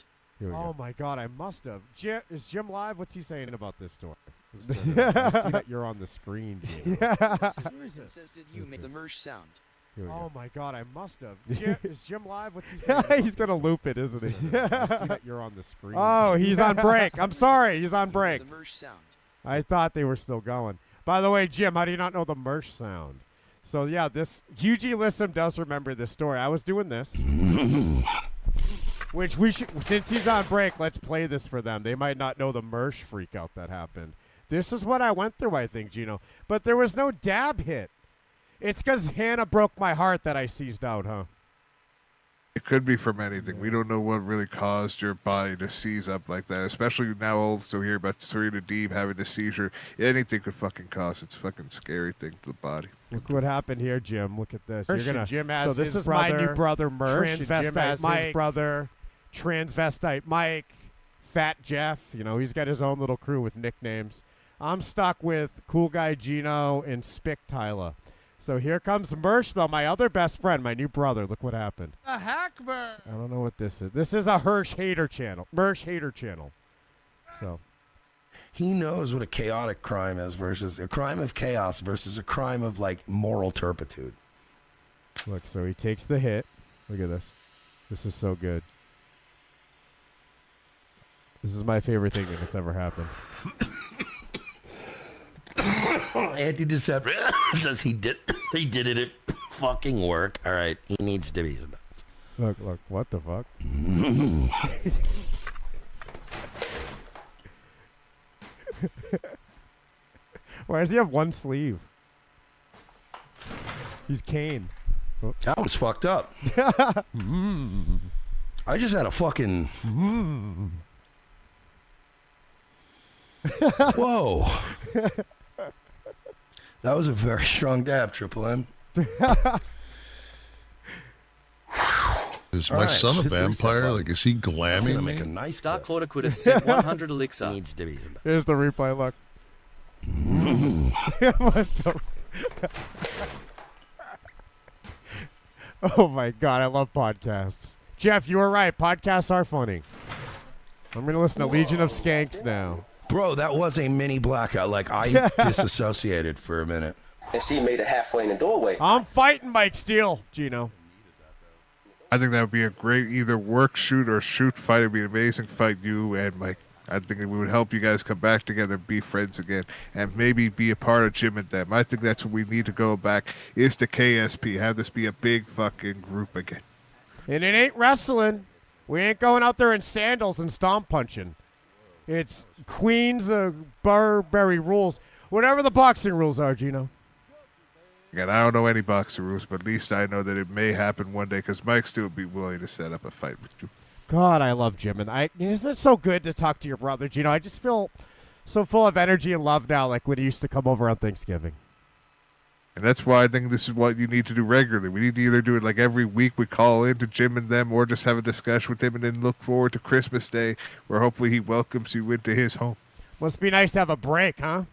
Speaker 6: Oh my God, I must have. Jim, is Jim live? What's he saying about this story? Let's turn it up. I see that you're on the screen, Gino.
Speaker 15: Kristen says, Did you make the merch sound?
Speaker 6: Oh my God, I must have. Jim, is Jim live? What's he saying? about this
Speaker 15: gonna
Speaker 6: story?
Speaker 15: loop it, isn't he?
Speaker 6: I see that
Speaker 15: you're on the screen.
Speaker 6: Oh, he's on break. I'm sorry, he's on
Speaker 15: You made
Speaker 6: break.
Speaker 15: the merch sound.
Speaker 6: I thought they were still going. By the way, Jim, how do you not know the merch sound? So yeah, this Hugie Lissum does remember this story. I was doing this, which we should since he's on break, let's play this for them. They might not know the merch freak out that happened. This is what I went through, I think, Gino. But there was no dab hit. It's because Hannah broke my heart that I seized out, huh?
Speaker 13: It could be from anything. We don't know what really caused your body to seize up like that. Especially now, also hear about Serena Deeb having a seizure. Anything could fucking cause. It's a fucking scary thing to the body.
Speaker 6: Look what happened here, Jim. Look at this. You're
Speaker 13: Mersh,
Speaker 6: gonna,
Speaker 13: Jim has
Speaker 6: so this
Speaker 13: his
Speaker 6: is my new
Speaker 13: brother,
Speaker 6: brother, Mersh. and Jim
Speaker 13: transvestite
Speaker 6: has his
Speaker 13: Mike.
Speaker 6: brother, transvestite Mike, Fat Jeff. You know, he's got his own little crew with nicknames. I'm stuck with Cool Guy Gino and Spick Tyler. So here comes Mersh, though, my other best friend, my new brother. Look what happened.
Speaker 11: A hackbird.
Speaker 6: I don't know what this is. This is a Hirsch hater channel. Mersh hater channel. So.
Speaker 16: he knows what a chaotic crime is versus a crime of chaos versus a crime of like moral turpitude.
Speaker 6: Look, so he takes the hit. Look at this. This is so good. This is my favorite thing that has ever happened.
Speaker 16: Anti-deceptive says he did he did it. It fucking work. All right, he needs to be.
Speaker 6: Look, look, what the fuck? Why does he have one sleeve? He's Kane.
Speaker 16: That was fucked up. I just had a fucking. Whoa. that was a very strong dab, Triple M.
Speaker 5: Is
Speaker 16: All
Speaker 5: my
Speaker 16: right,
Speaker 5: son a
Speaker 16: hit the reset
Speaker 5: vampire? Like, is he
Speaker 16: That's
Speaker 5: glamming
Speaker 16: gonna make
Speaker 5: me?
Speaker 16: a nice.
Speaker 14: Dark Quarter could have sent 100 elixir.
Speaker 16: Needs to be.
Speaker 6: Here's the replay. Look. What the- oh my god, I love podcasts. Jeff, you were right. Podcasts are funny. I'm gonna listen to Legion of Skanks now.
Speaker 16: Bro, that was a mini blackout. Like, I disassociated for a minute.
Speaker 17: And she made it halfway in the doorway.
Speaker 6: I'm fighting Mike Steele, Gino.
Speaker 13: I think that would be a great either work shoot or shoot fight. It'd be an amazing fight, you and Mike. I think it would help you guys come back together, be friends again, and maybe be a part of Jim and them. I think that's what we need to go back is to KSP. Have this be a big fucking group again.
Speaker 6: And it ain't wrestling. We ain't going out there in sandals and stomp punching. It's Queens of Burberry rules. Whatever the boxing rules are, Gino.
Speaker 13: Again, I don't know any boxing rules, but at least I know that it may happen one day because Mike still would be willing to set up a fight with you.
Speaker 6: God, I love Jim, and I isn't it so good to talk to your brother, Gino? I just feel so full of energy and love now, like when he used to come over on Thanksgiving.
Speaker 13: And that's why I think this is what you need to do regularly. We need to either do it like every week we call in to Jim and them or just have a discussion with him and then look forward to Christmas Day where hopefully he welcomes you into his home.
Speaker 6: Must be nice to have a break, huh?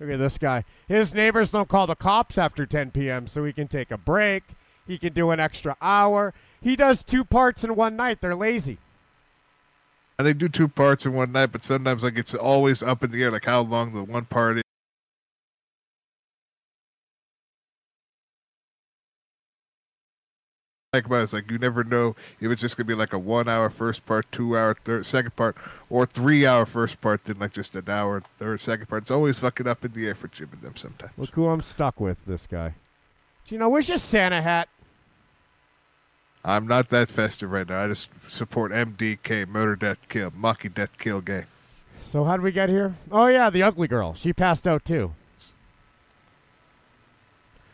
Speaker 6: Look at this guy. His neighbors don't call the cops after 10 p.m., so he can take a break. He can do an extra hour. He does two parts in one night. They're lazy.
Speaker 13: And they do two parts in one night, but sometimes like it's always up in the air like how long the one part is. Like about it, it's like you never know if it's just gonna be like a one hour first part, two hour third second part, or three hour first part, then like just an hour third second part. It's always fucking up in the air for Jim and them sometimes.
Speaker 6: Look who I'm stuck with, this guy. Gino, where's your Santa hat?
Speaker 13: I'm not that festive right now. I just support MDK, murder, death, kill, monkey, death, kill gang.
Speaker 6: So how did we get here? Oh yeah, the ugly girl. She passed out too.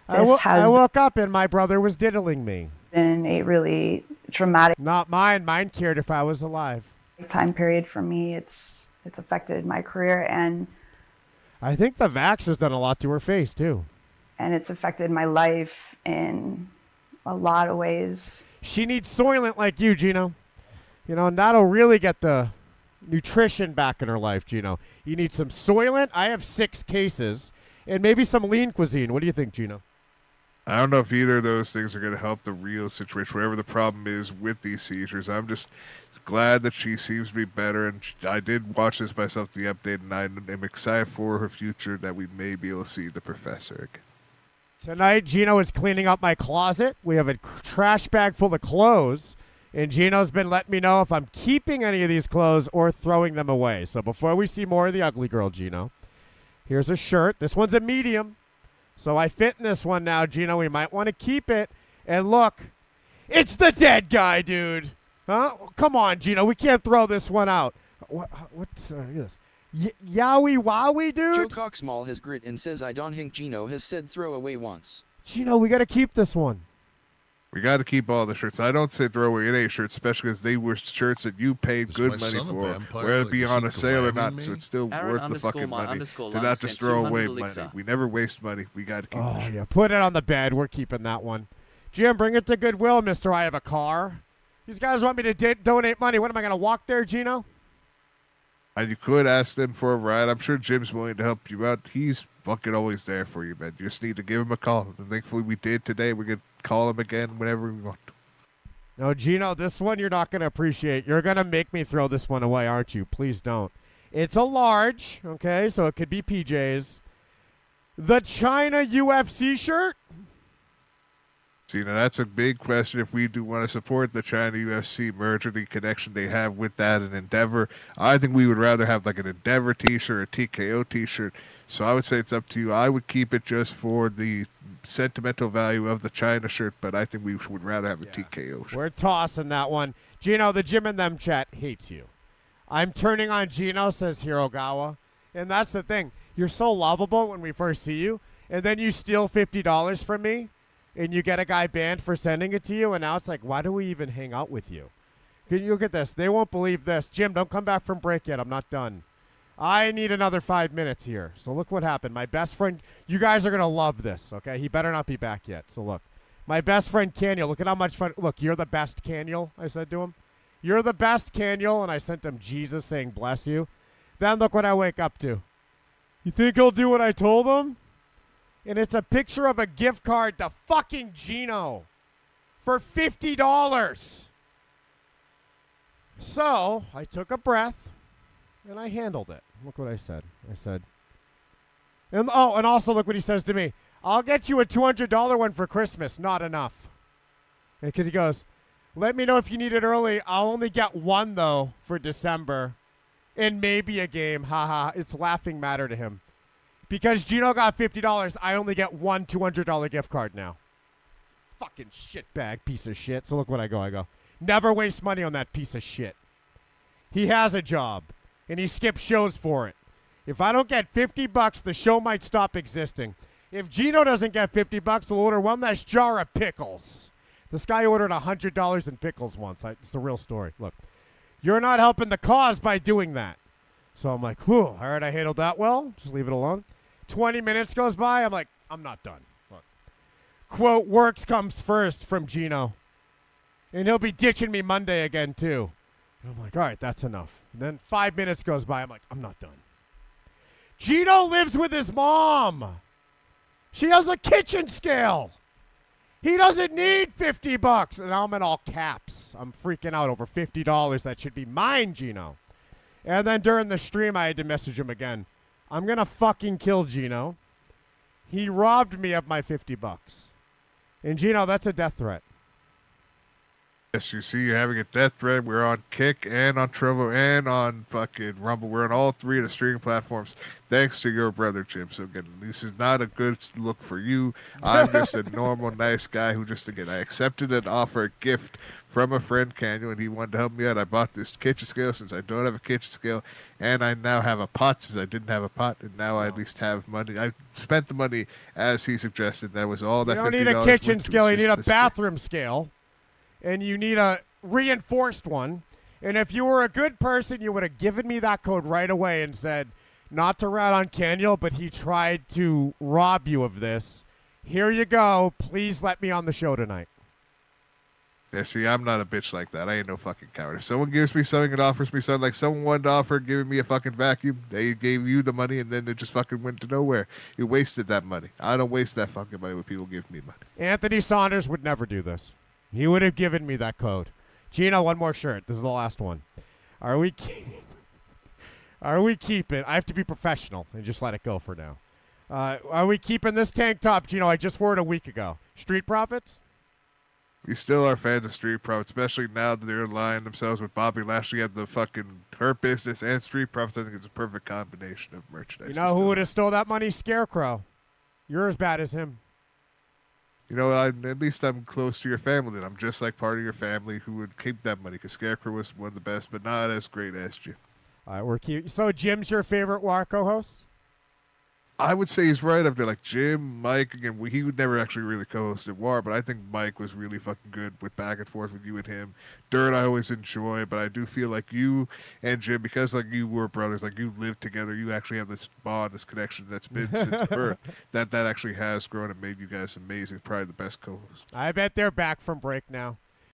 Speaker 6: I,
Speaker 18: This
Speaker 6: wo-
Speaker 18: has
Speaker 6: I woke up and my brother was diddling me.
Speaker 18: been a really traumatic
Speaker 6: Not mine. Mine cared if I was alive.
Speaker 18: time period for me. It's it's affected my career and
Speaker 6: I think the vax has done a lot to her face too.
Speaker 18: and it's affected my life in a lot of ways.
Speaker 6: She needs Soylent like you, Gino. You know, and that'll really get the nutrition back in her life, Gino. You need some Soylent. I have six cases, and maybe some lean cuisine. What do you think, Gino?
Speaker 13: I don't know if either of those things are going to help the real situation, whatever the problem is with these seizures. I'm just glad that she seems to be better, and sh- I did watch this myself, the update, and I am excited for her future that we may be able to see the professor again.
Speaker 6: Tonight, Gino is cleaning up my closet. We have a c- trash bag full of clothes, and Gino's been letting me know if I'm keeping any of these clothes or throwing them away. So before we see more of the ugly girl, Gino, here's a shirt. This one's a medium, so I fit in this one now, Gino. We might want to keep it. And look, it's the dead guy, dude. Huh? Come on, Gino. We can't throw this one out. What? What's uh, look at this? Y- Yowie Wowie, dude.
Speaker 14: Joe Coxmall has grit and says I don't think Gino has said throw away once.
Speaker 6: Gino, we got to keep this one.
Speaker 13: We got to keep all the shirts. I don't say throw away any shirts, especially because they were shirts that you paid
Speaker 5: my
Speaker 13: good money
Speaker 5: son a
Speaker 13: for,
Speaker 5: vampire?
Speaker 13: whether
Speaker 5: Like,
Speaker 13: it be
Speaker 5: is
Speaker 13: on
Speaker 5: he
Speaker 13: a sale or
Speaker 5: glamming
Speaker 13: not.
Speaker 5: me?
Speaker 13: So it's still
Speaker 5: Aaron
Speaker 13: worth the
Speaker 5: underscore
Speaker 13: fucking
Speaker 5: my
Speaker 13: money
Speaker 5: underscore
Speaker 13: to
Speaker 5: line
Speaker 13: not
Speaker 5: sent
Speaker 13: just throw
Speaker 5: 200
Speaker 13: away
Speaker 5: elixir.
Speaker 13: money. We never waste money. We got to keep.
Speaker 6: Oh yeah, put it on the bed. We're keeping that one. Jim, bring it to Goodwill, Mister. I have a car. These guys want me to di- donate money. What am I going to walk there, Gino?
Speaker 13: And you could ask them for a ride. I'm sure Jim's willing to help you out. He's fucking always there for you, man. You just need to give him a call. And thankfully, we did today. We could call him again whenever we want.
Speaker 6: No, Gino, this one you're not going to appreciate. You're going to make me throw this one away, aren't you? Please don't. It's a large, okay, so it could be PJ's. The China UFC shirt.
Speaker 13: See, now that's a big question. If we do want to support the China UFC merger, the connection they have with that and Endeavor, I think we would rather have like an Endeavor T-shirt, a TKO T-shirt. So I would say it's up to you. I would keep it just for the sentimental value of the China shirt, but I think we would rather have a TKO shirt.
Speaker 6: We're tossing that one. Gino, the Jim and them chat hates you. I'm turning on Gino, says Hirogawa. And that's the thing. You're so lovable when we first see you. and then you steal fifty dollars from me, and you get a guy banned for sending it to you, and now it's like, why do we even hang out with you? Can you look at this? They won't believe this. Jim, don't come back from break yet. I'm not done. I need another five minutes here. So look what happened. My best friend, you guys are gonna love this. Okay, he better not be back yet. So look, my best friend Caniel. Look at how much fun. Look, you're the best Caniel. I said to him, "You're the best Caniel," and I sent him Jesus saying, "Bless you." Then look what I wake up to. You think he'll do what I told him? And it's a picture of a gift card to fucking Gino for fifty dollars. So I took a breath and I handled it. Look what I said. I said, and oh, and also look what he says to me. I'll get you a two hundred dollar one for Christmas. Not enough, because he goes, "Let me know if you need it early. I'll only get one though for December, and maybe a game." Ha ha! It's laughing matter to him, because Gino got fifty dollars. I only get one two hundred dollar gift card now. Fucking shitbag piece of shit. So look what I go. I go, never waste money on that piece of shit. He has a job and he skips shows for it. If I don't get 50 bucks, the show might stop existing. If Gino doesn't get 50 bucks, he'll order one less jar of pickles. This guy ordered $100 in pickles once. I, it's the real story. Look, you're not helping the cause by doing that. So I'm like, whew, all right, I handled that well. Just leave it alone. 20 minutes goes by. I'm like, I'm not done. Look. Quote, works comes first from Gino. And he'll be ditching me Monday again, too. And I'm like, all right, that's enough. And then five minutes goes by. I'm like, I'm not done. Gino lives with his mom. She has a kitchen scale. He doesn't need 50 bucks. And I'm in all caps. I'm freaking out over $50. That should be mine, Gino. And then during the stream, I had to message him again. I'm going to fucking kill Gino. He robbed me of my 50 bucks. And Gino, that's a death threat.
Speaker 13: Yes, you see, you're having a death threat. We're on Kick and on Trevo and on fucking Rumble. We're on all three of the streaming platforms, thanks to your brother Jim. So again, this is not a good look for you. I'm just a normal, nice guy who just again I accepted an offer, a gift from a friend Canyon, and he wanted to help me out. I bought this kitchen scale since I don't have a kitchen scale, and I now have a pot since I didn't have a pot, and now I at least have money. I spent the money as he suggested. That was all.
Speaker 6: You
Speaker 13: That
Speaker 6: don't need a
Speaker 13: $50
Speaker 6: kitchen
Speaker 13: went to.
Speaker 6: scale. You
Speaker 13: It's
Speaker 6: need a
Speaker 13: just the
Speaker 6: bathroom scale. And you need a reinforced one. And if you were a good person, you would have given me that code right away and said, not to rat on Caniel, but he tried to rob you of this. Here you go. Please let me on the show tonight.
Speaker 13: Yeah, see, I'm not a bitch like that. I ain't no fucking coward. If someone gives me something and offers me something, like someone wanted to offer giving me a fucking vacuum, they gave you the money and then it just fucking went to nowhere. You wasted that money. I don't waste that fucking money when people give me money.
Speaker 6: Anthony Saunders would never do this. He would have given me that code. Gino, one more shirt. This is the last one. Are we keep, Are we keeping I have to be professional and just let it go for now. Uh, are we keeping this tank top, Gino? I just wore it a week ago. Street Profits?
Speaker 13: We still are fans of Street Profits, especially now that they're aligning themselves with Bobby Lashley at the fucking Hurt Business and Street Profits. I think it's a perfect combination of merchandise.
Speaker 6: You know who would have stole that money? Scarecrow. You're as bad as him.
Speaker 13: You know, i at least I'm close to your family. Then I'm just like part of your family who would keep that money because Scarecrow was one of the best, but not as great as Jim.
Speaker 6: All right, we're cute. So Jim's your favorite WAR co-host?
Speaker 13: I would say he's right up there. Like Jim, Mike, again, we, he would never actually really co-hosted War, but I think Mike was really fucking good with back and forth with you and him. Dirt, I always enjoy, but I do feel like you and Jim, because like you were brothers, like you lived together, you actually have this bond, this connection that's been since birth. That that actually has grown and made you guys amazing. Probably the best co-host.
Speaker 6: I bet they're back from break now.